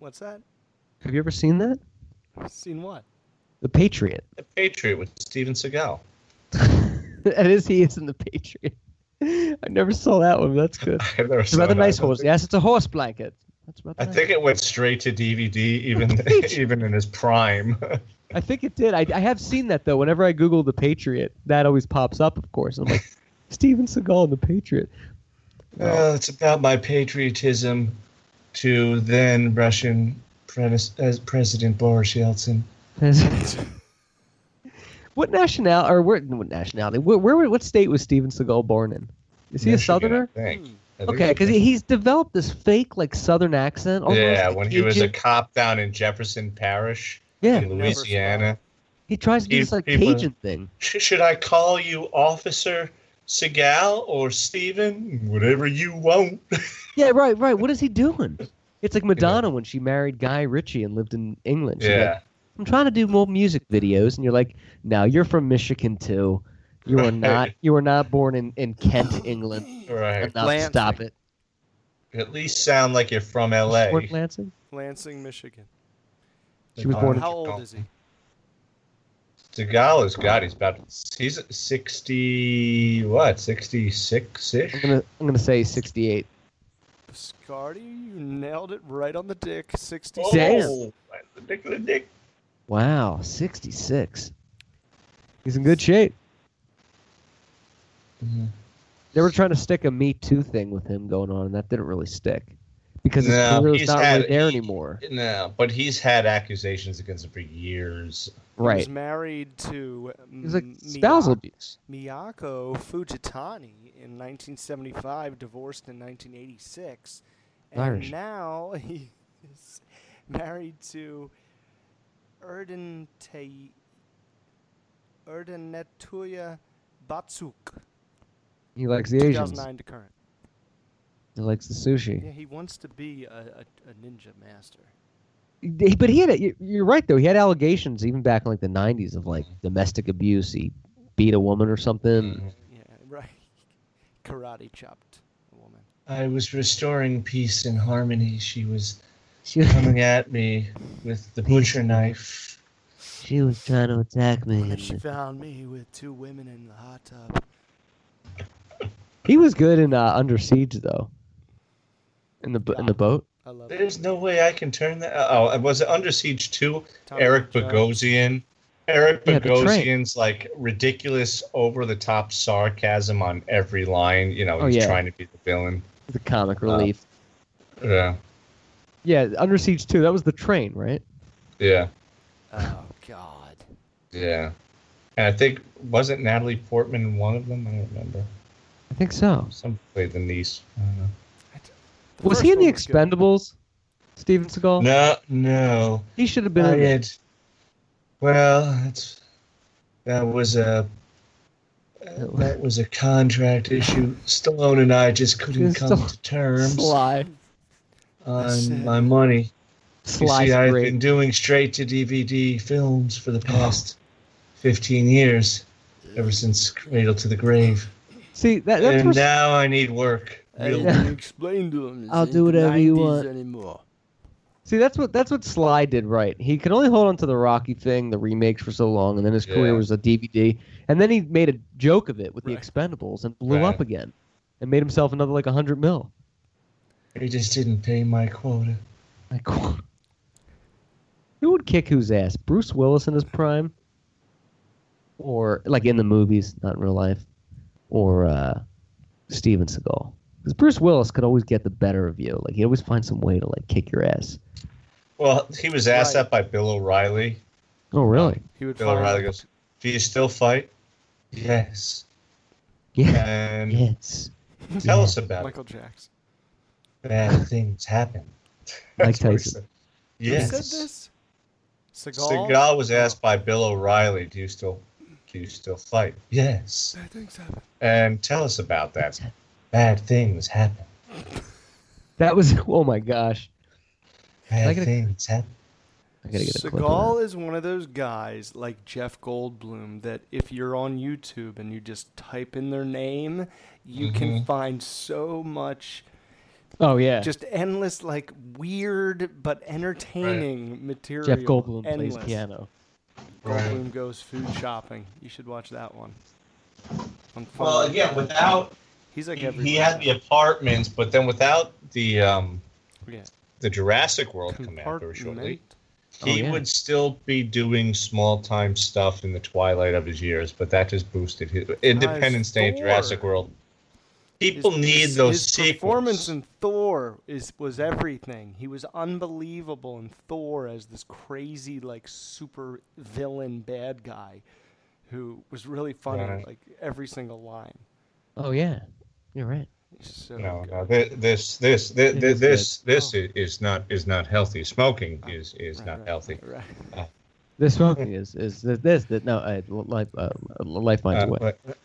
S8: What's that?
S5: Have you ever seen that?
S8: Seen what?
S5: The Patriot.
S9: The Patriot with Steven Seagal. *laughs*
S5: that is, he is in The Patriot. *laughs* I never saw that one. but That's good.
S9: I've never
S5: It's
S9: seen
S5: about the
S9: that.
S5: nice
S9: I don't
S5: horse.
S9: think-
S5: Yes, it's a horse blanket. That's about the
S9: I
S5: nice-
S9: think it went straight to DVD,
S3: *laughs*
S9: even even in his prime. *laughs*
S5: I think it did. I, I have seen that though. Whenever I Google the Patriot, that always pops up. Of course, I'm
S9: *laughs*
S5: like Steven Seagal and the Patriot.
S3: Uh, it's about my patriotism to then Russian prenis- as President Boris Yeltsin.
S9: *laughs*
S5: what national or where, what nationality? Where, where what state was Steven Seagal born in? Is he a
S9: Michigan,
S5: Southerner?
S9: I think. I
S3: Hmm.
S9: think
S5: Okay,
S9: it
S5: because
S9: was-
S5: he's developed this fake like Southern accent. almost
S9: yeah,
S5: like
S9: when he was a
S5: Cajun.
S9: cop down in Jefferson Parish
S5: yeah,
S9: in Louisiana.
S5: he tries to do
S9: he-
S5: this like
S9: he was-
S5: Cajun thing.
S9: Sh- should I call you Officer Seagal or Steven? Whatever you want.
S5: Yeah, right, right. What is he doing? It's like Madonna when she married Guy Ritchie and lived in England. She's like,
S9: Yeah.
S5: I'm trying to do more music videos, and you're like, no, you're from Michigan too. You are not. You are not born in, in Kent, England.
S9: Right.
S5: Enough,
S8: Lansing.
S5: stop it.
S9: At least sound like you're from LA.
S5: Fort Lansing.
S8: Lansing, Michigan.
S5: She was born. in-
S8: How old is he?
S9: Seagal is God. He's about he's sixty what sixty six ish.
S5: I'm gonna. I'm gonna say 68.
S8: Biscardi, you nailed it right on the dick. 60.
S5: Oh. Damn.
S9: right in the dick of the dick.
S5: Wow, 66. He's in good shape. Mm-hmm. They were trying to stick a Me Too thing with him going on, and that didn't really stick because his
S9: No,
S5: career's
S9: he's
S5: not
S9: had-
S5: really there
S9: he-
S5: anymore.
S9: No, but he's had accusations against him for years.
S8: He was
S5: Right.
S8: married to mm,
S5: It was like
S8: M-
S5: spousal
S8: Miyako-
S5: abuse.
S8: Miyako Fujitani in 1975, divorced in 1986, and
S5: Irish.
S8: now *laughs* he is married to Erden Te Erdenetuya Batsuk,
S5: He likes the Asians.
S8: 2009 to current.
S5: He likes the sushi.
S8: Yeah, he wants to be a, a, a ninja master.
S5: He- But he had. A, you- you're right though. He had allegations even back in like the '90s of like domestic abuse. He beat a woman or something.
S8: Yeah, *laughs* right. Karate chopped a woman.
S3: I was restoring peace and harmony. She was
S5: She,
S3: coming at me with the butcher knife.
S5: *laughs* she was trying to attack me.
S8: And she found me with two women in the hot tub.
S5: He was good in uh, Under Siege though. In the bo- in the boat.
S8: I love it.
S9: There's no way I can turn that. Oh, was it Under Siege two?
S8: Tom
S9: Eric
S8: Jones.
S9: Bogosian. Eric
S5: Yeah, the train.
S9: Bogosian's like ridiculous, over the top sarcasm on every line. You know,
S5: Oh,
S9: he's
S5: yeah.
S9: trying to be the villain.
S5: The comic relief.
S9: Yeah,
S5: Uh, yeah, Under Siege too. That was the train, right?
S9: yeah,
S8: Oh God.
S9: yeah. And I think wasn't Natalie Portman one of them? I don't remember.
S5: I think so.
S9: Some played the niece. I don't know.
S8: The
S5: was
S8: first
S5: he in
S8: one
S5: the
S8: good.
S5: Expendables? Steven Seagal.
S9: No, no.
S5: He should have been.
S3: I
S5: in it.
S3: had, well, that's, that was a that was a contract issue. Stallone and I just couldn't
S5: Just
S3: come
S5: Stall-
S3: to terms
S5: *laughs* Sly.
S3: on my money. You
S5: Sly's
S3: see, I've
S5: great.
S3: been doing straight to DVD films for the past 15 years, ever since Cradle to the Grave.
S5: See that. That's
S3: And
S5: what's-
S3: now I need work. Real
S5: Yeah. *laughs*
S8: explain to him.
S5: I'll do whatever you want.
S8: Anymore.
S5: See, that's what that's what Sly did right. He could only hold on to the Rocky thing, the remakes for so long, and then his career
S9: Yeah.
S5: was a DVD. And then he made a joke of it with the
S8: Right.
S5: Expendables and blew up
S9: Right.
S5: again, and made himself another like hundred mil.
S3: They just didn't pay my quota.
S5: Like, *laughs* who would kick whose ass? Bruce Willis in his prime, or like in the movies, not in real life, or uh, Steven Seagal? Because Bruce Willis could always get the better of you. Like he always find some way to like kick your ass.
S9: Well, he was asked
S8: Right.
S9: that by Bill O'Reilly
S5: Oh, really?
S8: He would
S3: Bill
S8: fire
S3: O'Reilly
S8: up.
S3: goes, Do you still fight? Yes.
S5: Yeah.
S3: And
S5: *laughs* Yes.
S3: tell us about it.
S8: Michael Jackson.
S3: Bad things happen.
S5: Mike
S3: That's what he
S5: Tyson.
S3: said.
S8: Who
S3: Yes.
S8: said this? Seagal.
S3: Seagal was asked by Bill O'Reilly, "Do you still, do you still fight?" Yes.
S8: I think so.
S3: And tell us about that. Bad things happen.
S5: That was. *laughs* Oh my gosh. I
S3: Bad
S5: gotta-
S3: things happen.
S5: I gotta get a clip. Of
S8: Seagal is one of those guys like Jeff Goldblum that if you're on YouTube and you just type in their name, you
S3: Mm-hmm.
S8: can find so much
S5: that. Oh yeah.
S8: just endless like weird but entertaining material.
S5: Jeff Goldblum
S8: endless.
S5: plays piano.
S3: Right.
S8: Goldblum goes food shopping. You should watch that one. On
S9: Well,
S8: Funimation.
S9: again, without
S8: he's like
S9: he,
S8: every
S9: he had the apartments, but then without the um
S8: Yeah.
S9: the Jurassic World come out very shortly, he
S8: Compartment.
S5: Oh, yeah.
S9: would still be doing small time stuff in the twilight of his years. But that just boosted his Independence Day and
S8: Thor.
S9: Jurassic World. People
S8: His-
S9: need
S8: his-
S9: those
S8: his
S9: sequels.
S8: performance in Thor is was everything. He was unbelievable in Thor as this crazy like super villain bad guy who was really funny
S3: Right.
S8: like every single line.
S5: Oh yeah. You're right.
S8: So
S9: no,
S8: good.
S9: no, thi- this, this, this,
S5: It
S9: this,
S5: is good.
S9: this, this i- is not is not healthy. Smoking is is
S8: Oh. Right,
S9: not
S8: right,
S9: healthy.
S8: right, right.
S5: This smoking is is this, this that no uh, life uh, life finds
S9: Uh,
S5: a way.
S9: wait,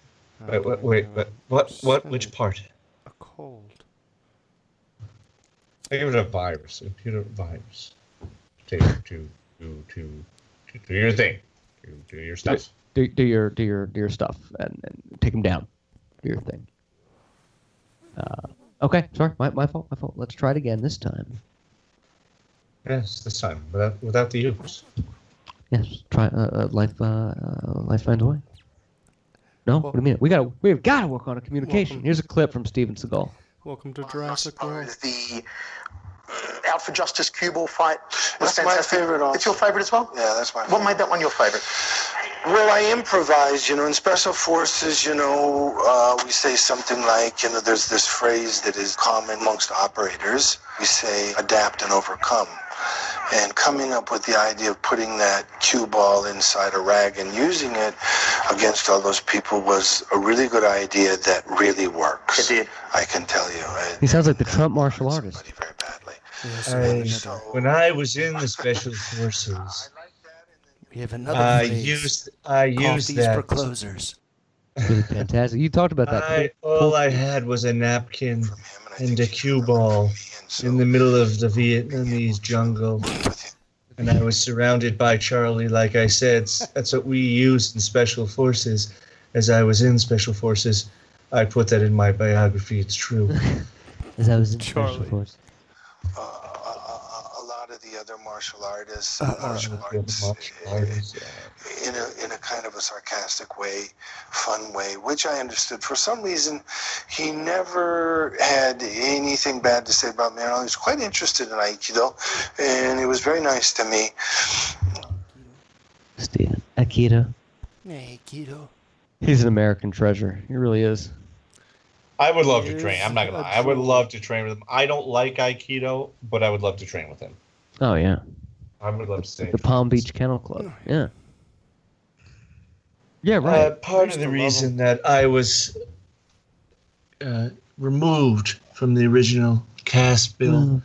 S8: Oh,
S9: wait, wait,
S8: my
S9: wait,
S8: God.
S9: wait, what, what, which part?
S8: A cold.
S9: I give it a virus, a computer virus. Take to to to to do your thing, to do your stuff.
S5: Do, do your do your do your stuff and, and take them down. Do your thing. Uh, okay, sorry, my, my fault, my fault. Let's try it again this time.
S9: Yes, this time without without the use.
S5: Yes, try uh, uh, life. Uh, uh, life finds a way. No, what do you mean? We got we've got to work on our communication. Here's a clip from Steven Seagal.
S8: Welcome to
S12: I
S8: Jurassic World.
S12: suppose the uh, Out for Justice cue ball fight. was
S14: That's my
S12: fantastic.
S14: favourite also.
S12: It's your favourite as well?
S14: Yeah, that's my
S12: What made that one your favourite?
S14: Well, I improvise, you know. In special forces, you know, uh, we say something like, you know, there's this phrase that is common amongst operators. We say adapt and overcome. And coming up with the idea of putting that cue ball inside a rag and using it against all those people was a really good idea that really works.
S12: It did.
S14: I can tell you. I,
S5: He sounds like the Trump martial
S14: somebody
S5: artist.
S14: Very badly.
S3: I-
S14: So,
S3: when I was in the special forces,
S8: We have another
S3: I
S8: phrase.
S3: used I used
S8: Coffees for
S3: that.
S8: closers.
S5: Really fantastic. You talked about that.
S3: I, all I had was a napkin
S14: from him, I
S3: and a
S14: think he
S3: cue
S14: remembered
S3: ball
S14: me, and so
S3: in the middle of the Vietnamese jungle,
S14: with him.
S3: and I was surrounded by Charlie. Like I said, S- that's what we used in special forces. As I was in special forces, I put that in my biography. It's
S9: *laughs*
S3: true.
S5: As I was in Special
S8: Charlie.
S5: Force.
S14: uh, a, a lot of the other martial artists,
S5: Uh,
S14: martial arts,
S3: Right.
S14: in a in a kind of a sarcastic way, fun way, which I understood. For some reason, he never had anything bad to say about me. And I was quite interested in Aikido, and he was very nice to me.
S5: Steven Akito.
S8: Hey, kiddo.
S5: He's an American treasure. He really is.
S9: I would love
S8: He
S9: to train.
S8: is
S9: I'm not gonna
S8: a
S9: lie. I would
S8: true-
S9: love to train with him. I don't like Aikido, but I would love to train with him.
S5: Oh yeah.
S9: I would love to stay.
S5: The Palm Beach Kennel Club. Yeah. Yeah, right.
S3: Uh, part of the reason that I was uh, removed from the original cast bill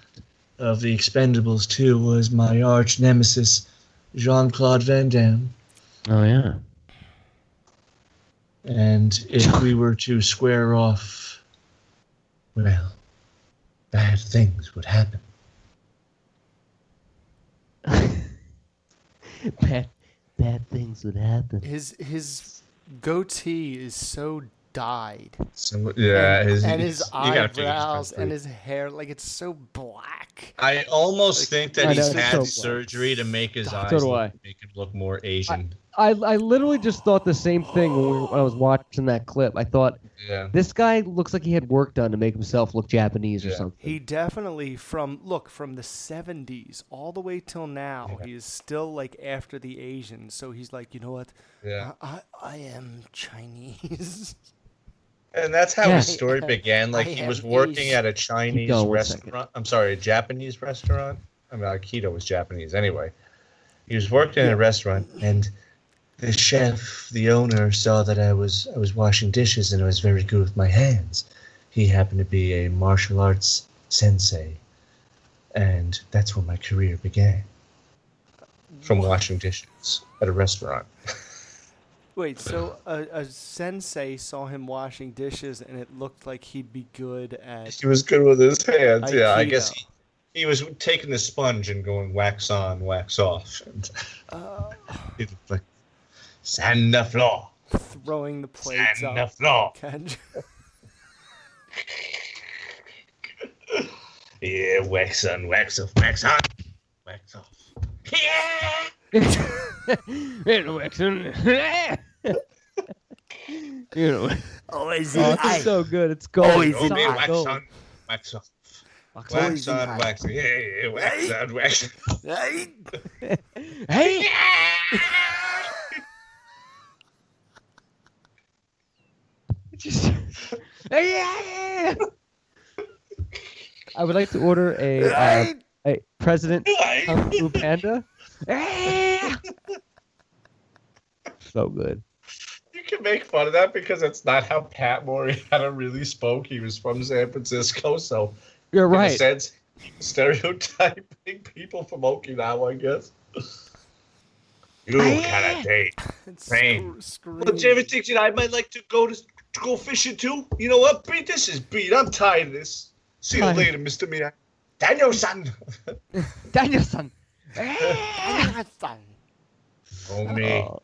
S3: of the Expendables 2 was my arch nemesis, Jean Claude Van Damme.
S5: oh yeah. *laughs*
S3: And if we were to square off, well, bad things would happen.
S5: Bad, bad things would happen.
S8: His his goatee is so dyed.
S9: So, yeah,
S8: and,
S9: his,
S8: and his,
S9: you gotta figure this
S8: eyebrows
S9: out.
S8: and his hair like it's so black
S9: I almost think that
S5: I
S9: he's
S5: know,
S9: had
S5: so-
S9: surgery to make his eyes
S5: do
S9: look,
S5: I.
S9: make him look more Asian.
S5: I, I literally just thought the same thing when, we, when I was watching that clip. I thought
S9: yeah.
S5: this guy looks like he had work done to make himself look Japanese or
S9: Yeah.
S5: something. *laughs*
S8: he definitely from look from the 70s all the way till now he is still like after the asians so he's like you know what
S9: Yeah.
S8: i i, I am chinese *laughs*
S9: And that's how
S5: Yeah.
S9: his story began. Like
S8: I
S9: he was
S8: am
S9: working
S8: Asian.
S9: at a Chinese
S5: going one second.
S9: restaurant. I'm sorry, a Japanese restaurant. I mean, Aikido was Japanese anyway.
S3: He was working in a restaurant, and the chef, the owner, saw that I was I was washing dishes and I was very good with my hands. He happened to be a martial arts sensei, and that's where my career began. From washing dishes at a restaurant.
S8: Wait, so a, a sensei saw him washing dishes, and it looked like he'd be good at.
S3: He was good with his hands.
S9: yeah, I
S8: Aikido.
S9: guess he, he was taking the sponge and going wax on, wax off. *laughs* And he was like, sand the floor.
S8: throwing the plates
S9: Sand
S8: up.
S9: the floor.
S8: Kenj-
S9: Yeah, wax on, wax off, wax on, wax off.
S5: and *laughs* Wixon. you know.
S6: *laughs* Oh, is
S5: Oh,
S6: it
S2: Uh-huh.
S5: it's
S6: I?
S5: so good. It's gold.
S6: Oh, is
S5: It's
S6: it
S5: solid
S6: I?
S5: gold.
S9: Wax off. Wax,
S5: on. Poison
S9: on, wax off. Yeah, yeah, yeah, wax on, wax off. *laughs*
S5: Hey! Just- I would like to order a, uh, a President Kung Fu Panda. so good.
S9: You can make fun of that because that's not how Pat Morita really spoke. He was from San Francisco, so
S5: You're
S9: In a
S5: right.
S9: sense, stereotyping people from Okinawa, I guess. You
S8: Oh,
S9: karate.
S8: *laughs*
S9: Same. jurisdiction, I might like to go to, to go fishing too. You know what? Beat this is beat. I'm tired of this. See you
S5: Tired.
S9: later, Mr. Miyagi. Daniel-san.
S5: Danielson.
S9: Only
S5: Oh.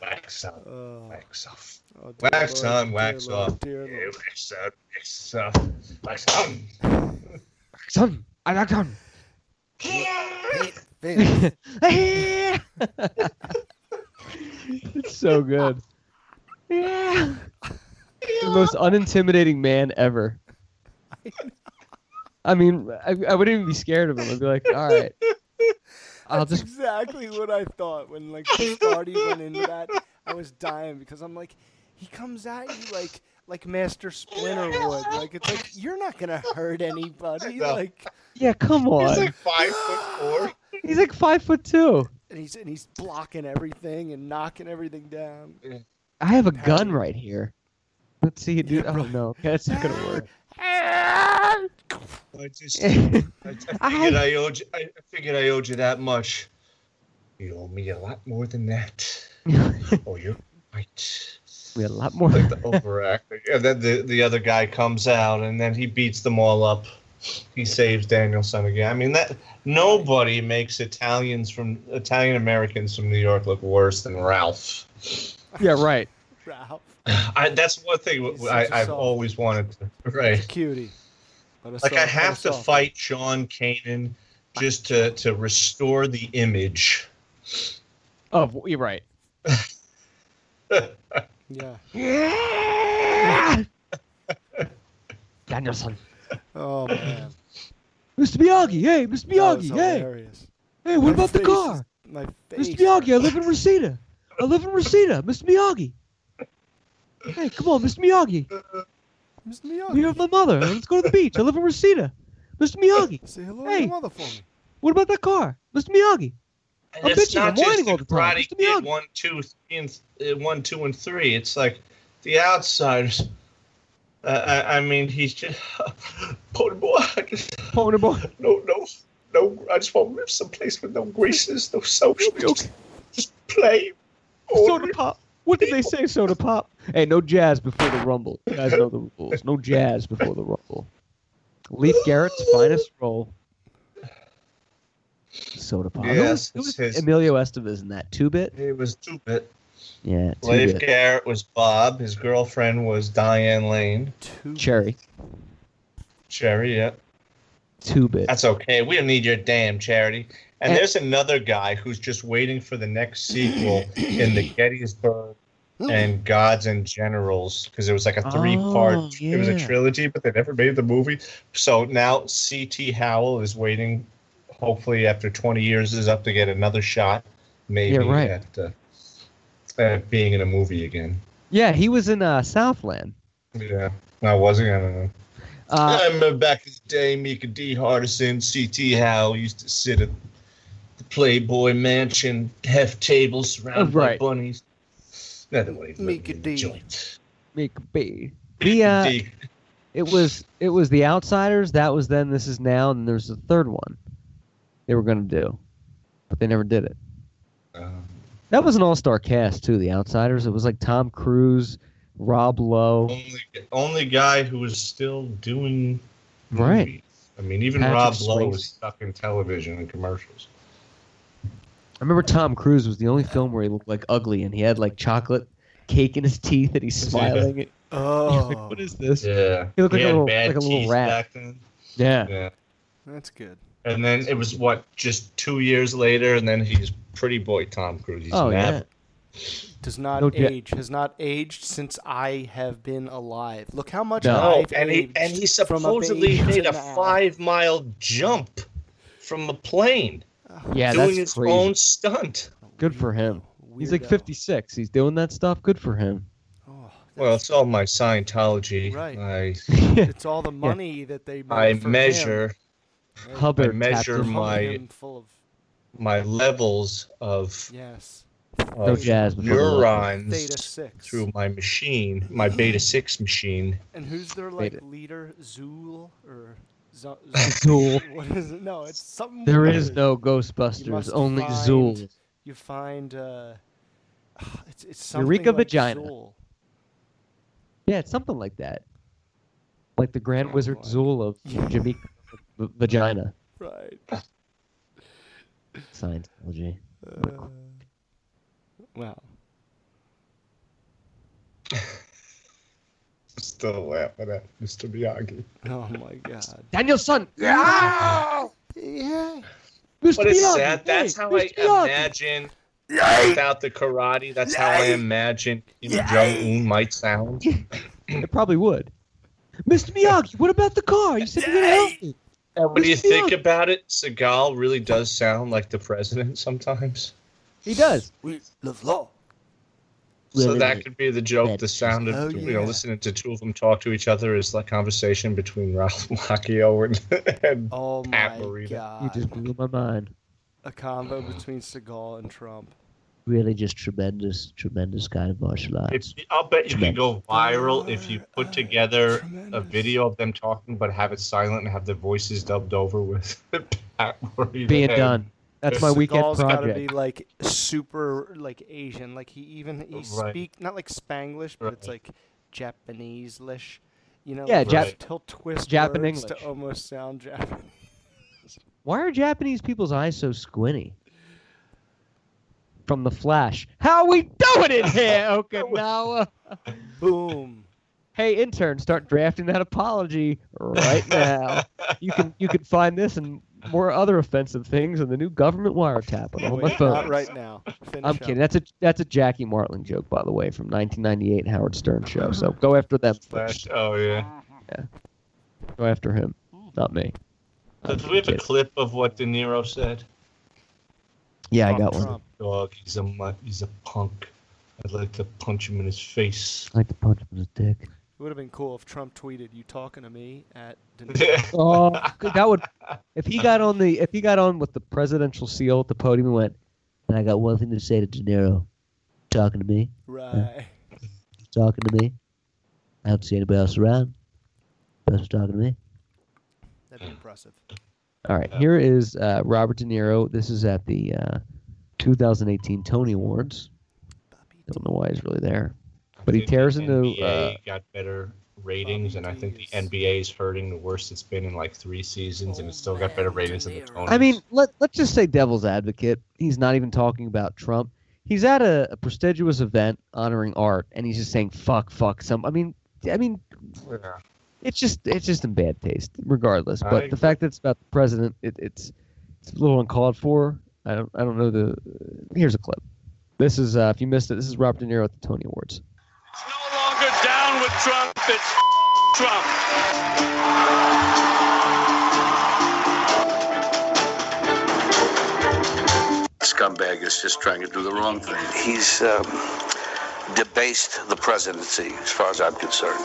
S9: wax on, wax off.
S8: Oh, dear
S9: wax
S8: Lord,
S9: on,
S8: dear
S9: wax
S8: Lord,
S9: off.
S8: dear
S9: Yeah, wax on, wax off. Wax on.
S5: Son, I like on. it's *laughs* so good. Yeah. The most unintimidating man ever. I mean, I, I wouldn't even be scared of him. I'd be like, all right, I'll
S8: That's
S5: just
S8: exactly what I thought when like
S9: *laughs*
S8: Bastardi went into that. I was dying because I'm like, he comes at you like like Master Splinter would. Like it's like you're not gonna hurt anybody.
S5: No.
S8: Like
S5: yeah, come on.
S8: like
S9: five foot
S8: *gasps*
S9: four.
S5: He's like five foot two.
S8: And he's and he's blocking everything and knocking everything down.
S5: I have a gun right here. Let's see, dude. Oh no, okay, that's not gonna
S9: *laughs*
S5: work.
S9: I just, I, I figured I, owed you, I I figured I owed you that much. You owe me a lot more than that. oh, you're right.
S5: We had a lot more.
S9: Like the overacting, and then the the other guy comes out, and then he beats them all up. He saves Danielson again. I mean that nobody makes Italians from Italian Americans from New York look worse than Ralph.
S5: Yeah, right.
S8: Ralph,
S9: I, that's one thing w-
S8: He's
S9: I,
S8: such a
S9: I've
S8: soft.
S9: always wanted. To, right,
S8: cutie. But a
S9: like I
S8: soft- but
S5: uh,
S8: a
S9: have to
S8: soft-
S9: fight Sean Kanan just to to restore the image.
S5: Oh, you're right.
S8: Yeah.
S5: *laughs* Danielson.
S8: Oh man.
S5: Mr. Miyagi, hey,
S8: That
S5: Mr.
S8: was
S5: Miyagi, hey,
S8: hilarious.
S5: hey, what
S8: My
S5: about the
S8: face
S5: car?
S8: is- my face.
S5: Mr. Miyagi, I live in Reseda. I live in Reseda, Mr. Miyagi. Hey, come on, Mr. Miyagi.
S8: Mr. Miyagi.
S5: Meet up with my mother. Let's go to the beach. I live in Reseda. Mr. Miyagi.
S8: Say hello to
S5: Hey.
S8: your mother for me.
S5: What about that car? Mr. Miyagi.
S9: And
S5: I'm
S9: it's
S5: bitching. I'm
S9: not just
S5: whining
S9: the
S5: all the time.
S9: karate
S5: Mr.
S9: kid
S5: Miyagi.
S9: one, two, three, and uh, one, two, and three. It's like the outsiders. Uh, I, I mean, he's just *laughs* pony boy. I just
S5: pony boy.
S9: No, no, no. I just want to live someplace with no graces, no social. Just, just play.
S5: Soda pop. What did they say, soda pop? Hey, no jazz before the rumble. You guys know the rules. No jazz before the rumble. Leaf Garrett's finest roll. Soda pop. Who
S9: Yes,
S5: was- who
S9: it's
S5: was
S9: his-
S5: Emilio Estevez in that two bit.
S9: It was two bit.
S5: Yeah, two
S9: Leif
S5: bit.
S9: Garrett was Bob. His girlfriend was Diane Lane.
S5: Cherry,
S9: Cherry, yeah.
S5: two bit.
S9: That's okay. We don't need your damn charity. And,
S5: And-
S9: there's another guy who's just waiting for the next sequel in
S5: *clears throat*
S9: the Gettysburg and Gods and Generals because it was like a three part.
S5: Oh,
S9: It was a
S5: yeah.
S9: trilogy, but they never made the movie. So now C.T. Howell is waiting. Hopefully, after 20 years, is up to get another shot. Maybe
S5: Yeah, right.
S9: at, uh, at being in a movie again.
S5: Yeah, he was in uh, Southland.
S9: Yeah, I wasn't. I don't know.
S5: Uh,
S9: *laughs* I remember back in the day, Mika D. Hardison, C.T. Howe used to sit at the
S3: Playboy Mansion heft table surrounded
S5: Oh, Right.
S3: by bunnies. Another one he's
S5: Make
S3: living in
S5: a
S3: the
S5: deal.
S3: joint.
S5: Make a B. The uh,
S3: Dig.
S5: it was it was the Outsiders. That was then. This is now. And there's a third one. They were gonna do, but they never did it.
S9: uh,
S5: That was an all-star cast too. The Outsiders. It was like Tom Cruise, Rob Lowe.
S9: Only guy who is still doing
S5: Right.
S9: I mean, even
S5: Patrick
S9: Rob Lowe
S5: Swayze.
S9: was stuck in television and commercials.
S5: I remember Tom Cruise was the only film where he looked like ugly, and he had like chocolate cake in his teeth, and he's
S9: *laughs*
S5: smiling. at- *laughs*
S8: Oh,
S5: What is this?
S9: Yeah.
S5: He looked like a
S9: had
S5: little-
S9: bad
S5: like a little
S9: teeth
S5: rat.
S9: back then.
S5: Yeah.
S9: Yeah.
S8: that's good.
S9: And then it was what just two years later, and then he's pretty boy Tom Cruise. He's
S5: Oh,
S9: mad.
S5: yeah.
S8: Does not
S5: No doubt.
S8: age. Has not aged since I have been alive. Look how much
S5: No.
S9: Oh,
S8: I've
S9: and he
S8: aged
S9: and he
S8: from a
S9: supposedly
S8: babe
S9: made
S8: to
S9: a
S8: now.
S9: five mile jump from a plane,
S5: Yeah,
S9: doing
S5: that's
S9: his
S5: crazy.
S9: own stunt.
S5: Good for him. He's like
S8: Weirdo.
S5: 56. He's doing that stuff. Good for him. *laughs*
S8: Oh,
S9: Well, it's all my Scientology.
S8: Right.
S9: I
S8: it's all the money that they. make
S9: I
S8: for
S9: measure
S8: him. Right.
S5: Hubbard.
S9: I measure
S5: tapped him.
S8: Pumping
S9: my-
S8: him full of
S9: my levels of,
S8: yes.
S5: no
S9: of
S5: jazz. before the love.
S8: Theta
S9: neurons
S8: six.
S9: through my machine, my beta six machine.
S8: And who's their like
S5: Theta.
S8: leader? Zool or Zo-
S5: *laughs* Zool.
S8: what is it? No, it's
S9: *laughs*
S8: something.
S5: There is
S8: weird.
S5: no
S8: You
S5: Ghostbusters.
S8: must
S5: Only
S8: find-
S5: Zool.
S8: You find uh, *sighs* it's it's something
S5: Eureka
S8: like
S5: Vagina.
S8: Zool.
S5: Yeah, it's something like that. Like the
S9: Oh,
S5: Grand Wizard Zool of Jimmy v- Vagina.
S8: Right.
S5: Scientology.
S8: Uh, wow.
S9: I'm still laughing at Mr. Miyagi.
S8: *laughs* Oh my God.
S5: Danielson. Yeah.
S8: Yeah.
S5: Mr.
S9: But it's
S5: Miyagi,
S9: sad. That's
S5: hey,
S9: how I
S5: Mr. Miyagi.
S9: imagine without the karate. That's how I imagine Kim Jong Un might sound.
S5: It probably would. Mr. Miyagi, what about the car? You said you're gonna help me.
S9: And when you
S5: Mr.
S9: think
S5: Miyagi.
S9: about it, Seagal really does sound like the president sometimes.
S5: He does.
S9: So
S5: Really?
S9: that could be the joke. The
S5: That's
S9: sound of
S8: just- oh,
S9: you know
S8: yeah.
S9: listening to two of them talk to each other is like conversation between Ralph *laughs* Macchio and, and
S8: Oh my
S9: Pat Morita.
S8: God.
S5: You just blew my mind.
S8: A combo between Seagal and Trump.
S5: Really, just tremendous, tremendous kind of martial arts.
S9: It's, I'll bet you can go viral if you put together a video of them talking, but have it silent and have their voices dubbed over with *laughs* Pat Morita
S5: Being
S9: and-
S5: done. That's my
S9: Seagal's
S5: weekend
S8: Seagal's got to
S5: project.
S8: be like super like Asian. Like he even he
S9: Right.
S8: speak not like Spanglish, but it's like Japanese-lish. You know,
S5: Yeah,
S8: like
S9: Jap-
S8: just he'll twist
S5: Japan
S8: words to
S5: English.
S8: almost sound Japanese.
S5: Why are Japanese people's eyes so squinty? From the Flash. How we doing in
S8: *laughs*
S5: here, Okinawa?
S8: *laughs* Boom.
S5: hey, intern, start drafting that apology right now. you can you can find this and more other offensive things in the new government wiretap on all my
S8: Wait, not
S5: phone.
S8: right now. Finish
S5: I'm
S8: up.
S5: kidding. That's a that's a Jackie Martling joke, by the way, from 1998 Howard Stern
S8: Uh-huh.
S5: show. So go after them.
S9: Flash. Oh yeah.
S5: Go after him, not me.
S9: So do we have a clip of what De Niro said?
S5: Yeah, I got one.
S8: Trump.
S9: Dog, he's a mu- he's a punk. I'd like to punch him in his face.
S5: *laughs* I like to punch him in his dick.
S8: It would have been cool if Trump tweeted, "You talking to me?" At De Niro."
S9: Yeah.
S5: Oh, that would if he got on *laughs* the if he got on with the presidential seal at the podium and went, and I got one thing to say to De Niro, talking to me,
S8: right.
S5: talking to me. I don't see anybody else around. Just talking to me.
S8: That'd be impressive.
S5: All right, here is uh, Robert De Niro. This is at the uh, 2018 Tony Awards. Don't know why he's really there, but he
S9: think the
S5: tears into.
S9: NBA
S5: Uh,
S9: got better ratings, and I think the NBA is hurting the worst it's been in like three seasons, and it's still
S8: Oh,
S9: got better ratings than the Tonys.
S5: I mean, let let's just say devil's advocate. He's not even talking about Trump. He's at a, a prestigious event honoring art, and he's just saying "fuck, fuck." Some. I mean, I mean,
S9: Yeah.
S5: it's just it's just in bad taste, regardless.
S9: I
S5: But the
S9: agree.
S5: fact that it's about the president, it, it's it's a little uncalled for. I don't I don't know the. here's a clip. This is uh, if you missed it. This is Robert De Niro at the Tony Awards.
S13: No longer down with Trump, it's Trump.
S6: scumbag is just trying to do the wrong thing.
S14: He's um, debased the presidency, as far as I'm concerned.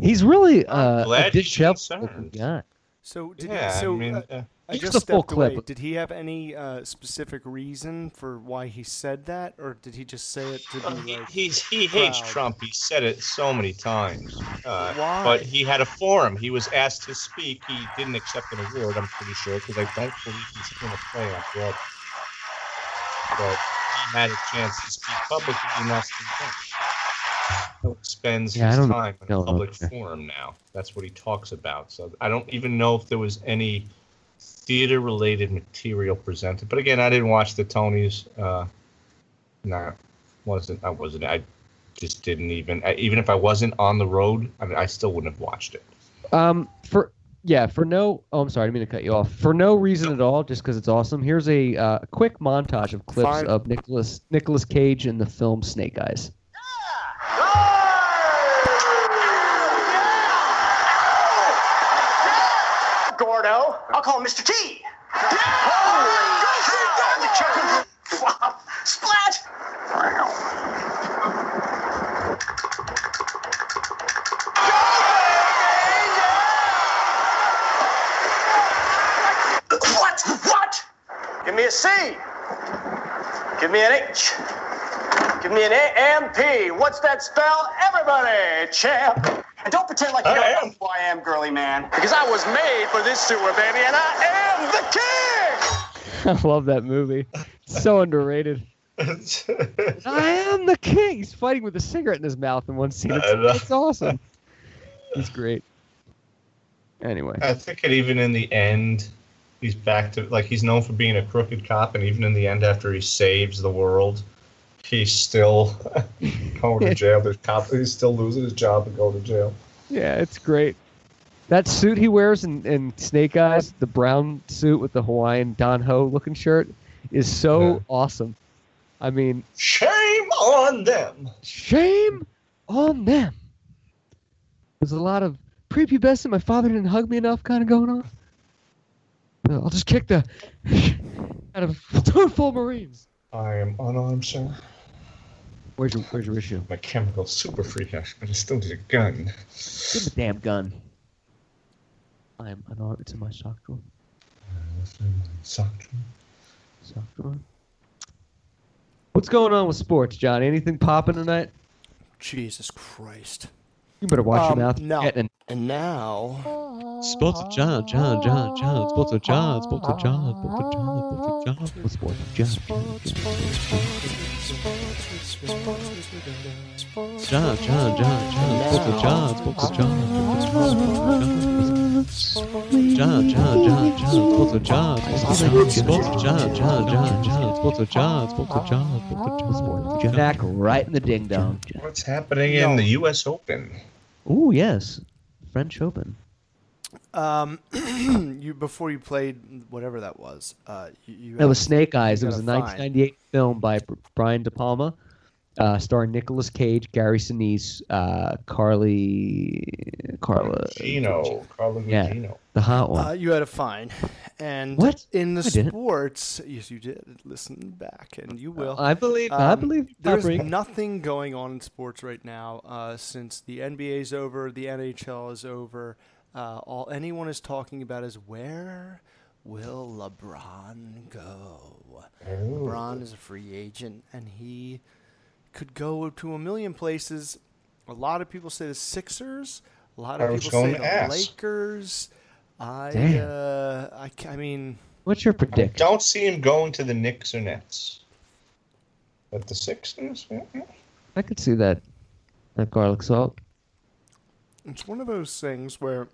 S5: He's really uh,
S9: glad
S5: a
S9: he's
S5: disheveled looking
S9: concerned.
S5: guy.
S8: So did
S9: yeah,
S8: so
S9: I mean,
S8: uh,
S9: uh,
S8: I
S5: Here's
S8: just
S5: the
S8: stepped
S5: full clip.
S8: away. Did he have any uh, specific reason for why he said that, or did he just say it to be
S9: Well, he, *laughs*
S8: like?
S9: he's, he hates
S8: proud?
S9: Trump. He said it so many times. Uh,
S8: Why?
S9: But he had a forum. He was asked to speak. He didn't accept an award, I'm pretty sure, because I don't believe he's going to play on Broadway. But he had a chance to speak publicly, and that's the thing. He spends
S5: Yeah, I
S9: his
S5: don't
S9: time in
S5: know.
S9: a public forum now. That's what he talks about. So I don't even know if there was any theater related material presented. But again, I didn't watch the Tonys. Uh, no, wasn't I wasn't I just didn't even I, even if I wasn't on the road, I mean I still wouldn't have watched it.
S5: Um, for yeah, for no. Oh, I'm sorry. I didn't mean to cut you off. For no reason at all, just because it's awesome. Here's a uh, quick montage of clips
S8: Fine.
S5: of Nicholas Nicholas Cage in the film Snake Eyes.
S9: *laughs*
S12: Gordo. I'll call him Mr. T. Holy cow. Wow. Splat! What? What? Give me a C. Give me an H. Give me an AMP. What's that spell? Everybody, champ. And don't pretend like you
S13: I
S12: don't know who I am, girly man. Because I was made for this sewer, baby, and I am the king.
S5: I love that movie. It's so underrated.
S9: *laughs*
S5: I am the king. He's fighting with a cigarette in his mouth in one scene. It's,
S9: I know. *laughs*
S5: it's awesome. He's great. Anyway,
S9: I think it even in the end he's back to like he's known for being a crooked cop and even in the end after he saves the world, he's still *laughs* going to jail. There's cop he's still losing his job and going to jail.
S5: yeah, it's great. That suit he wears in, in Snake Eyes, the brown suit with the Hawaiian Don Ho looking shirt, is so awesome. I mean,
S9: Shame on them.
S5: Shame on them. There's a lot of prepubescent. My father didn't hug me enough, kind of going on. Uh, I'll just kick the *laughs* out of *laughs* two full Marines.
S9: I am unarmed, sir.
S5: Where's your Where's your issue?
S9: My chemical super freak ash, but I still need a gun.
S5: Give me the damn gun. I'm unarmed. It's in my sock drawer. Sock drawer. What's going on with sports, Johnny? Anything popping tonight?
S8: Jesus Christ.
S5: You better watch
S8: Um,
S5: your mouth.
S8: no.
S5: And,
S8: and now,
S5: Sports of John, John, John, John. Sports of John, sports of John, sports of John, sports of John, sports of John. John, John, John, John, sports of John, sports of John, John, John, John, John, sports of John, sports of John, John, John, John, sports of John, sports of John, sports of John. Jack right in the ding dong.
S9: What's happening in the U.S. Open?
S5: Ooh yes, French Open.
S8: um, *clears throat* you before you played whatever that was, uh, you, you
S5: That was
S8: had-
S5: Snake Eyes.
S8: you
S5: It was a
S8: gotta find.
S5: 1998 film by Br- Brian De Palma, uh, starring Nicolas Cage, Gary Sinise, uh, Carly, Carla,
S9: Gino, Carlo
S5: yeah,
S9: Gugino.
S5: the hot one.
S8: Uh, you had a fine, and
S5: What?
S8: in the
S5: I didn't.
S8: sports? Yes, you did. Listen back, and you will.
S5: I believe- Uh, I believe
S8: um, There's
S5: Patrick.
S8: nothing going on in sports right now. Uh, since the NBA's over, the NHL is over. Uh, all anyone is talking about is where will LeBron go?
S5: Oh.
S8: LeBron is a free agent, and he could go to a million places. A lot of people say the Sixers. A lot
S9: I
S8: of
S9: was
S8: people say
S9: going
S8: the
S9: to ask.
S8: Lakers. I,
S5: Damn.
S8: uh, I, ca- I mean,
S5: What's your
S9: I
S5: prediction?
S9: don't see him going to the Knicks or Nets. But the Sixers? Yeah, yeah.
S5: I could see that. That garlic salt.
S8: it's one of those things where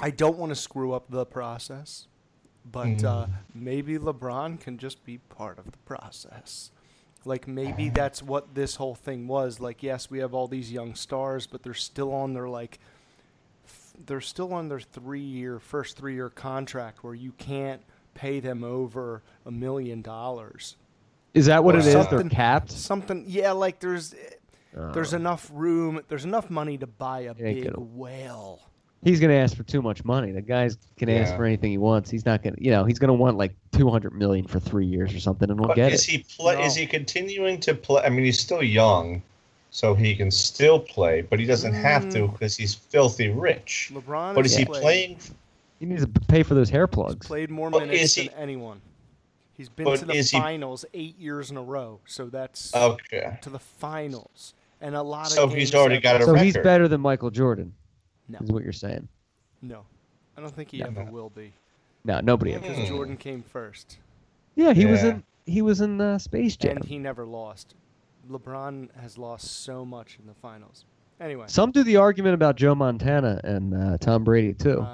S8: I don't want to screw up the process, but
S5: Mm.
S8: uh, maybe LeBron can just be part of the process. Like maybe
S5: Ah.
S8: that's what this whole thing was. Like, yes, we have all these young stars, but they're still on their like they're still on their three year first three year contract where you can't pay them over a million dollars.
S5: Is that what
S8: Or
S5: it is? They're
S8: something-
S5: capped.
S8: Something yeah, like there's there's
S5: Oh.
S8: enough room, there's enough money to buy a big
S5: gonna-
S8: whale.
S5: He's gonna ask for too much money. The guy's can ask
S9: Yeah.
S5: for anything he wants. He's not gonna, you know, he's gonna want like 200 million for three years or something, and we'll
S9: But
S5: get
S9: is
S5: it.
S9: he play? Is he continuing to play? I mean, he's still young, so he can still play, but he doesn't have to because he's filthy rich.
S8: LeBron
S9: But
S8: has
S9: is he
S8: played-
S9: playing?
S5: He needs to pay for those hair plugs.
S8: Played more
S5: But
S8: minutes
S5: is
S8: than
S5: he-
S8: anyone. He's been
S5: but
S8: to the
S5: is he-
S8: finals eight years in a row, so that's
S5: Okay.
S8: to the finals and a lot
S5: So
S8: of.
S5: he's
S8: games
S5: already
S8: that-
S5: got a So he's record. better than Michael Jordan.
S8: No.
S5: Is what you're saying?
S8: No, I don't think he
S5: No.
S8: ever will be.
S5: No, nobody ever
S8: Because
S1: Hmm.
S5: will.
S8: Jordan came first,
S5: Yeah, he was
S8: Yeah.
S5: in he was in uh, Space Jam.
S8: and he never lost. LeBron has lost so much in the finals. Anyway,
S5: Some do the argument about Joe Montana and uh, Tom Brady too.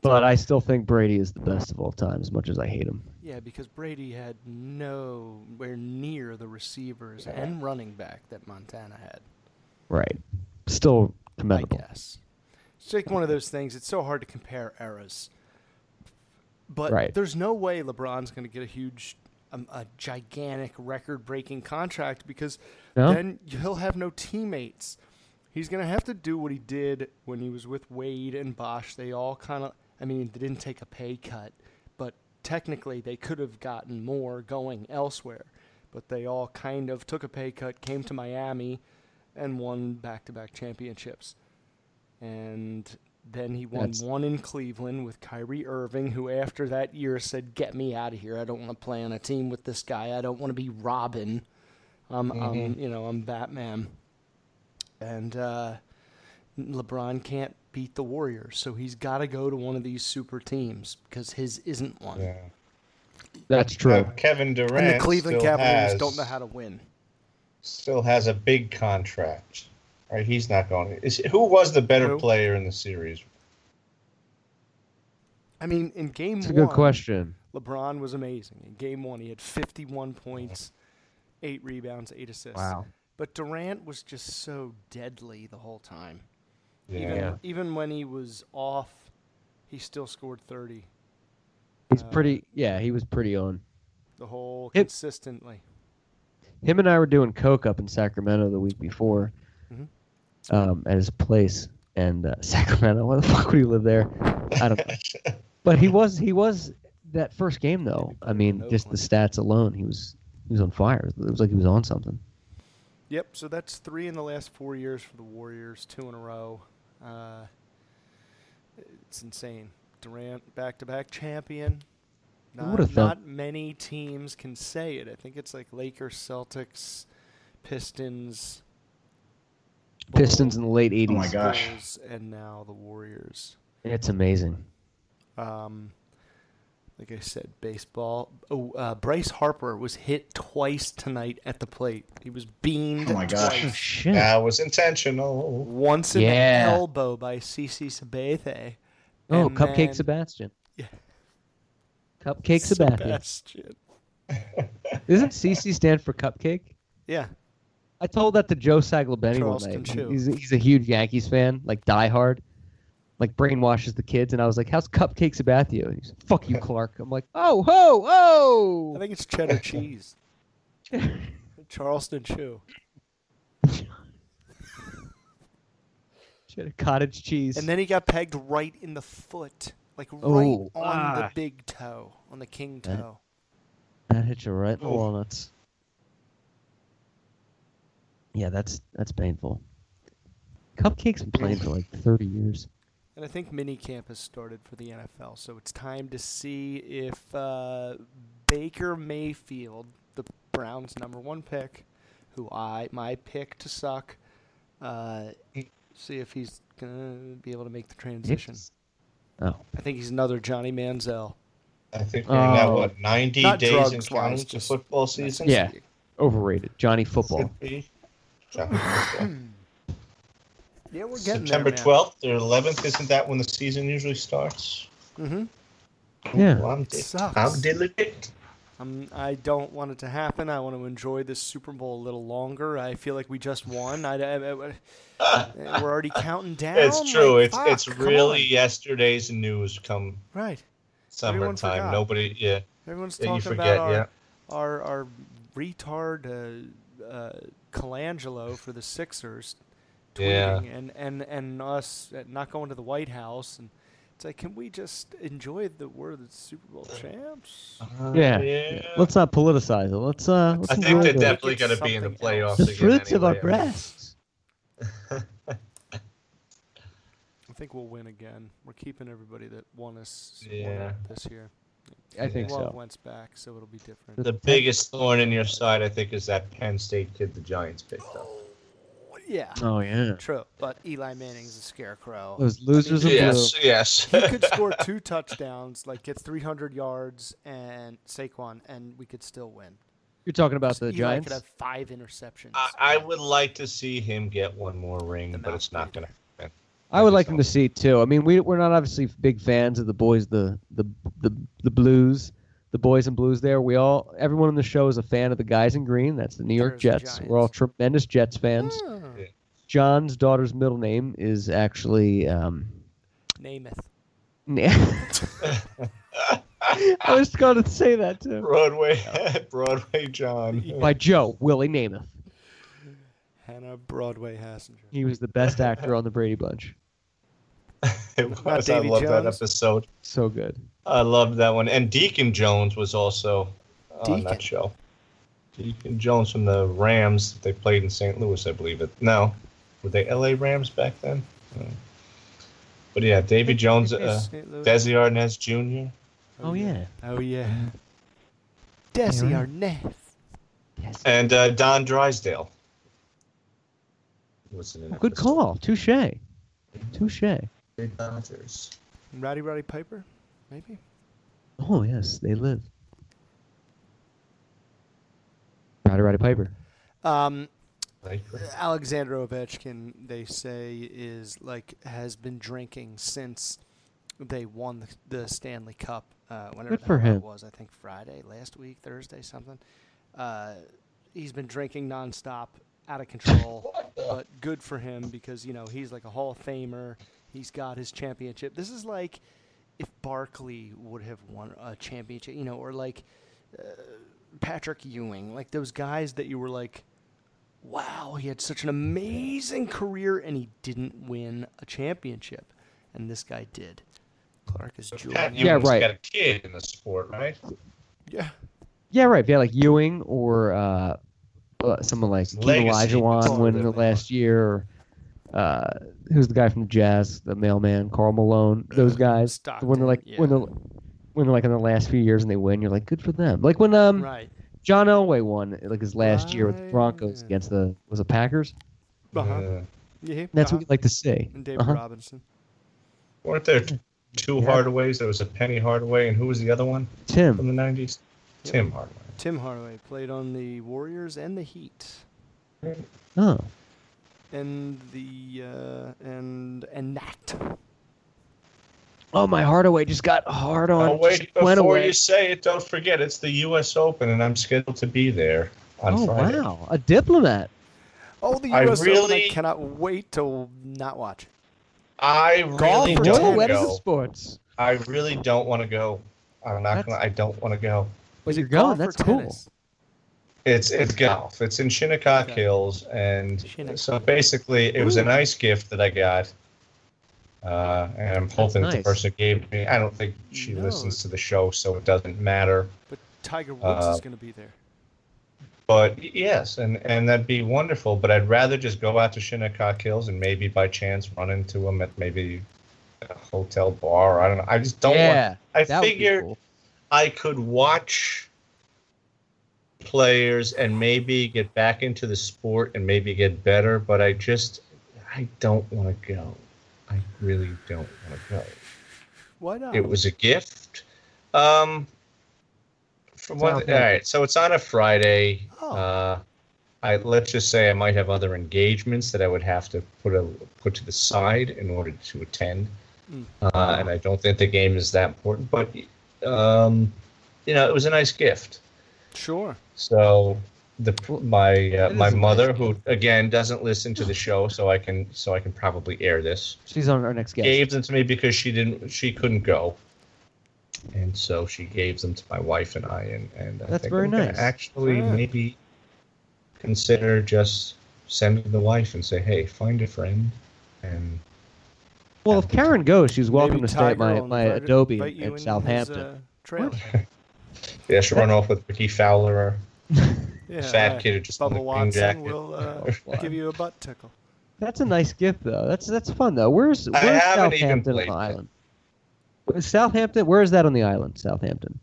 S5: But I still think Brady is the best of all time, as much as I hate him.
S8: Yeah, because Brady had nowhere near the receivers and running back that Montana had.
S5: Right. Still commendable.
S8: Yes. It's like one of those things. It's so hard to compare eras. But
S5: Right.
S8: there's no way LeBron's going to get a huge, um, a gigantic record-breaking contract because
S5: No?
S8: then he'll have no teammates. He's going to have to do what he did when he was with Wade and Bosch. They all kind of, I mean, they didn't take a pay cut, but technically they could have gotten more going elsewhere. But they all kind of took a pay cut, came to Miami, and won back-to-back championships and then he won
S5: That's-
S8: one in Cleveland with Kyrie Irving, who after that year said, "Get me out of here! I don't want to play on a team with this guy. I don't want to be Robin. I'm, I'm
S5: Mhm.
S8: you know, I'm Batman." And uh, LeBron can't beat the Warriors, so he's got to go to one of these super teams because his isn't one.
S5: That's true.
S3: Kevin Durant
S8: and the Cleveland
S3: still
S8: Cavaliers
S3: has,
S8: don't know how to win.
S3: still has a big contract. All right, he's not going. Is, who was the better player in the series?
S8: I mean, in game
S5: It's a
S8: one,
S5: good question.
S8: LeBron was amazing. In game one, he had 51 points, eight rebounds, eight assists.
S5: Wow.
S8: But Durant was just so deadly the whole time.
S5: Yeah.
S8: Even, even when he was off, he still scored 30
S5: He's pretty. Yeah, he was pretty on.
S8: the whole
S5: It-
S8: consistently.
S5: Him and I were doing coke up in Sacramento the week before,
S8: Mhm.
S5: um, at his place. And uh, *laughs* Sacramento, why the fuck would he live there? I don't. know. but he was he was that first game though. I mean, just the stats alone, he was he was on fire. It was like he was on something.
S8: Yep, so that's three in the last four years for the Warriors, two in a row. Uh, it's insane. Durant, back to back champion.
S5: Who
S8: Not,
S5: would've thought-
S8: not many teams can say it. I think it's like Lakers, Celtics, Pistons,
S5: Pistons in the late '80s.
S8: *laughs* Bulls, and now the Warriors.
S5: it's amazing.
S8: Um, like I said, baseball. Oh, uh, Bryce Harper was hit twice tonight at the plate. He was beamed.
S3: Oh my gosh.
S8: twice.
S5: Shit.
S3: That was intentional.
S8: Once in
S3: Yeah.
S8: the elbow by CC Sabathe.
S5: Oh,
S8: and
S5: Cupcake
S8: then-
S5: Sebastian.
S8: Yeah.
S5: Cupcake Sebastian.
S8: Sebastian.
S5: Doesn't CC stand for cupcake?
S8: Yeah.
S5: I told that to Joe Saglabeni one
S8: Charleston
S5: night.
S8: Chew.
S5: He's, he's a huge Yankees fan, like diehard, like brainwashes the kids. And I was like, "How's Cupcake Sabathia?" And he's, "Fuck you, Clark." I'm like, "Oh, ho, oh!"
S8: I think it's cheddar cheese. Charleston Chew.
S5: Cheddar cottage cheese.
S8: And then he got pegged right in the foot, like right
S5: Oh,
S8: on
S5: ah.
S8: the big toe, on the king
S5: That-
S8: toe.
S5: that hit you right in the
S8: Oof.
S5: walnuts. Yeah, that's that's painful. Cupcake's been playing for like 30 years.
S8: And I think mini camp has started for the NFL, so it's time to see if uh, Baker Mayfield, the Browns' number one pick, who I my pick to suck, uh, see if he's gonna be able to make the transition.
S5: Oh.
S8: I think he's another Johnny Manziel.
S3: I think we're now what 90
S8: Not
S3: days in
S8: drugs-wise,
S3: counting to
S8: just-
S3: football season.
S5: Yeah, overrated. Johnny football.
S8: Yeah, we're getting
S3: September
S8: there, man.
S3: 12th or 11th, isn't that when the season usually starts?
S8: Mm-hmm.
S5: Yeah.
S3: Well, I'm,
S8: It
S3: di-
S8: sucks.
S3: I'm diligent.
S8: I'm, Um, I don't want it to happen. I want to enjoy this Super Bowl a little longer. I feel like we just won. I, I- I- we're already
S3: *laughs*
S8: counting down.
S3: It's true.
S8: Like,
S3: it's it's
S8: fuck, come
S3: really yesterday's news come
S8: on. right. Everyone
S3: summertime.
S8: forgot.
S3: Nobody, yeah.
S8: Everyone's
S3: that you
S8: talking
S3: forget,
S8: about our,
S3: yeah.
S8: our our retard uh, uh, Colangelo for the Sixers,
S3: Yeah.
S8: tweeting and and and us not going to the White House and. It's like, can we just enjoy the we're the Super Bowl champs?
S5: yeah. Let's not politicize it. Let's uh. Let's
S3: I think
S5: enjoy
S3: they're
S5: the-
S3: definitely going to be in the
S8: Something
S3: playoffs
S5: the
S3: again.
S5: fruits of our
S3: anyway.
S5: breasts.
S8: think we'll win again. We're keeping everybody that won us won
S9: Yeah.
S8: this year.
S9: I think
S8: Love
S9: so.
S8: Wentz back, so it'll be different.
S9: The biggest thorn in your side, I think, is that Penn State kid the Giants picked up.
S8: Yeah.
S5: Oh, yeah.
S8: True, but Eli Manning's a scarecrow.
S5: Those losers of
S9: Yes,
S5: blue.
S9: yes.
S8: he could score two touchdowns, like get 300 yards and Saquon, and we could still win.
S5: You're talking about the
S8: Eli
S5: Giants?
S8: could have five interceptions.
S9: *laughs* I, I would like to see him get one more ring, but it's not going to happen.
S5: I would like him to see too. I mean, we we're not obviously big fans of the boys, the the the the blues, the boys and blues. There, we all, everyone on the show is a fan of the guys in green. That's the New York Jets. We're all tremendous Jets fans.
S9: Ah.
S5: John's daughter's middle name is actually. Um, *laughs*
S8: Namath.
S5: I was going to say that
S9: *laughs* *laughs*
S5: too.
S9: Broadway, Broadway *laughs* John.
S5: By Joe Willie Namath.
S8: Hannah Broadway Hassinger.
S5: He was the best actor on the Brady Bunch.
S9: It was. I
S5: Davy
S9: love that
S5: Jones?
S9: episode.
S5: So good.
S9: I loved that one. And Deacon Jones was also uh, on
S5: Deacon.
S9: that show. Deacon Jones from the Rams. They played in St. Louis, I believe. It no, were they L.A. Rams back then? No. But yeah, Davy Jones,
S8: they
S9: uh,
S8: St. Louis.
S9: Desi Arnaz Jr.
S5: Oh, yeah.
S8: Oh yeah. Desi
S9: Yeah.
S8: Arnaz.
S9: and uh, Don Drysdale. Was in it.
S5: Good call. Touche. Touche.
S9: Big Dodgers.
S8: Rowdy Roddy Piper, maybe.
S5: Oh yes, they live. Rowdy Rowdy Piper.
S8: Um,
S9: Piper.
S8: Alexander Ovechkin, they say, is like has been drinking since they won the, the Stanley Cup. Uh, whenever
S5: Good
S8: that
S5: for
S8: hell it
S5: him.
S8: was, I think Friday last week, Thursday, something. Uh, he's been drinking nonstop, out of control. but good for him because you know he's like a Hall of Famer. He's got his championship. This is like if Barkley would have won a championship, you know, or like uh, Patrick Ewing, like those guys that you were like, wow, he had such an amazing career and he didn't win a championship, and this guy did. Clark is
S9: Pat
S8: Julian.
S9: Ewing's got a kid in the sport, right?
S8: Yeah.
S5: Yeah, right. Yeah, like Ewing or uh, uh, someone like
S9: Legacy.
S5: Elijah Olajuwon winning the last year. Or, uh, who's the guy from the Jazz, the mailman, Carl Malone? Those guys. when they're like when they're when they're like in the last few years and they win, you're like, good for them. Like when um
S8: Right.
S5: John Elway won like his last year with the Broncos against the was it Packers?
S8: Uh-huh. Yeah.
S5: That's
S8: uh-huh.
S5: what you like to see.
S8: And David
S5: Uh-huh.
S8: Robinson.
S9: Weren't there two Hardaways? There was a Penny Hardaway, and who was the other one?
S5: Tim.
S9: From the 90s? Tim Hardaway.
S8: Tim Hardaway played on the Warriors and the Heat.
S5: Oh.
S8: And the uh, and and that.
S5: Oh, my Hardaway just got hard on.
S9: Oh, wait,
S5: just went
S9: before
S5: away.
S9: you say it, don't forget it's the U.S. Open, and I'm scheduled to be there on
S5: oh
S9: Friday.
S5: wow, a diplomat.
S8: Oh, the
S9: I
S8: U.S. Open! I
S9: really-
S8: cannot wait to not watch.
S9: I
S8: Golf
S9: really
S8: or
S9: don't
S8: tennis?
S9: want to
S8: What is
S9: go.
S8: it,
S5: sports?
S9: I really don't want to go. I'm not gonna. I don't want to go.
S5: But you're going. That's cool.
S9: It's it's golf. It's in Shinnecock Hills, and so basically, it was a nice gift that I got. Uh, and I'm hoping that the
S8: nice.
S9: person who gave me. I don't think she listens to the show, so it doesn't matter.
S8: But Tiger Woods
S9: Uh,
S8: is going to be there.
S9: But y- yes, and and that'd be wonderful. But I'd rather just go out to Shinnecock Hills and maybe by chance run into him at maybe a hotel bar. I don't know. I just don't
S5: Yeah,
S9: want. I
S5: that would be
S9: figured I could watch players and maybe get back into the sport and maybe get better. But I just I don't want to go. I really don't want to go.
S8: Why not?
S9: It was a gift. Um, from what? All right, so it's on a Friday.
S8: Oh.
S9: Uh, I let's just say I might have other engagements that I would have to put a put to the side in order to attend,
S8: Mm.
S9: uh, and I don't think the game is that important. But um, you know, it was a nice gift.
S8: Sure.
S9: So the my uh,
S5: is
S9: my
S5: a nice
S9: mother, who again doesn't listen to the show, so I can so I can probably air this
S5: She's on our next guest.
S9: gave them to me because she didn't she couldn't go and so she gave them to my wife and i and, and I
S5: That's
S9: think
S5: very
S9: I'm gonna
S5: nice.
S9: actually
S5: Yeah.
S9: maybe consider just sending the wife and say hey find a friend and
S5: Well, if Karen goes, she's welcome
S9: Maybe
S5: to stay at my,
S9: Tiger will
S5: my
S9: invite-
S5: Adobe
S9: invite
S5: in,
S9: you
S5: in
S9: in his,
S5: Southampton.
S9: uh,
S8: Trail.
S9: yeah
S8: *laughs*
S9: she'll run off with ricky fowler or
S8: Yeah,
S9: fat
S8: right.
S9: kid who just
S8: Bubba
S9: won the green jacket. *laughs*
S8: Watson will uh, give you a butt tickle.
S5: That's a nice gift though. That's that's fun though. Where's
S3: I
S5: where's
S3: haven't even
S5: Southampton on
S3: played
S5: the
S3: it.
S5: island? Southampton. Where is that on the island? Southampton.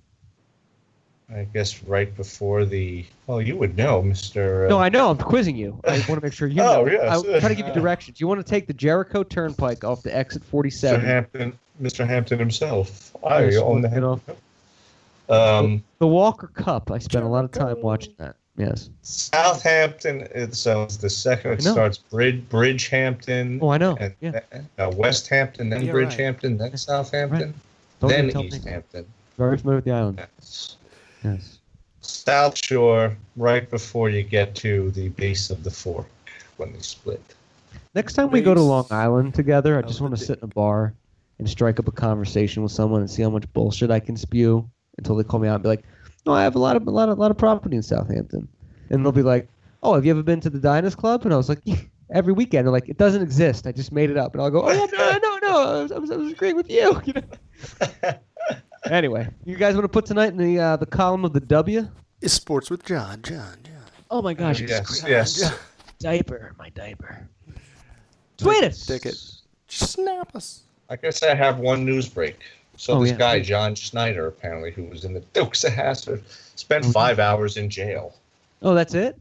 S3: I guess right before the. Well, you would know, Mister. uh,
S5: No, I know. I'm quizzing you. I want to make sure
S3: *laughs*
S5: you
S3: Oh,
S5: know.
S3: yes.
S5: I'm trying
S3: *laughs*
S5: to give you directions. You want to take the Jericho Turnpike off the exit
S3: Mr.
S5: 47.
S3: Hampton, Mr. Hampton himself.
S5: I
S3: I
S5: just
S3: own
S5: wanna
S3: the
S5: get off.
S3: Um,
S5: the Walker Cup. I spent a lot of time watching that. Yes.
S3: Southampton. It, so it's the second. It
S5: I know.
S3: starts Brid, Bridgehampton.
S5: Oh, I know.
S3: And,
S5: Yeah.
S3: uh, West Hampton, then
S5: Yeah, right.
S3: Bridgehampton, then Southampton,
S5: Don't even
S3: then
S5: tell me.
S3: East Hampton.
S5: Very familiar with the island. Yes.
S3: South Shore, right before you get to the base of the fork when they split.
S5: Next time we go to Long Island together, I just want to sit in a bar and strike up a conversation with someone and see how much bullshit I can spew until they call me out and be like, "No, I have a lot of a lot of lot of property in Southampton," and they'll be like, "Oh, have you ever been to the Diners Club?" And I was like, "Every weekend." They're like, "It doesn't exist. I just made it up." And I'll go, "Oh yeah, no, no, no, I was, I was, I was agreeing with you." *laughs* you know? anyway, you guys want to put tonight in the uh, the column of the W?
S8: Is sports with John? John. John.
S5: Oh my gosh! it's
S3: Yes,
S5: cr-
S3: yes.
S5: Diaper, my diaper. Tweet us.
S8: Ticket. Snap us.
S3: I guess I have one news break. So
S5: Oh,
S3: this
S5: yeah.
S3: guy, John Schneider, apparently, who was in the Dukes of Hazzard, spent
S5: Mm-hmm.
S3: five hours in jail.
S5: Oh, that's it.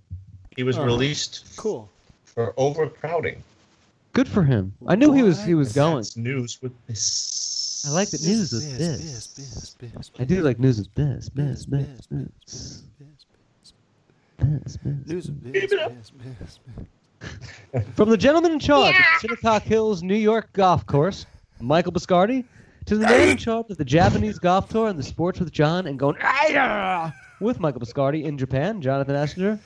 S3: He was
S5: Oh.
S3: released
S8: cool
S3: for overcrowding.
S5: Good for him. I knew he was he was going.
S3: That's news with this.
S5: I like that news is this. I do like news is this, this, this, this. This, this.
S8: News of this, this, this, this.
S5: From the gentleman in charge of the Shinnecock Hills New York Golf Course, Michael Biscardi, to the man in charge of the Japanese Golf Tour and the Sports with John and going "Aya!" with Michael Biscardi in Japan, Jonathan Assinger,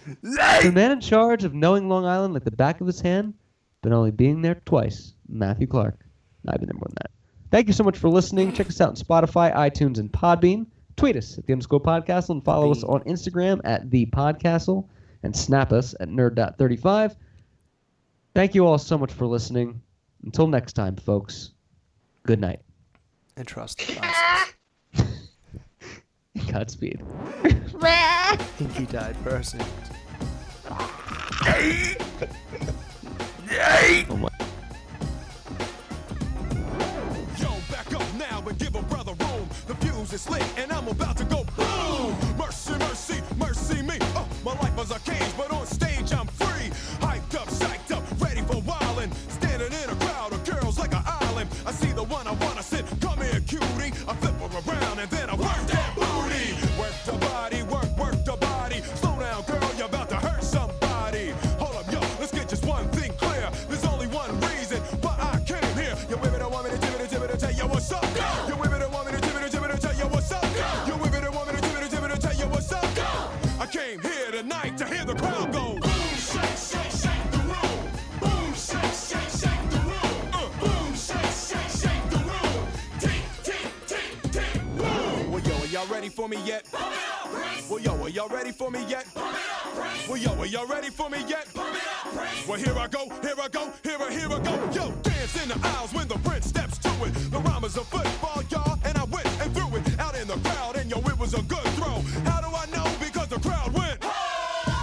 S5: to the man in charge of knowing Long Island like the back of his hand, but only being there twice, Matthew Clark. I've been there more than that. Thank you so much for listening. Check us out on Spotify, iTunes, and Podbean. Tweet us at the underscore podcastle and follow us on Instagram at the podcastle and snap us at nerd.35. Thank you all so much for listening. Until next time, folks, good night. *laughs*
S8: And trust
S5: Godspeed.
S8: Think you died person.
S5: Oh my-
S15: Yo, back up now and give a brother room. The fuse is lit and I'm about to go boom. Mercy, mercy, mercy me. Oh, my life was a cage, but on stage I'm free. Hyped up, psyched up, ready for wildin'. Standing in a crowd of girls like an island. I see the one I wanna sit. Come here, cutie. I flip her around and then I work that booty. Work the body, work, work the body. Slow down, girl, you're about to hurt somebody. Hold up, yo, let's get just one thing clear. There's only one reason why I came here. Your women don't want me to tip it, tip it, tell you what's up. Your women don't want me to tip it, tip it, tell you what's up. Your women don't want me to tip it, tip it, tell you what's up. I came here tonight to hear the crowd go. Boom, shake, shake, shake the room. Boom, shake, shake, shake the room. Uh, boom, shake, shake, shake the room. Tick, tick, tick, tick, boom. Well, yo, are y'all ready for me yet? Well, yo, are y'all ready for me yet? Well, yo, are y'all ready for me yet? Well, here I go, here I go, here I, here I go. Yo, dance in the aisles when the prince steps to it. The rhyme is a football, y'all, and I went and threw it out in the crowd, and yo, it was a good throw. How do I know? Because the crowd went.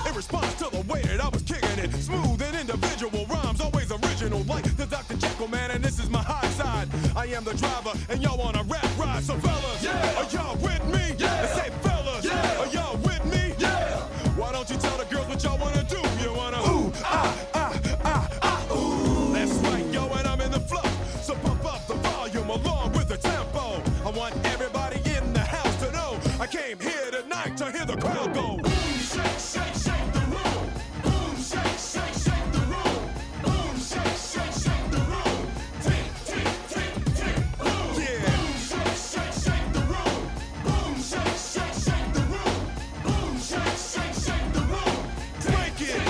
S15: In response to the way that I was kicking it, smooth and individual rhymes, always original, like the Dr. Jekyll man, and this is my high side. I am the driver, and y'all on a rap ride. So fellas, are y'all with me? Yeah. And say fellas, are y'all with me? Yeah. Why don't you tell the girls what y'all wanna do? You wanna ooh ah ah ah ah ooh. That's right, yo, and I'm in the flow. So pump up the volume along with the tempo. I want everybody in the house to know I came here tonight to hear the crowd go. Boom, shake, shake, shake the room. Boom, shake, shake, shake the room. Boom, shake, shake, shake the room. Tick, tick, tick, tick, boom. Yeah. Boom, shake, shake, shake the room. Boom, shake, shake, shake the room. Boom, shake, shake, shake the room. Break it.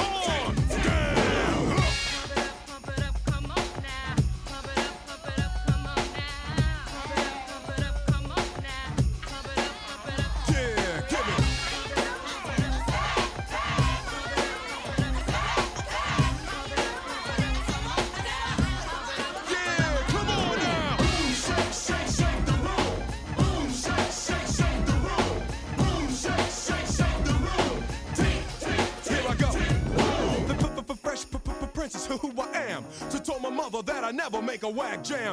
S15: trenches who I am. She told my mother that I never make a whack jam.